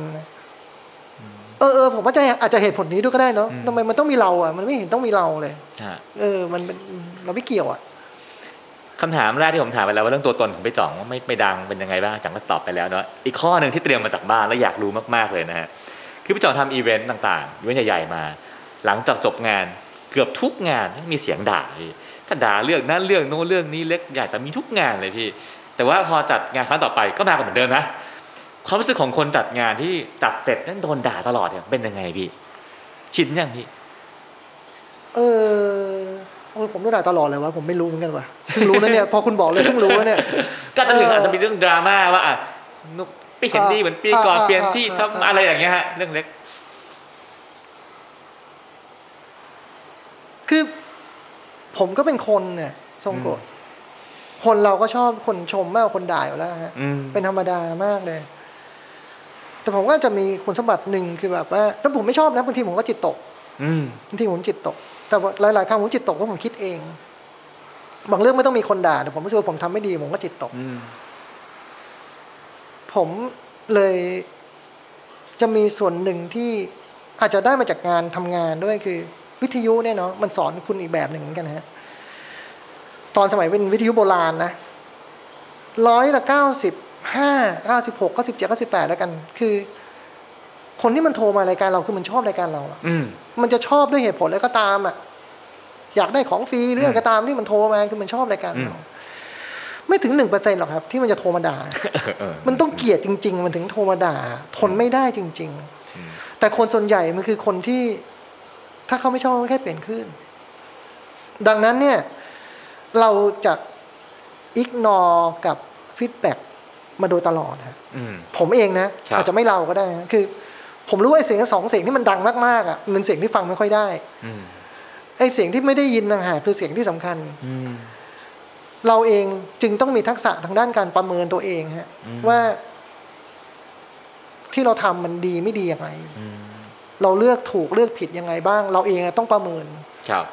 [SPEAKER 1] เออเออผมว่าจะอาจจะเหตุผลนี้ด้วยก็ได้เนาะทำไมมันต้องมีเราอ่ะ มันไม่เห็นต้องมีเราเลย
[SPEAKER 3] ฮะ
[SPEAKER 1] เออ มันเป็นเราไม่เกี่ยวอ่ะ
[SPEAKER 3] คำถามแรกที่ผมถามไปแล้วว่าเรื่องตัวตนของพี่จ่องว่าไม่ไม่ดังเป็นยังไงบ้างจังก็ตอบไปแล้วเนาะอีกข้อหนึ่งที่เตรียมมาจากบ้านแล้วอยากรู้มากๆเลยนะฮะคือพี่จ่องทำอีเวนต์ต่างๆอีเวนต์ใหญ่ๆมา หลังจากจบงานเกือบทุกงานมีเสียงด่าพี่ถ้าด่าเรื่องนั้นเรื่องโน้นเรื่องนี้เล็กใหญ่แต่มีทุกงานเลยพี่ แต่ว่าพอจัดงานครั้งต่อไปก็มากันเหมือนเดิมนะความรู้สึกของคนจัดงานที่จัดเสร็จนั้นโดนด่าตลอดเนี่ยเป็นยังไงพี่ ชินยังพี่
[SPEAKER 1] เออโอ้ยผมโดนด่าตลอดเลยวะ ผมไม่รู้เหมือนกันวะเพิ่งรู้นะ [LAUGHS] เนี่ย พอคุณบอกเลยเพิ่งรู้นะเนี่ย
[SPEAKER 3] ก็จะถึ
[SPEAKER 1] เอ
[SPEAKER 3] ง
[SPEAKER 1] ออ
[SPEAKER 3] อาจจะมีเรื่องดราม่าว่าอ่ะนุ๊กไม่เห็นดีเหมือนปีก่อน
[SPEAKER 1] อ่าอ่า
[SPEAKER 3] เปลี่ยนที่
[SPEAKER 1] อ่า
[SPEAKER 3] ทำ
[SPEAKER 1] อ่า
[SPEAKER 3] อะไรอย่างเงี้ยฮะเรื่องเล็ก
[SPEAKER 1] คือ ผมก็เป็นคนเนี่ยทรงกฎคนเราก็ชอบคนชมมากกว่าคนด่าอยู่แล้วฮะ
[SPEAKER 3] อืม
[SPEAKER 1] เป็นธรรมดามากเลย แต่ผมก็จะมีคุณสมบัติหนึ่งคือแบบว่าถ้าผมไม่ชอบนะบางทีผมก็จิตตก
[SPEAKER 3] อืม
[SPEAKER 1] บางทีผมจิตตก แต่ว่าหลาย ๆ ครั้งผมจิตตกเพราะผมคิดเอง บางเรื่องไม่ต้องมีคนด่าแต่ผมรู้สึกว่าผมทำไม่ดีผมก็จิตตก
[SPEAKER 3] อืม
[SPEAKER 1] ผมเลยจะมีส่วนหนึ่งที่อาจจะได้มาจากงานทำงานด้วยคือ วิทยุเนี่ยเนาะมันสอนคุณอีกแบบหนึ่งเหมือนกันฮะตอนสมัยเป็นวิทยุโบราณนะร้อยละเก้าสิบห้าเก้าสิบหกเก้าสิบเจ็ดเก้าสิบแปดแล้วกัน คือ คนที่มันโทรมารายการเราคือมันชอบรายการเราอะ
[SPEAKER 3] อืม
[SPEAKER 1] มันจะชอบด้วยเหตุผลแล้วก็ตามอะอยากได้ของฟรีหรืออะไรก็ตามที่มันโทรมาคือมันชอบรายการเราไม่ถึงหนึ่งเปอร์เซ็นต์หรอกครับ ที่มันจะโทรมาด่า
[SPEAKER 3] เออ
[SPEAKER 1] มันต้องเกลียดจริง ๆ มันถึงโทรมาด่า ทนไม่ได้จริง
[SPEAKER 3] อืม
[SPEAKER 1] ๆ แต่คนส่วนใหญ่มันคือคนที่ ถ้าเขาไม่ชอบก็แค่เปลี่ยนขึ้น ดังนั้นเนี่ย เราจะอิกนอกับฟีดแบ็มาโดยตลอดฮะ
[SPEAKER 3] อืม
[SPEAKER 1] ผมเองนะครับ อาจจะไม่เราก็ได้นะคือ ผมรู้ว่าไอ้เสียงสองเสียงที่มันดังมากๆอ่ะมันเป็นเสียงที่ฟังไม่ค่อยได้
[SPEAKER 3] อืม
[SPEAKER 1] ไอ้เสียงที่ไม่ได้ยินต่างหากคือเสียงที่สำคัญ
[SPEAKER 3] อืม
[SPEAKER 1] เราเองจึงต้องมีทักษะทางด้านการประเมินตัวเองฮะว่า ที่เราทำมันดีไม่ดียังไง
[SPEAKER 3] อืม
[SPEAKER 1] เราเลือกถูกเลือกผิดยังไงบ้าง เราเองอะต้องประเมิน
[SPEAKER 3] ครับ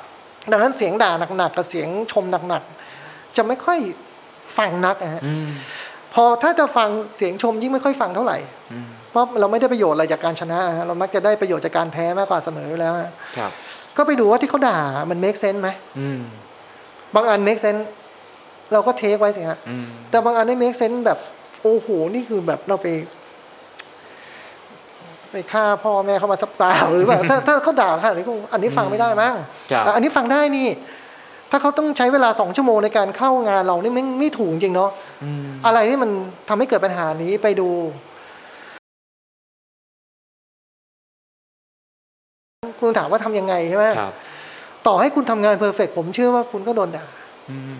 [SPEAKER 1] ดังนั้นเสียงด่าหนักๆกับเสียงชมหนักๆจะไม่ค่อยฟังนักอะฮะ
[SPEAKER 3] อืม
[SPEAKER 1] พอถ้าจะฟังเสียงชมยิ่งไม่ค่อยฟังเท่าไหร่
[SPEAKER 3] อืม
[SPEAKER 1] เพราะเราไม่ได้ประโยชน์อะไรจากการชนะฮะเรามักจะได้ประโยชน์จากการแพ้มากกว่าเสมออยู่แล้วฮะ
[SPEAKER 3] ครับ
[SPEAKER 1] ก็ไปดูว่าที่เขาด่ามัน make sense ไหม
[SPEAKER 3] อืม
[SPEAKER 1] บางอัน make sense เราก็เทคไว้สิฮะ
[SPEAKER 3] อืม
[SPEAKER 1] แต่บางอันได้ make sense แบบ โอ้โห นี่คือแบบเราไป ไปฆ่าพ่อแม่เขามาสับเปล่า [LAUGHS] หรือแบบถ้าถ้าเขาด่าค่ะนี่ก็อันนี้ฟังไม่ได้มั้ง
[SPEAKER 3] ครับ
[SPEAKER 1] แต่อันนี้ฟังได้นี่ ถ้าเขาต้องใช้เวลาสองชั่วโมงในการเข้างานเรานี่ไม่ไม่ถูกจริงเนาะ
[SPEAKER 3] อืม
[SPEAKER 1] อะไรที่มันทำให้เกิดปัญหานี้ไปดู คุณถามว่าทำยังไงใช่ไหม
[SPEAKER 3] ครับ
[SPEAKER 1] ต่อให้คุณทำงานเพอร์เฟกผมเชื่อว่าคุณก็โดนด่า
[SPEAKER 3] อืม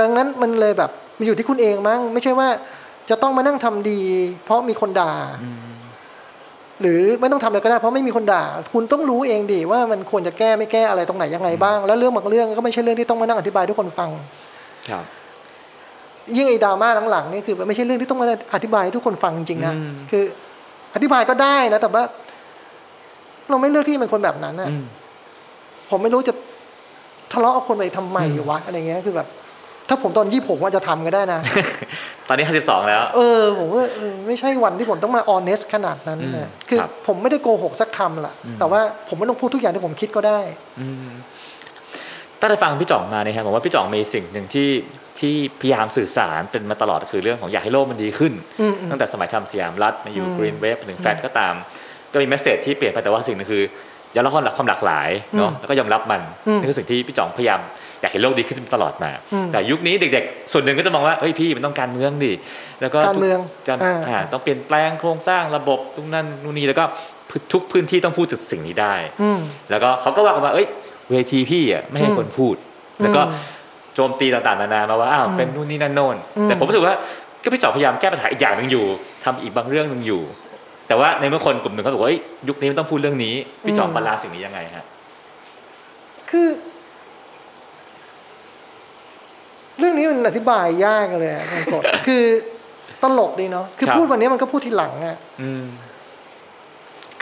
[SPEAKER 1] ดังนั้นมันเลยแบบมันอยู่ที่คุณเองมั้งไม่ใช่ว่า จะต้องมานั่งทำดี เพราะมีคนด่า
[SPEAKER 3] อืม
[SPEAKER 1] หรือไม่ต้องทำอะไรก็ได้เพราะไม่มีคนด่า คุณต้องรู้เองดิว่ามันควรจะแก้ไม่แก้อะไรตรงไหนยังไงบ้าง แล้วเรื่องบางเรื่องก็ไม่ใช่เรื่องที่ต้องมานั่งอธิบายให้ทุกคนฟัง
[SPEAKER 3] ครับ [LAUGHS]
[SPEAKER 1] ยิ่งไอ้ดราม่าหลังๆนี่คือมันไม่ใช่เรื่องที่ต้องมาอธิบายให้ทุกคนฟังจริงๆนะ
[SPEAKER 3] อืม
[SPEAKER 1] คืออธิบายก็ได้นะแต่ว่า เราไม่เลือกที่เป็นคนแบบนั้นนะ
[SPEAKER 3] อืม
[SPEAKER 1] ผมไม่รู้จะทะเลาะกับคนไปทำไมวะอะไรเงี้ยคือแบบ ถ้าผมตอนยี่ผมว่าจะทำก็ได้นะ
[SPEAKER 3] ตอนนี้ 52 แล้ว
[SPEAKER 1] เออผมว่าเออไม่ใช่วันที่ผมต้องมาออนเนสขนาดนั้น
[SPEAKER 3] อืม
[SPEAKER 1] นะคือ
[SPEAKER 3] ครับ
[SPEAKER 1] ผมไม่ได้โกหกสักคำล่ะ
[SPEAKER 3] อืม
[SPEAKER 1] แต่ว่าผมไม่ต้องพูดทุกอย่างที่ผมคิดก็ได้
[SPEAKER 3] อืมตั้งแต่ฟังพี่จ่องมาเนี่ยครับผมว่าพี่จ่องมีสิ่งหนึ่งที่ที่พยายามสื่อสารเป็นมาตลอดคือเรื่องของอยากให้โลกมันดีขึ้น
[SPEAKER 1] อืมอืม
[SPEAKER 3] ตั้งแต่สมัยทำสยามรัฐมาอยู่
[SPEAKER 1] อืม
[SPEAKER 3] กรีนเวฟถึงแฟนก็ตาม ก็มีเมสเซจที่เปลี่ยนไปแต่ว่าสิ่งหนึงคือยอมรับความหลากความหลากหลายเนาะ
[SPEAKER 1] อืม
[SPEAKER 3] แล้วก็ยอมรับมัน
[SPEAKER 1] อืม
[SPEAKER 3] นี่คือสิ่งที่พี่จ่องพยายามอยากให้โลกดีขึ้นตลอดมา
[SPEAKER 1] อืม
[SPEAKER 3] แต่ยุคนี้เด็กๆ ส่วนหนึ่งก็จะมองว่าเฮ้ยพี่มันต้องการเมืองดิแล้วก็
[SPEAKER 1] การเมือง
[SPEAKER 3] จะ
[SPEAKER 1] อ่า
[SPEAKER 3] อ่าต้องเปลี่ยนแปลงโครงสร้างระบบตรงนั้นนู่นนี่แล้วก็ทุกพื้นที่ต้องพูดถึงสิ่งนี้ได้
[SPEAKER 1] อืม
[SPEAKER 3] แล้วก็เขาก็ว่ากันว่าเอ้ยเวทีพี่อ่ะไม่ให้คนพูด
[SPEAKER 1] อืม
[SPEAKER 3] แล้วก็โจมตีต่างๆนานามาว่าอ้าว
[SPEAKER 1] อืม
[SPEAKER 3] เป็นนู่นนี่นั่นโน่น
[SPEAKER 1] อืม
[SPEAKER 3] แต่ผมรู้สึกว่าก็พี่จอบพยายามแก้ปัญหาอีกอย่างหนึ่งอยู่ทำอีกบางเรื่องหนึ่งอยู่ แต่ว่าในเมื่อคนกลุ่มหนึ่งเขาบอกว่าเอ้ยยุคนี้มันต้องพูดเรื่องนี้พี่จอบบาลานซ์สิ่งนี้ยังไงฮะ
[SPEAKER 1] คือ เรื่องนี้มันอธิบายยากเลยอะมันก [LAUGHS] ด คือตลกดีเนาะคือพูดวันนี้มันก็พูดทีหลังอะ
[SPEAKER 3] อืม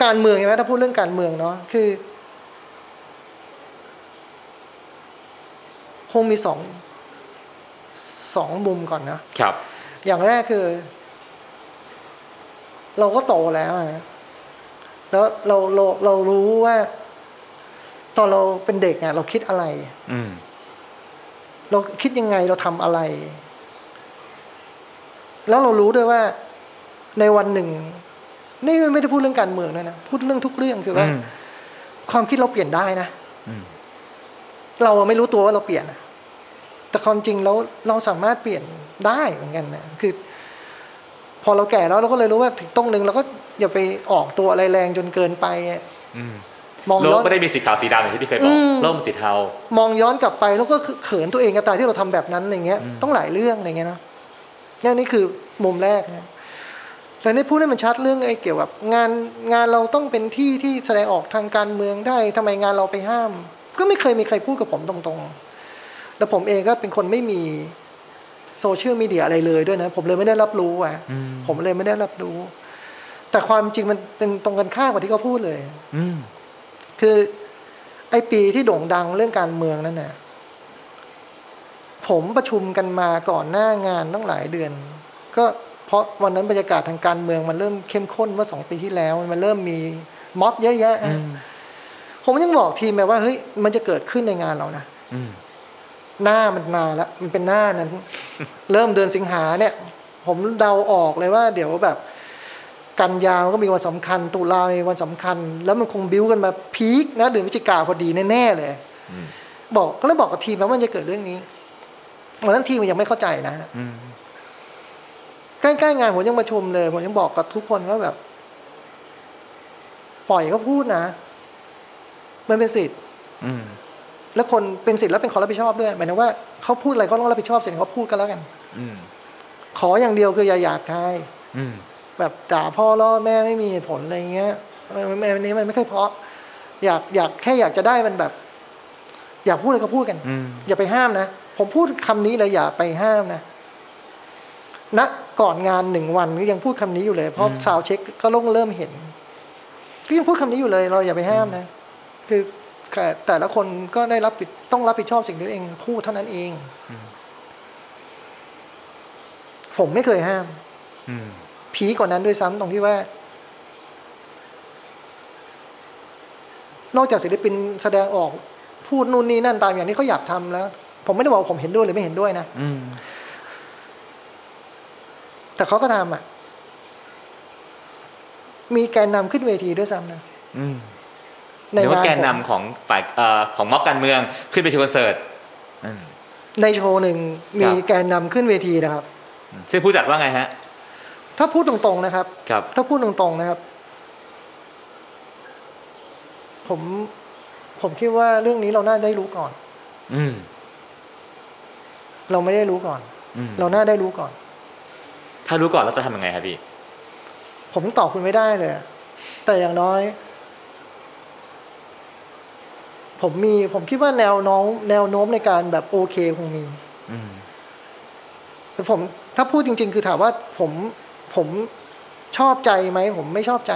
[SPEAKER 1] การเมืองใช่ไหมถ้าพูดเรื่องการเมืองเนาะคือ คงมีสองสองมุมก่อนนะ
[SPEAKER 3] ครับ
[SPEAKER 1] อย่างแรกคือ เราก็โตแล้วอะแล้วเราเราเรารู้ว่า ตอนเราเป็นเด็กอะเราคิดอะไร
[SPEAKER 3] อืม
[SPEAKER 1] เราคิดยังไงเราทำอะไร แล้วเรารู้ด้วยว่าในวันหนึ่ง นี่ไม่ได้พูดเรื่องการเมืองนะนะพูดเรื่องทุกเรื่องคือว่า
[SPEAKER 3] อืม
[SPEAKER 1] ความคิดเราเปลี่ยนได้นะ
[SPEAKER 3] อืม
[SPEAKER 1] เราอะไม่รู้ตัวว่าเราเปลี่ยนอะแต่ความจริงแล้วเราสามารถเปลี่ยนได้เหมือนกันนะคือ พอเราแก่แล้วเราก็เลยรู้ว่าถึงตรงหนึ่งเราก็อย่าไปออกตัวอะไรแรงจนเกินไปอะ
[SPEAKER 3] อืม
[SPEAKER 1] มอง
[SPEAKER 3] โล
[SPEAKER 1] ย้
[SPEAKER 3] ก
[SPEAKER 1] อน
[SPEAKER 3] ไม่ได้มีสีขาวสีดำอย่างที่พี่เคยบอก
[SPEAKER 1] อืม
[SPEAKER 3] โลกมันสีเทา
[SPEAKER 1] มองย้อนกลับไปแล้วก็เขินตัวเองกับตายที่เราทำแบบนั้นอะไรเงี้ย
[SPEAKER 3] อืม
[SPEAKER 1] ต้องหลายเรื่องอะไรเงี้ยเนาะเนี่ยนี่คือมุมแรกนะแต่นี่พูดให้มันชัดเรื่องไอ้เกี่ยวกับงานงานเราต้องเป็นที่ที่แสดงออกทางการเมืองได้ทำไมงานเราไปห้าม ก็ไม่เคยมีใครพูดกับผมตรงๆ แล้วผมเองก็เป็นคนไม่มีโซเชียลมีเดียอะไรเลยด้วยนะ ผมเลยไม่ได้รับรู้อ่ะ
[SPEAKER 3] อืม
[SPEAKER 1] ผมเลยไม่ได้รับรู้ แต่ความจริงมันเป็นตรงกันข้ามกับที่เขาพูดเลย
[SPEAKER 3] อืม
[SPEAKER 1] คือไอปีที่โด่งดังเรื่องการเมืองนั่นน่ะผมประชุมกันมาก่อนหน้างานตั้งหลายเดือน ก็เพราะวันนั้นบรรยากาศทางการเมืองมันเริ่มเข้มข้นเมื่อสองปีที่แล้ว มันเริ่มมีม็อบเยอะแยะ
[SPEAKER 3] อืม
[SPEAKER 1] ผมยังบอกทีมไปว่าเฮ้ยมันจะเกิดขึ้นในงานเรานะ
[SPEAKER 3] อืม
[SPEAKER 1] หน้ามันนานละมันเป็นหน้า
[SPEAKER 3] [LAUGHS]
[SPEAKER 1] นั้น เริ่มเดือนสิงหาเนี่ย ผมเดาออกเลยว่า เดี๋ยวแบบ กันยามันก็มีวันสำคัญ ตุลามีวันสำคัญ แล้วมันคงบิ้วกันมาพีคนะเดือนพฤศจิกาพอดีแน่ๆเลย
[SPEAKER 3] อืม
[SPEAKER 1] บอกก็เลยบอกกับทีมว่ามันจะเกิดเรื่องนี้วันนั้นทีมมันยังไม่เข้าใจนะฮะ
[SPEAKER 3] อืม
[SPEAKER 1] ใกล้ๆงานผมยังประชุมเลยผมยังบอกกับทุกคนว่าแบบ ปล่อยก็พูดนะ มันเป็นสิทธิ์
[SPEAKER 3] อืม
[SPEAKER 1] และคนเป็นสิทธิ์แล้วเป็นคนรับผิดชอบด้วยหมายถึงว่าเขาพูดอะไรก็ต้องรับผิดชอบสิ่งที่เขาพูดกันแล้วกัน
[SPEAKER 3] อืม
[SPEAKER 1] ขออย่างเดียวคืออย่าหยาบคาย
[SPEAKER 3] อืม
[SPEAKER 1] แบบด่าพ่อล่อแม่ไม่มีเหตุผลอะไรเงี้ยไม่ไม่อันนี้มันไม่ค่อยเพราะ อยากอยากแค่อยากจะได้มันแบบ อยากพูดอะไรก็พูดกัน
[SPEAKER 3] อืม
[SPEAKER 1] อย่าไปห้ามนะ ผมพูดคำนี้เลยอย่าไปห้ามนะณก่อนงานหนึ่งวันก็ยังพูดคำนี้อยู่เลย เพราะสาวด์เช็คก็ลงเริ่มเห็นก็ยังพูดคำนี้อยู่เลย เราอย่าไปห้ามนะ คือแต่แต่ละคนก็ได้รับผิดต้องรับผิดชอบสิ่งที่ตัวเองพูดเท่านั้นเอง ผมไม่เคยห้าม
[SPEAKER 3] อืม
[SPEAKER 1] ผีกว่านั้นด้วยซ้ำตรงที่ว่า นอกจากศิลปินแสดงออกพูดนู่นนี่นั่นตามอย่างที่เขาอยากทำแล้ว ผมไม่ได้บอกว่าผมเห็นด้วยหรือไม่เห็นด้วยนะ
[SPEAKER 3] อืม
[SPEAKER 1] แต่เขาก็ทำอ่ะ มีแกนนำขึ้นเวทีด้วยซ้ำนะ
[SPEAKER 3] อืม
[SPEAKER 1] ใน
[SPEAKER 3] หรือว่า
[SPEAKER 1] ผม
[SPEAKER 3] แกนนำของฝ่ายเอ่อของม็อบการเมืองขึ้นไปทีคอนเสิร์ตอืม
[SPEAKER 1] ในโชว์หนึ่งมี
[SPEAKER 3] ครับ
[SPEAKER 1] แกนนำขึ้นเวทีนะครับ
[SPEAKER 3] ซึ่งผู้จัดว่าไงฮะ
[SPEAKER 1] ถ้าพูดตรงๆนะครับ
[SPEAKER 3] ครับ
[SPEAKER 1] ถ้าพูดตรงๆนะครับ ผม ผมคิดว่าเรื่องนี้เราน่าได้รู้ก่อน
[SPEAKER 3] อืม
[SPEAKER 1] เราไม่ได้รู้ก่อน
[SPEAKER 3] อืม
[SPEAKER 1] เราน่าได้รู้ก่อน
[SPEAKER 3] ถ้ารู้ก่อนเราจะทำยังไงครับพี่
[SPEAKER 1] ผมตอบคุณไม่ได้เลยอะแต่อย่างน้อย ผมมีผมคิดว่าแนวโน้มแนวโน้มในการแบบโอเคคงมี
[SPEAKER 3] อืม
[SPEAKER 1] แต่ผมถ้าพูดจริง ๆ คือถามว่าผมผมชอบใจไหมผมไม่ชอบใจ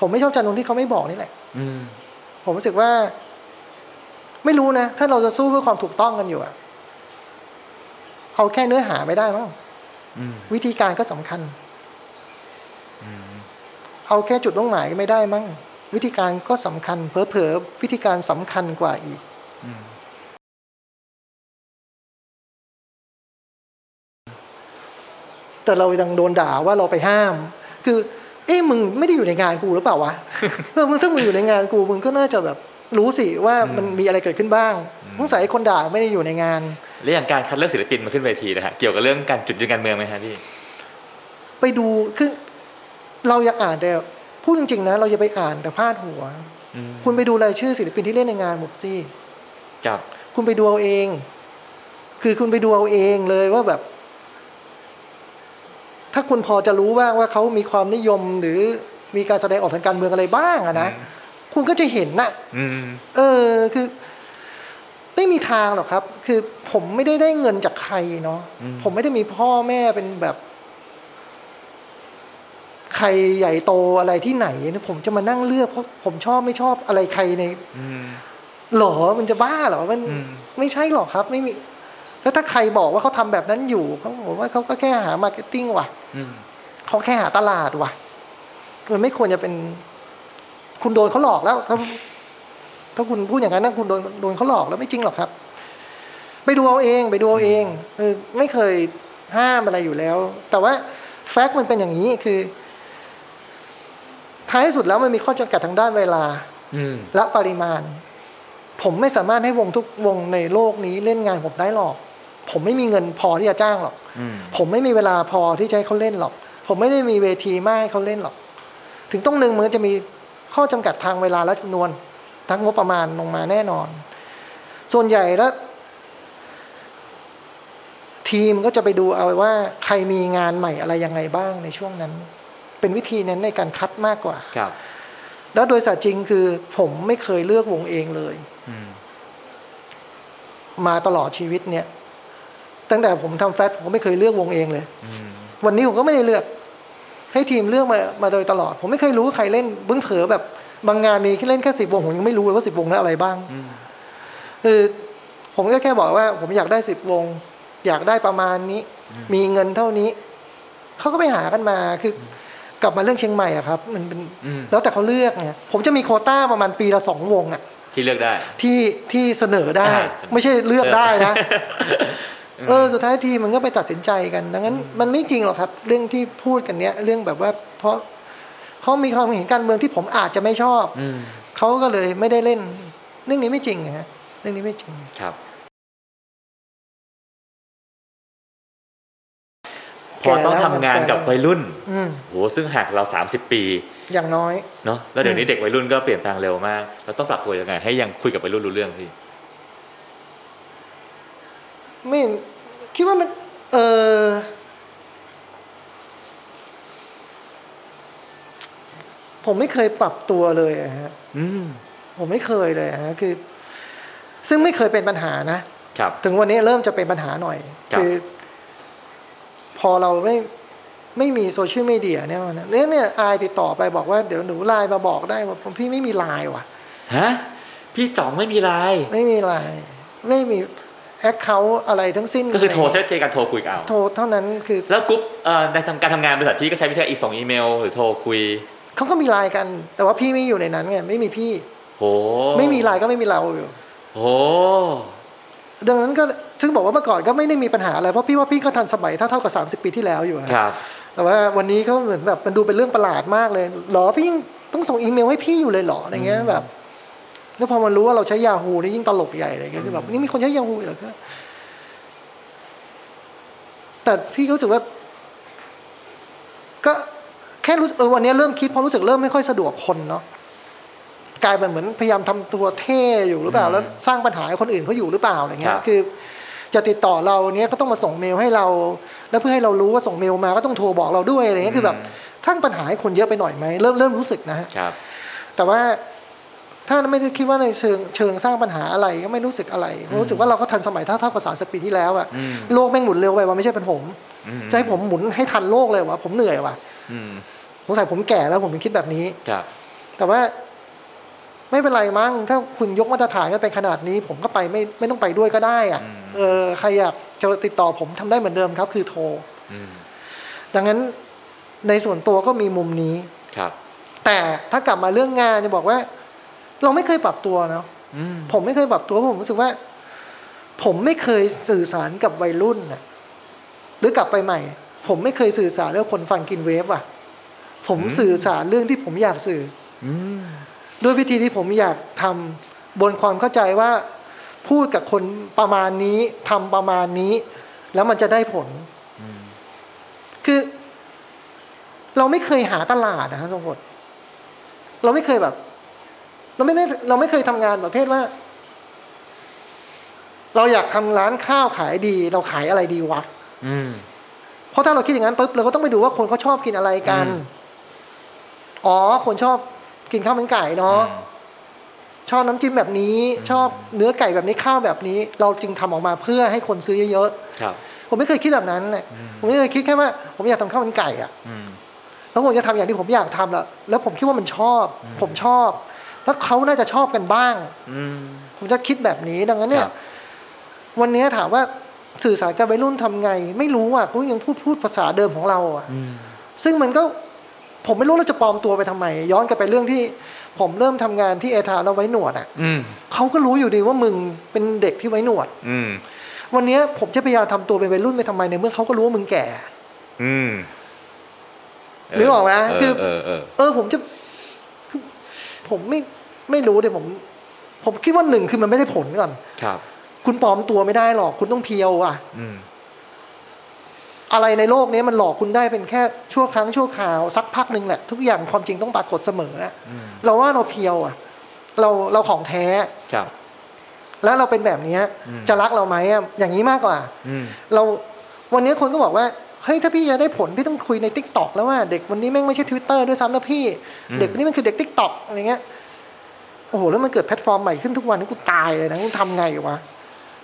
[SPEAKER 1] ผมไม่ชอบใจตรงที่เขาไม่บอกนี่แหละ
[SPEAKER 3] อืม
[SPEAKER 1] ผมรู้สึกว่า ไม่รู้นะ ถ้าเราจะสู้เพื่อความถูกต้องกันอยู่อะเอาแค่เนื้อหาไม่ได้มั้ง
[SPEAKER 3] อืม
[SPEAKER 1] วิธีการก็สำคัญ
[SPEAKER 3] อืม
[SPEAKER 1] เอาแค่จุดมุ่งหมายก็ไม่ได้มั้งวิธีการก็สำคัญเผลอๆวิธีการสำคัญกว่าอีก
[SPEAKER 3] อืม
[SPEAKER 1] แต่เรายังโดนด่าว่าเราไปห้าม คือ เอ้มึงไม่ได้อยู่ในงานกูหรือเป
[SPEAKER 3] [LAUGHS]
[SPEAKER 1] ล่าวะ เออมึงถ้ามึงอยู่ในงานกูมึงก็น่าจะแบบรู้สิว่ามันมีอะไรเกิดขึ้นบ้างสงสัยคนด่าไม่ได้อยู่ในงาน
[SPEAKER 3] และอย่างการคัดเลือกศิลปินมาขึ้นเวทีนะฮะเกี่ยวกับเรื่องการจุดยืนการเมืองไหมฮะพี่
[SPEAKER 1] ไปดูคือเราอยากอ่านแต่พูดจริงๆนะเราจะไปอ่านแต่พาดหัว
[SPEAKER 3] อืม
[SPEAKER 1] คุณไปดูรายชื่อศิลปินที่เล่นในงานหมดสิ
[SPEAKER 3] ครับ
[SPEAKER 1] คุณไปดูเอาเอง คือคุณไปดูเอาเองเลยว่าแบบ ถ้าคุณพอจะรู้บ้างว่าเขามีความนิยมหรือมีการแสดงออกทางการเมืองอะไรบ้างอะนะ
[SPEAKER 3] อืม
[SPEAKER 1] คุณก็จะเห็นนะ
[SPEAKER 3] อืม
[SPEAKER 1] เออ คือ ไม่มีทางหรอกครับ คือผมไม่ได้ได้เงินจากใครเนาะ ผมไม่ได้มีพ่อแม่เป็นแบบ ใครใหญ่โตอะไรที่ไหนนะผมจะมานั่งเลือกเพราะผมชอบไม่ชอบอะไรใครใน
[SPEAKER 3] อืม
[SPEAKER 1] หรอ มันจะบ้าเหรอ มัน
[SPEAKER 3] อืม
[SPEAKER 1] ไม่ใช่หรอกครับ ไม่มี แล้วถ้าใครบอกว่าเขาทำแบบนั้นอยู่เขาบอกว่าเขาก็แค่หามาร์เก็ตติ้งว่ะ
[SPEAKER 3] อืม
[SPEAKER 1] เขาแค่หาตลาดว่ะ มันไม่ควรจะเป็น คุณโดนเขาหลอกแล้วถ้าถ้าคุณพูดอย่างนั้นนะคุณโดนโดนเขาหลอกแล้วไม่จริงหรอกครับ ไปดูเอาเอง ไปดูเอาเองเออไม่เคยห้ามอะไรอยู่แล้ว แต่ว่าแฟกต์มันเป็นอย่างนี้คือ ท้ายสุดแล้วมันมีข้อจำกัดทางด้านเวลา
[SPEAKER 3] อืม
[SPEAKER 1] และปริมาณ ผมไม่สามารถให้วงทุกวงในโลกนี้เล่นงานผมได้หรอก ผมไม่มีเงินพอที่จะจ้างหรอก
[SPEAKER 3] อืม
[SPEAKER 1] ผมไม่มีเวลาพอที่จะให้เขาเล่นหรอก ผมไม่ได้มีเวทีมากให้เขาเล่นหรอก ถึงต้องหนึ่งมันจะมีข้อจำกัดทางเวลาและจำนวน ทั้งงบประมาณลงมาแน่นอน ส่วนใหญ่แล้ว ทีมก็จะไปดูเอาว่า ใครมีงานใหม่อะไรยังไงบ้างในช่วงนั้น เป็นวิธีนั้นในการคัดมากกว่า
[SPEAKER 3] ครับ
[SPEAKER 1] แล้วโดยสัตว์จริงคือผมไม่เคยเลือกวงเองเลย
[SPEAKER 3] อืม
[SPEAKER 1] มาตลอดชีวิตเนี่ย ตั้งแต่ผมทำแฟตผมก็ไม่เคยเลือกวงเองเลย
[SPEAKER 3] อืม
[SPEAKER 1] วันนี้ผมก็ไม่ได้เลือก ให้ทีมเลือกมามาโดยตลอด ผมไม่เคยรู้ว่าใครเล่นเบื้องเผลอแบบบางงานมีแค่เล่นแค่สิบวงผมยังไม่รู้เลยว่าสิบวงนั้นอะไรบ้าง
[SPEAKER 3] อืม
[SPEAKER 1] คือผมก็แค่บอกว่า ผมอยากได้สิบวง อยากได้ประมาณนี้ มีเงินเท่านี้เขาก็ไปหากันมาคือกลับมาเรื่องเชียงใหม่อะครับ มันเป็น
[SPEAKER 3] อืม
[SPEAKER 1] แล้วแต่เขาเลือกไงผมจะมีโควต้าประมาณปีละสองวงอะ
[SPEAKER 3] ที่เลือกได้
[SPEAKER 1] ที่ที่เสนอได้
[SPEAKER 3] อ่าเสนอ
[SPEAKER 1] ไม่ใช่เลือกได้นะ เออสุดท้ [LAUGHS] ายทีมมันก็ไปตัดสินใจกันดังนั้น มันไม่จริงหรอกครับ เรื่องที่พูดกันเนี้ยเรื่องแบบว่า เพราะเขามีความเห็นการเมืองที่ผมอาจจะไม่ชอบ
[SPEAKER 3] อืม
[SPEAKER 1] เขาก็เลยไม่ได้เล่น เรื่องนี้ไม่จริงอะฮะเรื่องนี้ไม่จริง
[SPEAKER 3] ครับพ
[SPEAKER 1] แก่
[SPEAKER 3] อ
[SPEAKER 1] แล้ว
[SPEAKER 3] ต้องทำงาน
[SPEAKER 1] มันแก่
[SPEAKER 3] กับวัยรุ่น
[SPEAKER 1] อืม
[SPEAKER 3] โหซึ่งหากเรา 30 ปี
[SPEAKER 1] อย่างน้อย
[SPEAKER 3] เนาะแล้วเดี๋ยวนี้
[SPEAKER 1] อืม
[SPEAKER 3] เด็กวัยรุ่นก็เปลี่ยนแปลงเร็วมาก เราต้องปรับตัวยังไง ให้ยังคุยกับวัยรุ่นรู้เรื่องพี่
[SPEAKER 1] ไม่คิดว่ามัน เออผมไม่เคยปรับตัวเลยอะฮะ
[SPEAKER 3] อืม
[SPEAKER 1] ผมไม่เคยเลยฮะคือ ซึ่งไม่เคยเป็นปัญหานะ
[SPEAKER 3] ครับ
[SPEAKER 1] ถึงวันนี้เริ่มจะเป็นปัญหาหน่อย
[SPEAKER 3] ครับ
[SPEAKER 1] พอเราไม่ไม่มีโซเชียลมีเดียเนี่ยมันเนี่ยเนี่ยอายติดต่อไปบอกว่าเดี๋ยวหนูไลน์มาบอกได้ว่าผมพี่ไม่มีไลน์ว่ะ
[SPEAKER 3] ฮะพี่จ่องไม่มีไลน์
[SPEAKER 1] ไม่มีไลน์ไม่มีแอคเคาท์อะไรทั้งสิ้น
[SPEAKER 3] ก็คือโทรใช้เทการโทรคุยเอา
[SPEAKER 1] โทรเท่านั้นคือ
[SPEAKER 3] แล้วกรุ๊ปเอ่อในทำการทำงานบริษัทพี่ก็ใช้วิธีอีกสองอีเมล หรือโทรคุย
[SPEAKER 1] เขาก็มีไลน์กัน แต่ว่าพี่ไม่อยู่ในนั้นไงไม่มีพี่
[SPEAKER 3] โห
[SPEAKER 1] ไม่มีไลน์ก็ไม่มีเราอยู่
[SPEAKER 3] โห
[SPEAKER 1] ดังนั้นก็ถึงบอกว่าเมื่อก่อนก็ไม่ได้มีปัญหาอะไรเพราะพี่ว่าพี่ก็ทันสมัยเท่าเท่าๆกับ30 ปีที่แล้วอยู่อะ
[SPEAKER 3] ครับ
[SPEAKER 1] แต่ว่าวันนี้เขาเหมือนแบบมันดูเป็นเรื่องประหลาดมากเลยหรอพี่ยังต้องส่งอีเมลให้พี่อยู่เลยเหรออะไรเงี้ยแบบ แล้วพอมันรู้ว่าเราใช้ยา o ูนี่ยิ่งตลกใหญ่เลยก็คือแบบนี่มีคนใช้ยา o ูเหรอก็แต่พี่รู้สึกว่า ก็แค่รู้สึกเออวันนี้เริ่มคิดเพราะรู้สึกเริ่มไม่ค่อยสะดวกคนเนาะกลายเป็นเหมือนพยายามทำตัวเท่อยู่หรือเปล่า แล้วสร้างปัญหาให้คนอื่นเขาอยู่หรือเปล่าอะไรเงี้
[SPEAKER 3] ครั
[SPEAKER 1] ย
[SPEAKER 3] บ
[SPEAKER 1] คือ จ จะติดต่อเราเนี้ยก็ต้องมาส่งเมลให้เรา แล้วเพื่อให้เรารู้ว่าส่งเมลมาก็ต้องโทรบอกเราด้วยอะไรเงี้ยคือแบบทั้งปัญหาให้คนเยอะไปหน่อยไหมเริ่มเริ่มรู้สึกนะฮะ
[SPEAKER 3] ครับ
[SPEAKER 1] แต่ว่าถ้าไม่ได้คิดว่าในเชิงเชิงสร้างปัญหาอะไรก็ไม่รู้สึกอะไรรู้สึกว่าเราก็ทันสมัยเท่าเท่ากับสามสิบปีที่แล้วอะ
[SPEAKER 3] อืม
[SPEAKER 1] โลกแม่งหมุนเร็วไปว่าไม่ใช่เป็นผม
[SPEAKER 3] อื
[SPEAKER 1] จะให้ผมหมุนให้ทันโลกเลยวะผมเหนื่อยวะ
[SPEAKER 3] อืม
[SPEAKER 1] สงสัยผมแก่แล้วผมถึงคิดแบบนี้
[SPEAKER 3] ครับ
[SPEAKER 1] แต่ว่าไม่เป็นไรมั้งถ้าคุณยกมาตรฐานกันไปขนาดนี้ ผมก็ไปไม่ไม่ต้องไปด้วยก็ได้อะ
[SPEAKER 3] อืม
[SPEAKER 1] เออใครอยากจะติดต่อผมทำได้เหมือนเดิมครับ คือโทร
[SPEAKER 3] อืม
[SPEAKER 1] ดังนั้นในส่วนตัวก็มีมุมนี้
[SPEAKER 3] ครับ
[SPEAKER 1] แต่ถ้ากลับมาเรื่องงานจะบอกว่า เราไม่เคยปรับตัวเนาะ
[SPEAKER 3] อืม
[SPEAKER 1] ผมไม่เคยปรับตัวเพราะผมรู้สึกว่า ผมไม่เคยสื่อสารกับวัยรุ่นน่ะ หรือกลับไปใหม่ ผมไม่เคยสื่อสารเรื่องคนฟังกินเวฟอ่ะ ผมสื่อสารเรื่องที่ผมอยากสื่อ
[SPEAKER 3] อืม
[SPEAKER 1] ด้วยวิธีที่ผมอยากทำบนความเข้าใจว่า พูดกับคนประมาณนี้ทำประมาณนี้ แล้วมันจะได้ผล คือ เราไม่เคยหาตลาดนะฮะสมบทเราไม่เคยแบบ เราไม่ได้เราไม่เคยทำงานประเภทว่า เราอยากทำร้านข้าวขายดี เราขายอะไรดีวะ
[SPEAKER 3] อืม
[SPEAKER 1] เพราะถ้าเราคิดอย่างนั้นปุ๊บเราก็ต้องไปดูว่าคนเขาชอบกินอะไรกัน
[SPEAKER 3] อืม
[SPEAKER 1] อ๋อ คนชอบกินข้าวมันไก่เนาะ ชอบน้ำจิ้มแบบนี้ ชอบเนื้อไก่แบบนี้ข้าวแบบนี้ เราจึงทำออกมาเพื่อให้คนซื้อเยอะ
[SPEAKER 3] ครับ
[SPEAKER 1] ๆ ผมไม่เคยคิดแบบนั้นเลยผมไม่เคยคิดแค่ว่า ผมอยากทำข้าวมันไก่อะ
[SPEAKER 3] อืม
[SPEAKER 1] แล้วผมจะทำอย่างที่ผมอยากทำละแล้วผมคิดว่ามันชอบ ผมชอบ แล้วเขาน่าจะชอบกันบ้าง
[SPEAKER 3] อืม
[SPEAKER 1] ผมจะคิดแบบนี้ดังนั้นเนี่ย
[SPEAKER 3] ครับ
[SPEAKER 1] วันนี้ถามว่าสื่อสารกับวัยรุ่นทำไง ไม่รู้อ่ะกูยังพูดพูดภาษาเดิมของเราอ่ะ
[SPEAKER 3] อืม
[SPEAKER 1] ซึ่งมันก็ผมไม่รู้เราจะปลอมตัวไปทำไม ย้อนกลับไปเรื่องที่ผมเริ่มทำงานที่เอทาแล้วไว้หนวดอ่ะ
[SPEAKER 3] อืม
[SPEAKER 1] เขาก็รู้อยู่ดีว่ามึงเป็นเด็กที่ไว้หนวด
[SPEAKER 3] อืม
[SPEAKER 1] วันเนี้ยผมจะพยายามทำตัวเป็นวัยรุ่นไปทำไมในเมื่อเขาก็รู้ว่ามึงแก่
[SPEAKER 3] อืม
[SPEAKER 1] นึกออกไหม
[SPEAKER 3] เ
[SPEAKER 1] คือ
[SPEAKER 3] เออเออ
[SPEAKER 1] เออผมจะคือผมไม่ไม่รู้เดี๋ยวผม ผมคิดว่าหนึ่งคือมันไม่ได้ผลก่อน
[SPEAKER 3] ครับ
[SPEAKER 1] คุณปลอมตัวไม่ได้หรอก คุณต้องเพียวอ่ะ
[SPEAKER 3] อืม
[SPEAKER 1] อะไรในโลกนี้มันหลอกคุณได้เป็นแค่ชั่วครั้งชั่วคราวสักพักหนึ่งแหละ ทุกอย่างความจริงต้องปรากฏเสมออะ
[SPEAKER 3] อืม
[SPEAKER 1] เราว่าเราเพียวอ่ะ เราเราของแท้
[SPEAKER 3] ครับ
[SPEAKER 1] แล้วเราเป็นแบบเนี้ย
[SPEAKER 3] อืม
[SPEAKER 1] จะรักเราไหมอะอย่างนี้มากกว่า
[SPEAKER 3] อืม
[SPEAKER 1] เราวันนี้คนก็บอกว่าเฮ้ยถ้าพี่จะได้ผลพี่ต้องคุยในทิกตอกแล้วว่า เด็กวันนี้แม่งไม่ใช่ทวิตเตอร์ด้วยซ้ำนะพี่ เด็กวันนี้มันคือเด็กทิกตอกอะไรเงี้ยโอ้โหแล้วมันเกิดแพลตฟอร์มใหม่ขึ้นทุกวันนี่กูตายเลยนะกูทำไงวะ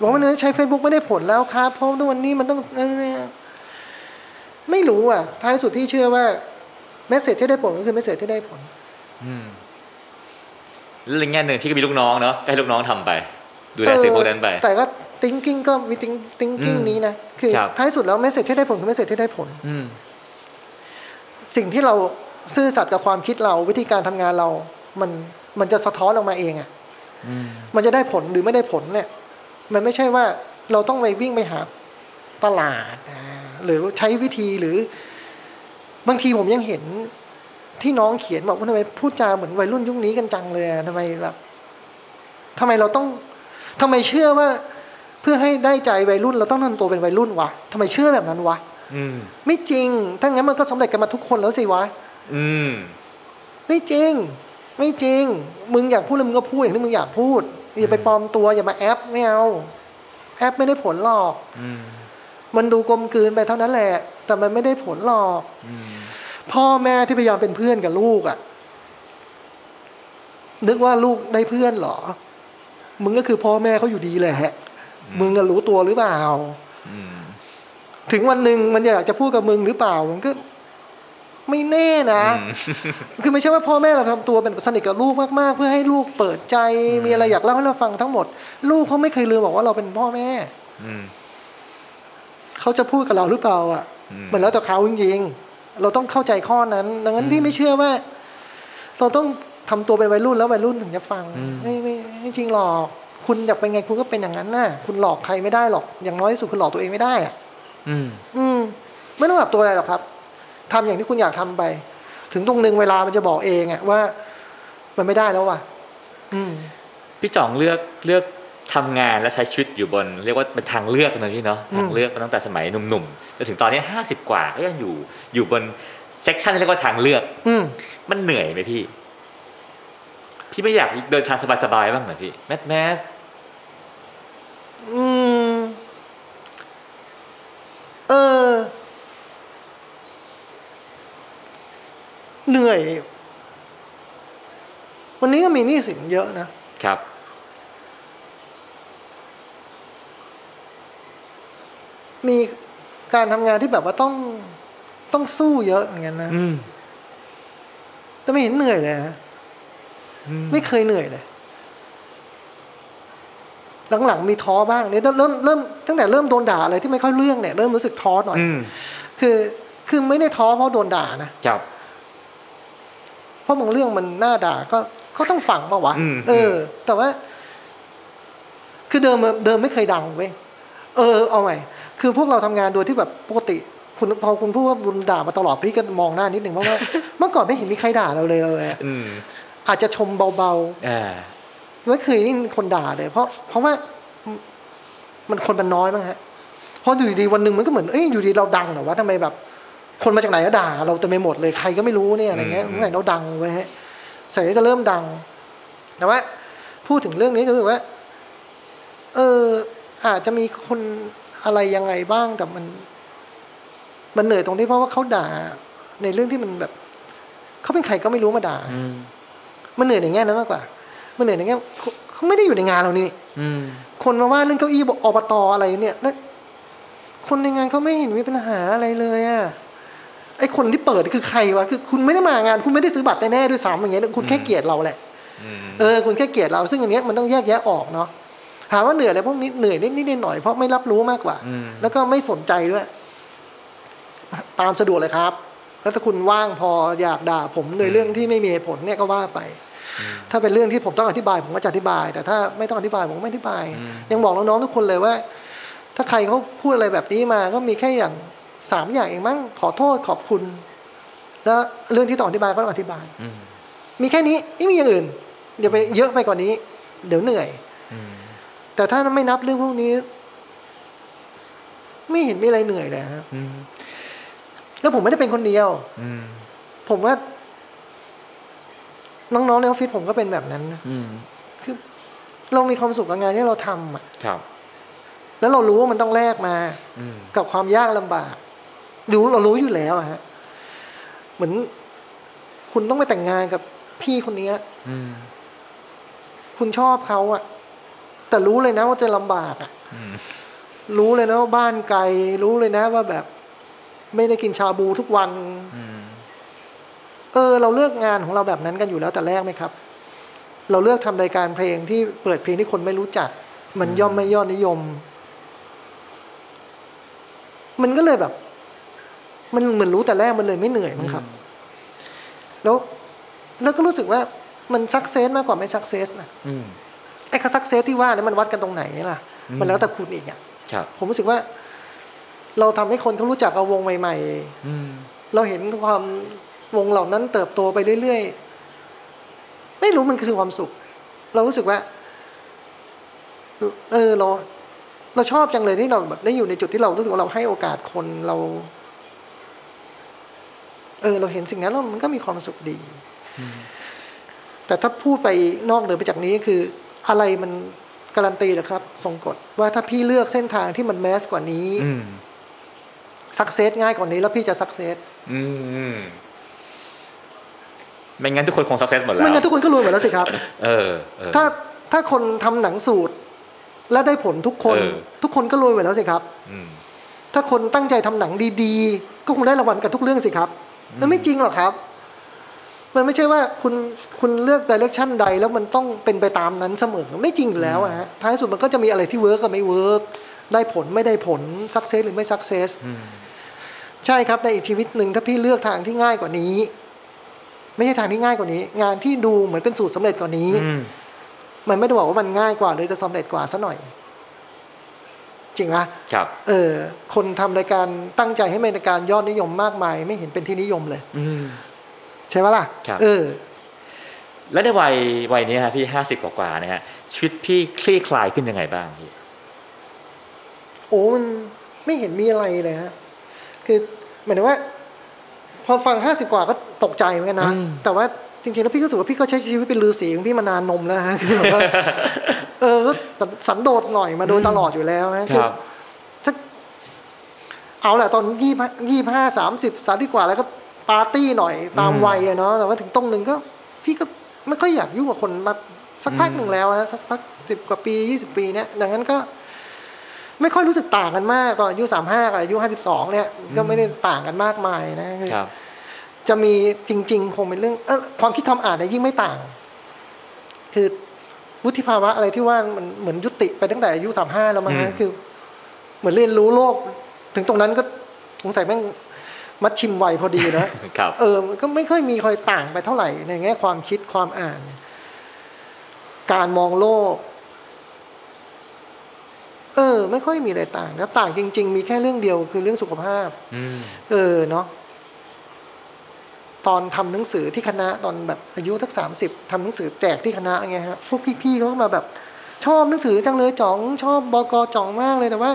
[SPEAKER 1] บอกว่าเนื้อใช้ Facebook ไม่ได้ผลแล้วครับเพราะว่าวันนี้มันต้องไม่รู้อ่ะท้ายสุดพี่เชื่อว่าเมสเซจที่ได้ผลก็คือเมสเซจที่ได้ผล
[SPEAKER 3] อืมแล้วในแง่หนึ่งพี่ก็มีลูกน้องเนาะก็ให้ลูกน้องทำไป ดูแลสิ่งพวกนั้นไป
[SPEAKER 1] เออแต่ก็ thinking ก็มี think- thinking
[SPEAKER 3] อืม
[SPEAKER 1] นี้นะ คือ
[SPEAKER 3] ครับ
[SPEAKER 1] ท้ายสุดแล้ว message ที่ได้ผลคือ message ที่ได้ผล
[SPEAKER 3] อืม
[SPEAKER 1] สิ่งที่เราซื่อสัตย์กับความคิดเราวิธีการทำงานเรา มันมันจะสะท้อนออกมาเองอะ่ะ
[SPEAKER 3] อืม
[SPEAKER 1] มันจะได้ผลหรือไม่ได้ผลเนี่ย มันไม่ใช่ว่าเราต้องไปวิ่งไปหาตลาดอ่าหรือใช้วิธีหรือบางทีผมยังเห็นที่น้องเขียนบอกว่าทำไมพูดจาเหมือนวัยรุ่นยุคนี้กันจังเลยอะทำไมแบบทำไมเราต้องทำไมเชื่อว่า เพื่อให้ได้ใจวัยรุ่น เราต้องทำตัวเป็นวัยรุ่นวะทำไมเชื่อแบบนั้นวะ
[SPEAKER 3] อืม
[SPEAKER 1] ไม่จริง ถ้างั้นมันก็สำเร็จกันมาทุกคนแล้วสิวะ
[SPEAKER 3] อืม
[SPEAKER 1] ไม่จริง ไม่จริง มึงอยากพูดแล้วมึงก็พูดอย่างที่มึงอยากพูดอย่าไปปลอมตัวอย่ามาแอปไม่เอาแอปไม่ได้ผลหรอก
[SPEAKER 3] อืม
[SPEAKER 1] มันดูกลมกลืนไปเท่านั้นแหละ แต่มันไม่ได้ผลหรอก
[SPEAKER 3] อืม
[SPEAKER 1] พ่อแม่ที่พยายามเป็นเพื่อนกับลูกอะ่ะ นึกว่าลูกได้เพื่อนเหรอ มึงก็คือพ่อแม่เขาอยู่ดีแหละมึงก็รู้ตัวหรือเปล่า
[SPEAKER 3] อืม
[SPEAKER 1] ถึงวันหนึ่งมันอยากจะพูดกับมึงหรือเปล่า มันก็ไม่แน่นะ คือไม่ใช่ว่าพ่อแม่เราทำตัวเป็นสนิทกับลูกมากๆ เพื่อให้ลูกเปิดใจมีอะไรอยากเล่าให้เราฟังทั้งหมด ลูกเขาไม่เคยลืมบอกว่าเราเป็นพ่อแม่
[SPEAKER 3] อืม
[SPEAKER 1] เขาจะพูดกับเราหรือเปล่าอ่ะ
[SPEAKER 3] อืม
[SPEAKER 1] มันแล้วแต่เขาจริงๆเราต้องเข้าใจข้อนั้น ดังนั้นพี่ไม่เชื่อว่า เราต้องทำตัวเป็นวัยรุ่นแล้ววัยรุ่นถึงจะฟัง ไม่ไม่ไม่จริงหรอก คุณอยากเป็นไงคุณก็เป็นอย่างนั้นน่ะ คุณหลอกใครไม่ได้หรอก อย่างน้อยที่สุดคุณหลอกตัวเองไม่ได้อ่ะ
[SPEAKER 3] อืม
[SPEAKER 1] อืมไม่ต้องปรับตัวอะไรหรอกครับทำอย่างที่คุณอยากทำไป ถึงตรงหนึ่งเวลามันจะบอกเองอะว่า มันไม่ได้แล้วว่ะ อืม
[SPEAKER 3] พี่จ่องเลือกเลือกทำงานและใช้ชีวิตอยู่บน เรียกว่าเป็นทางเลือกนะพี่เนาะ
[SPEAKER 1] อืม
[SPEAKER 3] ทางเลือกมาตั้งแต่สมัยหนุ่มๆจนถึงตอนนี้ห้าสิบกว่าก็ยังอยู่อยู่บนเซกชันที่เรียกว่าทางเลือก
[SPEAKER 1] อืม
[SPEAKER 3] มันเหนื่อยไหมพี่ พี่ไม่อยากเดินทางสบายๆบ้างเหรอพี่แมสแมส
[SPEAKER 1] อืม อ เหนื่อย วันนี้ก็มีหนี้สินเยอะนะ
[SPEAKER 3] ครับ
[SPEAKER 1] มีการทำงานที่แบบว่าต้องต้องสู้เยอะอย่างเงี้ยนะ
[SPEAKER 3] อืม
[SPEAKER 1] แต่ไม่เห็นเหนื่อยเลยฮะ
[SPEAKER 3] อืม
[SPEAKER 1] ไม่เคยเหนื่อยเลย หลังๆมีท้อบ้างเนี่ยเริ่มเริ่มเริ่มตั้งแต่เริ่มโดนด่าอะไรที่ไม่ค่อยเรื่องเนี่ยเริ่มรู้สึกท้อหน่อย
[SPEAKER 3] อืม
[SPEAKER 1] คือคือไม่ได้ท้อเพราะโดนด่านะ
[SPEAKER 3] ครับ
[SPEAKER 1] เพราะบางเรื่องมันน่าด่าก็ก็ต้องฟังปะวะ
[SPEAKER 3] อืม
[SPEAKER 1] เออ แต่ว่า คือเดิมเดิมไม่เคยดังเว้ยเออเอาใหม่คือพวกเราทำงานโดยที่แบบปกติ คุณพอคุณพูดว่าบุญด่ามาตลอดพี่ก็มองหน้านิดนึงเพราะ [LAUGHS] ว่า เมื่อก่อนไม่เห็นมีใครด่าเราเลยเลยอะ
[SPEAKER 3] อืม
[SPEAKER 1] อาจจะชมเบา
[SPEAKER 3] อ่า
[SPEAKER 1] ๆไม่เคยได้ยินคนด่าเลย เพราะเพราะว่ามันคนมันน้อยมั้งฮะพออยู่ดีๆวันหนึ่งมันก็เหมือนเอ้ยอยู่ดีเราดังเหรอวะทำไมแบบ คนมาจากไหนก็ด่า เราเต็มไปหมดเลยใครก็ไม่รู้เนี่ยอะไรเงี้ยเมื่อไหร่เราดังไว้ยฮะ ใส่ก็เริ่มดัง แต่ว่า พูดถึงเรื่องนี้ก็คือว่า เออ อาจจะมีคนอะไรยังไงบ้างแต่มัน มันเหนื่อยตรงที่เพราะว่าเขาด่า ในเรื่องที่มันแบบเขาเป็นใครก็ไม่รู้มาด่า
[SPEAKER 3] อืม
[SPEAKER 1] มันเหนื่อยในแง่นั้นมากกว่า มันเหนื่อยในแง่เขาเขาไม่ได้อยู่ในงานเรานี่
[SPEAKER 3] อืม
[SPEAKER 1] คนมาว่าเรื่องเก้าอี้อบตอะไรเนี่ยแล้วคนในงานเขาไม่เห็นมีปัญหาอะไรเลยอะไอคนที่เปิดคือใครวะ คือคุณไม่ได้มางาน คุณไม่ได้ซื้อบัตรแน่ๆด้วยซ้ำอย่างเงี้ย คุณแค่เกลียดเราแหละ
[SPEAKER 3] อืม
[SPEAKER 1] เออคุณแค่เกลียดเราซึ่งอันเนี้ยมันต้องแยกแยะออกเนาะถามว่าเหนื่อยอะไรพวกนี้เหนื่อยนิดนิดๆหน่อยๆเพราะไม่รับรู้มากกว่า
[SPEAKER 3] อืม
[SPEAKER 1] แล้วก็ไม่สนใจด้วย ตามสะดวกเลยครับแล้วถ้าคุณว่างพออยากด่าผมโดยเรื่องที่ไม่มีเหตุผลเนี่ยก็ว่าไป ถ้าเป็นเรื่องที่ผมต้องอธิบาย ผมก็จะอธิบาย แต่ถ้าไม่ต้องอธิบายผมก็ไม่อธิบาย ยังบอกน้องๆทุกคนเลยว่า ถ้าใครเขาพูดอะไรแบบนี้มา ก็มีแค่อย่างสามอย่างเองมั้งขอโทษขอบคุณ แล้วเรื่องที่ต้องอธิบายก็ต้องอธิบาย
[SPEAKER 3] อืม
[SPEAKER 1] มีแค่นี้ไม่มีอย่างอื่น เดี๋ยวไปเยอะไปกว่านี้ เดี๋ยวเหนื่อย
[SPEAKER 3] อืม
[SPEAKER 1] แต่ถ้าไม่นับเรื่องพวกนี้ ไม่เห็นมีอะไรเหนื่อยเลยครับ
[SPEAKER 3] อืม
[SPEAKER 1] แล้วผมไม่ได้เป็นคนเดียว
[SPEAKER 3] อืม
[SPEAKER 1] ผมว่า น้องๆในออฟฟิศผมก็เป็นแบบนั้นนะ
[SPEAKER 3] อืม
[SPEAKER 1] คือ เรามีความสุขกับงานที่เราทำอะ
[SPEAKER 3] ครับ
[SPEAKER 1] แล้วเรารู้ว่ามันต้องแลกมา
[SPEAKER 3] อืม
[SPEAKER 1] กับความยากลำบากรู้เรารู้อยู่แล้วอะฮะ เหมือน คุณต้องไปแต่งงานกับพี่คนเนี้ย
[SPEAKER 3] อืม
[SPEAKER 1] คุณชอบเขาอะแต่รู้เลยนะว่าจะลำบากอะ
[SPEAKER 3] อืม
[SPEAKER 1] รู้เลยนะว่าบ้านไกล รู้เลยนะว่าแบบ ไม่ได้กินชาบูทุกวัน
[SPEAKER 3] อืม
[SPEAKER 1] เออ เราเลือกงานของเราแบบนั้นกันอยู่แล้วแต่แรกไหมครับ เราเลือกทำรายการเพลงที่เปิดเพลงที่คนไม่รู้จัก มันย่อมไม่ยอดนิยม มันก็เลยแบบ มันเหมือนรู้แต่แรกมันเลยไม่เหนื่อยมั้งครับ แล้ว แล้วก็รู้สึกว่ามันสักเซสมากกว่าไม่สักเซสนะ
[SPEAKER 3] อืม
[SPEAKER 1] ไอ้ค่าสักเซสที่ว่าเนี่ยมันวัดกันตรงไหนล่ะ
[SPEAKER 3] อืม
[SPEAKER 1] มันแล้วแต่คุณอีกอ่ะ
[SPEAKER 3] ครับ
[SPEAKER 1] ผมรู้สึกว่า เราทำให้คนเขารู้จักเอาวงใหม่
[SPEAKER 3] อืม
[SPEAKER 1] ๆ เราเห็นความวงเหล่านั้นเติบโตไปเรื่อยๆ ไม่รู้มันคือความสุข เรารู้สึกว่า เออเราเราชอบจังเลยที่เราแบบได้อยู่ในจุดที่เรารู้สึกว่าเราให้โอกาสคนเรา เออ เราเห็นสิ่งนั้นแล้วมันก็มีความสุขดี แต่ถ้าพูดไปนอกเหนือไปจากนี้คือ อะไรมันการันตีเหรอครับ ทรงกฎว่าถ้าพี่เลือกเส้นทางที่มันแมสกว่านี้
[SPEAKER 3] อืม
[SPEAKER 1] สักเซสง่ายกว่านี้ แล้วพี่จะสักเซส
[SPEAKER 3] อืมอืมไม่งั้นทุกคนคงสักเซสหมดแล้ว
[SPEAKER 1] ไม่งั้นทุกคนก็รวยหมดแล้วสิ
[SPEAKER 3] [LAUGHS]
[SPEAKER 1] ครับ
[SPEAKER 3] เออเออ
[SPEAKER 1] ถ้าถ้าคนทำหนังสูตร และได้ผลทุกคน
[SPEAKER 3] เออ
[SPEAKER 1] ทุกคนก็รวยหมดแล้วสิครับ
[SPEAKER 3] อืม
[SPEAKER 1] ถ้าคนตั้งใจทำหนังดีๆ ก็คงได้รางวัลกับทุกเรื่องสิครับ มันไม่จริงหรอกครับ มันไม่ใช่ว่าคุณคุณเลือกดิเรกชันใด แล้วมันต้องเป็นไปตามนั้นเสมอไม่จริงอยู่แล้วอะฮะท้ายสุดมันก็จะมีอะไรที่เวิร์กกับไม่เวิร์กได้ผลไม่ได้ผลสักเซสหรือไม่สักเซส
[SPEAKER 3] อืม
[SPEAKER 1] ใช่ครับในอีกชีวิตหนึ่งถ้าพี่เลือกทางที่ง่ายกว่านี้ ไม่ใช่ทางที่ง่ายกว่านี้ งานที่ดูเหมือนเป็นสูตรสำเร็จกว่านี้
[SPEAKER 3] อืม
[SPEAKER 1] มันไม่ได้บอกว่ามันง่ายกว่าหรือจะสำเร็จกว่าซะหน่อย จริงปะ
[SPEAKER 3] ครับ
[SPEAKER 1] เออคนทำรายการตั้งใจให้เป็นรายการยอดนิยมมากมาย ไม่เห็นเป็นที่นิยมเลย
[SPEAKER 3] อืม
[SPEAKER 1] ใช่ไหมล่ะ
[SPEAKER 3] ครับ
[SPEAKER 1] เออ
[SPEAKER 3] แล้วในวัยวัยนี้ฮะพี่ห้าสิบกว่าๆนะฮะชีวิตพี่คลี่คลายขึ้นยังไงบ้างพี่
[SPEAKER 1] โอ้มันไม่เห็นมีอะไรเลยฮะคือหมายถึงว่า พอฟังห้าสิบกว่าก็ตกใจเหมือนกันนะแต่ว่าจริงๆแล้วพี่ก็รู้สึกว่าพี่ก็ใช้ชีวิตเป็นลือสีของพี่มานานนมแล้วฮะ [LAUGHS] คือแบบว่า เออก็สันสันโดษหน่อยมาโดยตลอดอยู่แล้วฮะ
[SPEAKER 3] ครับ
[SPEAKER 1] ถ้า เอาแหละตอนยี่ยี่ห้าสามสิบสามที่กว่าแล้วก็ปาร์ตี้หน่อยตาม
[SPEAKER 3] อืม
[SPEAKER 1] วัยอะเนาะแต่ว่าถึงตรงหนึ่งก็ พี่ก็ไม่ค่อยอยากยุ่งกับคนมาสักพักหนึ่งแล้วนะสักพักสิบกว่าปียี่สิบปีเนี่ยดังนั้นก็ ไม่ค่อยรู้สึกต่างกันมากตอนอายุสามห้ากับอายุห้าสิบสองเนี่ยก็ไม่ได้ต่างกันมากมายนะคือ
[SPEAKER 3] ครับ
[SPEAKER 1] จะมีจริง ๆ คงเป็นเรื่องเออความคิดทำอ่านเนี่ยยิ่งไม่ต่าง คือวุฒิภาวะอะไรที่ว่ามันเหมือนยุติไปตั้งแต่อายุสามห้าแล้วมั้ง
[SPEAKER 3] อืม
[SPEAKER 1] นะคือ เหมือนเรียนรู้โลก ถึงตรงนั้นก็สงสัยแม่งมัดชิมไวพอดี
[SPEAKER 3] [LAUGHS]
[SPEAKER 1] นะ
[SPEAKER 3] ครับ
[SPEAKER 1] เออมันก็ไม่ค่อยมีใครต่างไปเท่าไหร่ในแง่ความคิดความอ่าน การมองโลก เออ ไม่ค่อยมีอะไรต่างแล้วต่างจริง ๆ มีแค่เรื่องเดียวคือเรื่องสุขภาพ
[SPEAKER 3] อืม
[SPEAKER 1] เออเนาะตอนทำหนังสือที่คณะตอนแบบอายุทักสามสิบทำหนังสือแจกที่คณะไงฮะพวกพี่ๆเขาก็มาแบบ ชอบหนังสือจังเลยจ๋อง ชอบบอกอจ๋องมากเลยแต่ว่า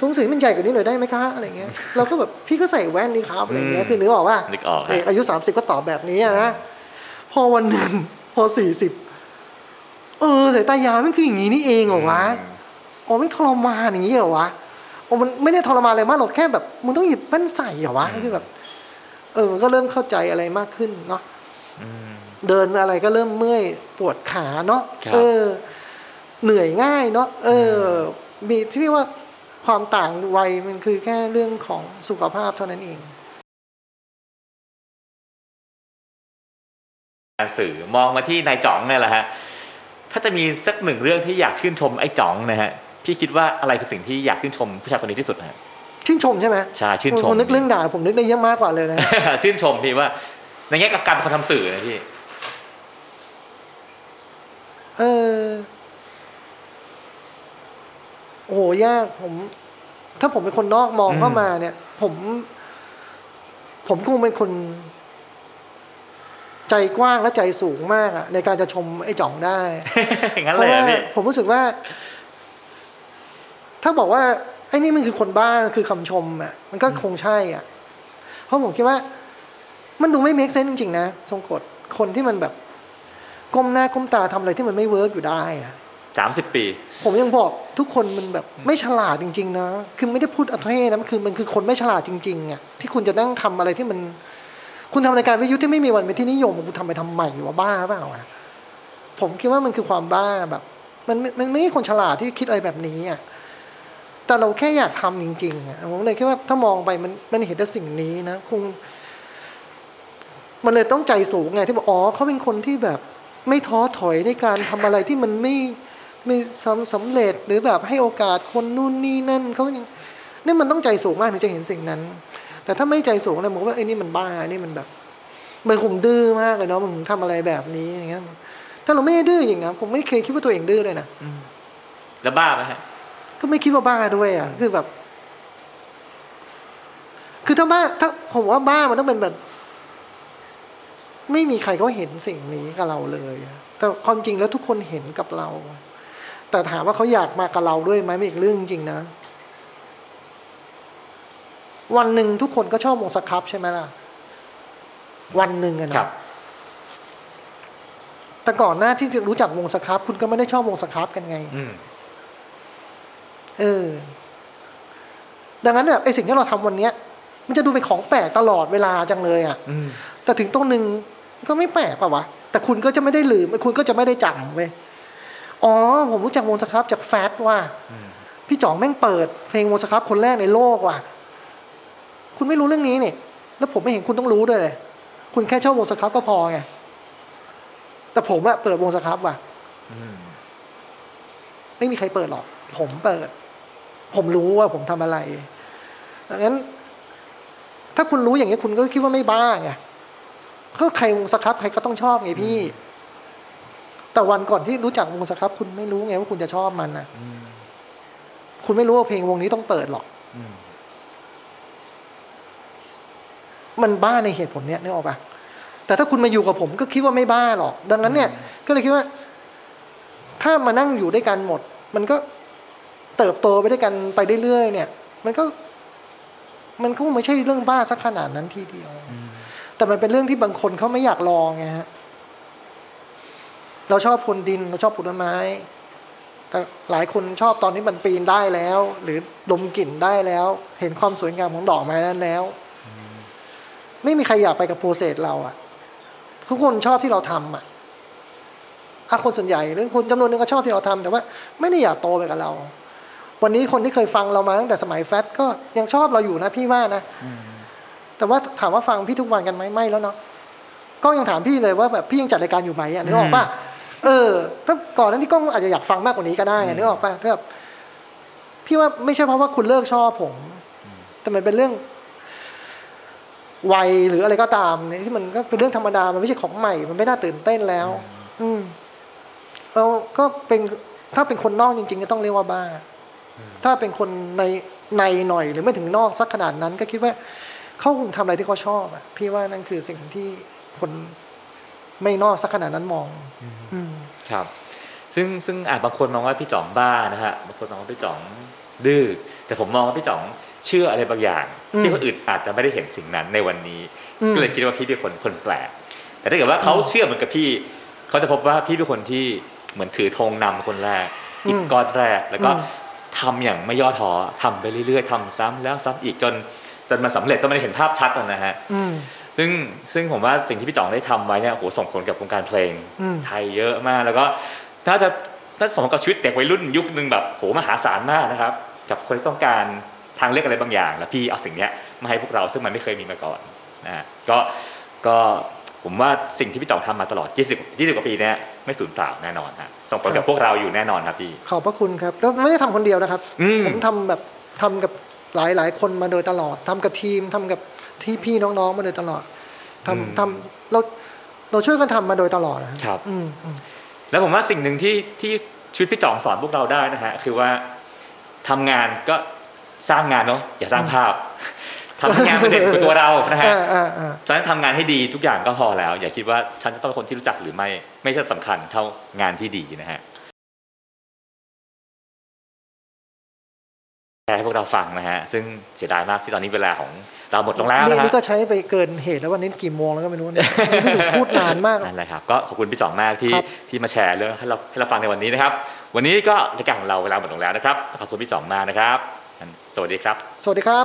[SPEAKER 1] หนังสือมันใหญ่กว่านี้หน่อยได้ไหมคะอะไรเงี้ยเราก็แบบพี่ก็ใส่แว่นนี่ครับอะไรเงี้ย
[SPEAKER 3] อืม
[SPEAKER 1] คือนึกออกว่า
[SPEAKER 3] นึกออกฮะ
[SPEAKER 1] เอายุสามสิบก็ตอบแบบนี้อะนะพอวันหนึ่ง พอสี่สิบเออสายตายาวมันคืออย่างนี้นี่เองเหรอวะ อ๋อไม่ทรมานอย่างนี้เหรอวะอ๋อมันไม่ได้ทรมานอะไรมากหรอกแค่แบบมึงต้องหยิบแว่นใส่เหรอวะคือแบบ เออมันก็เริ่มเข้าใจอะไรมากขึ้นเนาะ
[SPEAKER 3] อืม
[SPEAKER 1] เดินอะไรก็เริ่มเมื่อยปวดขาเนาะ
[SPEAKER 3] ครับ
[SPEAKER 1] เออ เหนื่อยง่ายเนาะเอออมีที่เรียกว่าความต่างวัยมันคือแค่เรื่องของสุขภาพเท่านั้นเอง
[SPEAKER 3] อ่านสื่อมองมาที่นายจ๋องเนี่ยแหละฮะ ถ้าจะมีสักหนึ่งเรื่องที่อยากชื่นชมไอ้จ๋องนะฮะ พี่คิดว่าอะไรคือสิ่งที่อยากชื่นชมผู้ชายคนนี้ที่สุดฮะ
[SPEAKER 1] ชื่นชมใช่ไหม
[SPEAKER 3] ใช่ชื่นชม
[SPEAKER 1] ผมนึกเรื่องด่าผมนึกได้เยอะมากกว่าเลยนะ
[SPEAKER 3] ชื่ [LAUGHS] นชมพี่ว่า ในแง่กับการเป็นคนทำสื่อนะพี่ [LAUGHS]
[SPEAKER 1] เออ โอ้โหยากผม ถ้าผมเป็นคนนอกมอง
[SPEAKER 3] อืม
[SPEAKER 1] เข้ามาเนี่ย ผม ผมคงเป็นคน ใจกว้างและใจสูงมากอะในการจะชมไอ้จ่องได้
[SPEAKER 3] งั้นเลยเหรอ
[SPEAKER 1] พราะ
[SPEAKER 3] พี่
[SPEAKER 1] ว่าผมรู้สึกว่า ถ้าบอกว่าไอ้นี่มันคือคนบ้ามันคือคำชมอ่ะมันก็คงใช่อ่ะ เพราะผมคิดว่า มันดูไม่เมคเซนจริงๆนะทรงกฎคนที่มันแบบก้มหน้าก้มตาทำอะไรที่มันไม่เวิร์กอยู่ได้อ่ะ
[SPEAKER 3] สามสิบปี
[SPEAKER 1] ผมยังบอกทุกคนมันแบบไม่ฉลาดจริง ๆ นะ คือไม่ได้พูดอัตเท่นะมันคือมันคือคนไม่ฉลาดจริงๆอ่ะที่คุณจะนั่งทำอะไรที่มัน คุณทำรายการวิทยุที่ไม่มีวันเป็นที่นิยมคุณทำไปทำใหม่วะบ้าเปล่าอ่ะผมคิดว่ามันคือความบ้าแบบ มันมันมันไม่ใช่คนฉลาดที่คิดอะไรแบบนี้อ่ะแต่เราแค่อยากทำจริงๆอ่ะผมเลยคิดว่าถ้ามองไปมันมันเห็นแต่สิ่งนี้นะคง มันเลยต้องใจสูงไงที่บอกอ๋อเขาเป็นคนที่แบบไม่ท้อถอยในการทำอะไรที่มันไม่ไม่สำสำเร็จหรือแบบให้โอกาสคนนู่นนี่นั่นเขายังนี่มันต้องใจสูงมากถึงจะเห็นสิ่งนั้น แต่ถ้าไม่ใจสูงเลยผมก็ว่าไอ้ยนี่มันบ้าไอ้นี่มันแบบ มันคงดื้อมากเลยเนาะมันถึงทำอะไรแบบนี้อย่างเงี้ยถ้าเราไม่ได้ดื้ออย่างนั้นผมไม่เคยคิดว่าตัวเองดื้อเลยนะ
[SPEAKER 3] แล้วบ้าไหมฮะ
[SPEAKER 1] ก็ไม่คิดว่าบ้าด้วยอ่ะคือแบบ คือถ้าบ้า ถ้าผมว่าบ้ามันต้องเป็นแบบ ไม่มีใครเขาเห็นสิ่งนี้กับเราเลยอะแต่ความจริงแล้วทุกคนเห็นกับเรา แต่ถามว่าเขาอยากมากับเราด้วยไหมมันอีกเรื่องจริงนะ วันหนึ่งทุกคนก็ชอบวงสครับใช่ไหมล่ะ วันหนึ่งอะ
[SPEAKER 3] ครั
[SPEAKER 1] นะ
[SPEAKER 3] บ
[SPEAKER 1] แต่ก่อนหน้าที่จะรู้จักวงสครับ คุณก็ไม่ได้ชอบวงสครับกันไง
[SPEAKER 3] อืม
[SPEAKER 1] เออ ดังนั้นแบบไอสิ่งที่เราทำวันเนี้ย มันจะดูเป็นของแปลกตลอดเวลาจังเลยอะ่ะ
[SPEAKER 3] อืม
[SPEAKER 1] แต่ถึงตรงหนึ่งก็ไม่แปลกป่ะวะ แต่คุณก็จะไม่ได้ลืม คุณก็จะไม่ได้จำเว้ยอ๋อ ผมรู้จักวงสครับจากแฟตว่า พี่จ๋องแม่งเปิด เพลงวงสครับคนแรกในโลกว่ะ คุณไม่รู้เรื่องนี้เนี่ย แล้วผมไม่เห็นคุณต้องรู้ด้วยเลย คุณแค่ชอบวงสครับก็พอไง แต่ผมอะเปิดวงสครับว่ะ
[SPEAKER 3] อืม
[SPEAKER 1] ไม่มีใครเปิดหรอก ผมเปิด ผมรู้ว่าผมทำอะไรดังนั้น ถ้าคุณรู้อย่างนี้ยคุณก็คิดว่าไม่บ้าไงก็ใครวงสครับใครก็ต้องชอบไงพี่ แต่วันก่อนที่รู้จักวงสครับ คุณไม่รู้ไงว่าคุณจะชอบมันนะคุณไม่รู้ว่าเพลงวงนี้ต้องเปิดหรอก
[SPEAKER 3] อืม
[SPEAKER 1] มันบ้าในเหตุผลเนี้ยนึกออกปะแต่ถ้าคุณมาอยู่กับผมก็คิดว่าไม่บ้าหรอก ดังนั้นเนี่ย ก็เลยคิดว่า ถ้ามานั่งอยู่ด้วยกันหมด มันก็เติบโตไปด้วยกันไปเรื่อยๆเนี่ย มันก็ มันก็ไม่ใช่เรื่องบ้าสักขนาดนั้นทีเดียว แต่มันเป็นเรื่องที่บางคนเขาไม่อยากลองไงฮะ เราชอบพรวนดิน เราชอบผลไม้ แต่หลายคนชอบตอนที่มันปีนได้แล้ว หรือดมกลิ่นได้แล้ว เห็นความสวยงามของดอกไม้นั้นแล้ว ไม่มีใครอยากไปกับโปรเซสเราอะทุกคนชอบที่เราทำอะอ่ะคนส่วนใหญ่หรือคนจำนวนหนึ่งก็ชอบที่เราทำแต่ว่า ไม่ได้อยากโตไปกับเรา วันนี้คนที่เคยฟังเรามาตั้งแต่สมัยแฟตก็ยังชอบเราอยู่นะพี่ว่านะแต่ว่าถามว่าฟังพี่ทุกวันกันไหมไม่แล้วเนาะกล้องยังถามพี่เลยว่าแบบพี่ยังจัดรายการอยู่ไหมอะนึกออกปะเออถ้าก่อนหนั้นที่กล้องอาจจะอยากฟังมากกว่านี้ก็ได้อะนึกออกปะแบบพี่ว่าไม่ใช่เพราะว่าคุณเลิกชอบผม แต่มันเป็นเรื่อง วัยหรืออะไรก็ตามเนี่ยที่มันก็เป็นเรื่องธรรมดา มันไม่ใช่ของใหม่ มันไม่น่าตื่นเต้นแล้ว อืมเราก็เป็นถ้าเป็นคนนอกจริง ๆ ก็ต้องเรียกว่าบ้า ถ้าเป็นคนในในหน่อยหรือไม่ถึงนอกสักขนาดนั้น ก็คิดว่าเขาคงทำอะไรที่เขาชอบอะพี่ว่านั่นคือสิ่งที่คนไม่นอกสักขนาดนั้นมอง อืม
[SPEAKER 3] ครับ ซึ่งซึ่งอาจบางคนมองว่าพี่จ๋องบ้านะฮะบางคนมองว่าพี่จ๋องดื้อแต่ผมมองว่าพี่จ๋องเชื่ออะไรบางอย่าง
[SPEAKER 1] อืม
[SPEAKER 3] ที่คนอื่นอาจจะไม่ได้เห็นสิ่งนั้นในวันนี้
[SPEAKER 1] อืม
[SPEAKER 3] ก็เลยคิดว่าพี่เป็นคนคนแปลก แต่ถ้าเกิดว่าเขาเชื่อเหมือนกับพี่ เขาจะพบว่าพี่เป็นคนที่เหมือนถือธงนำคนแรก
[SPEAKER 1] อืม
[SPEAKER 3] อีกก้อนแรกแล้วก็
[SPEAKER 1] อืม
[SPEAKER 3] ทำอย่างไม่ย่อท้อทำไปเรื่อยๆทำซ้ำแล้วซ้ำอีกจนจนมันสำเร็จจนมันเห็นภาพชัดอะนะฮะ
[SPEAKER 1] อืม
[SPEAKER 3] ซึ่งซึ่งผมว่าสิ่งที่พี่จ่องได้ทำไว้เนี่ยโหส่งผลกับวงการเพลง
[SPEAKER 1] อืม
[SPEAKER 3] ไทยเยอะมาก แล้วก็น่าจะน่าจะส่งผลกับชีวิตเด็กวัยรุ่นยุคหนึ่งแบบโหมหาศาลมากนะครับ กับคนที่ต้องการทางเลือกอะไรบางอย่าง แล้วพี่เอาสิ่งเนี้ยมาให้พวกเราซึ่งมันไม่เคยมีมาก่อนนะฮะก็ก็ผมว่าสิ่งที่พี่จ่องทำมาตลอด 20 20กว่าปีเนี่ยไม่สูญเปล่าแน่นอนฮะส่งผล
[SPEAKER 1] ครั
[SPEAKER 3] กับบ พวกเราอยู่แน่นอนครับพี่
[SPEAKER 1] ขอบพระคุณครับ แล้วไม่ได้ทำคนเดียวนะครับ
[SPEAKER 3] อืม
[SPEAKER 1] ผมทำแบบทำกับหลายหลายคนมาโดยตลอดทำกับทีมทำกับที่พี่น้องๆมาโดยตลอดทำ
[SPEAKER 3] อืม
[SPEAKER 1] ทำเราเราช่วยกันทำมาโดยตลอดนะครับ อืมอืม
[SPEAKER 3] แล้วผมว่าสิ่งหนึ่งที่ที่ชีวิตพี่จ่องสอนพวกเราได้นะฮะคือว่าทำงานก็สร้างงานเนาะอย่าสร้างภาพทำให้งานเป็นเด่นกว่าตัวเรานะฮะ
[SPEAKER 1] อ่าอ่าอ่า
[SPEAKER 3] ฉะนั้นทำงานให้ดีทุกอย่างก็พอแล้ว อย่าคิดว่าฉันจะต้องเป็นคนที่รู้จักหรือไม่ไม่ใช่สำคัญเท่างานที่ดีนะฮะแชร์ให้พวกเราฟังนะฮะ ซึ่งเสียดายมากที่ตอนนี้เวลาของเราหมดลงแล้ว
[SPEAKER 1] นี่
[SPEAKER 3] นะฮะ
[SPEAKER 1] นี่ก็ใช้ไปเกินเหตุแล้ววันนี้กี่โมงแล้วก็ไม่รู้เนี่ย [LAUGHS] รู้สึกพูดนาน
[SPEAKER 3] [LAUGHS]
[SPEAKER 1] มาก
[SPEAKER 3] นั่นแหละครับก็ขอบคุณพี่จ่องมากที่
[SPEAKER 1] ครับ
[SPEAKER 3] ที่มาแชร์เรื่องให้เราให้เราฟังในวันนี้นะครับ วันนี้ก็รายการของเราเวลาหมดลงแล้วนะครับขอบคุณพี่จ่องมากนะครับงั้นสวัสดีครับ
[SPEAKER 1] สวัสดีครับ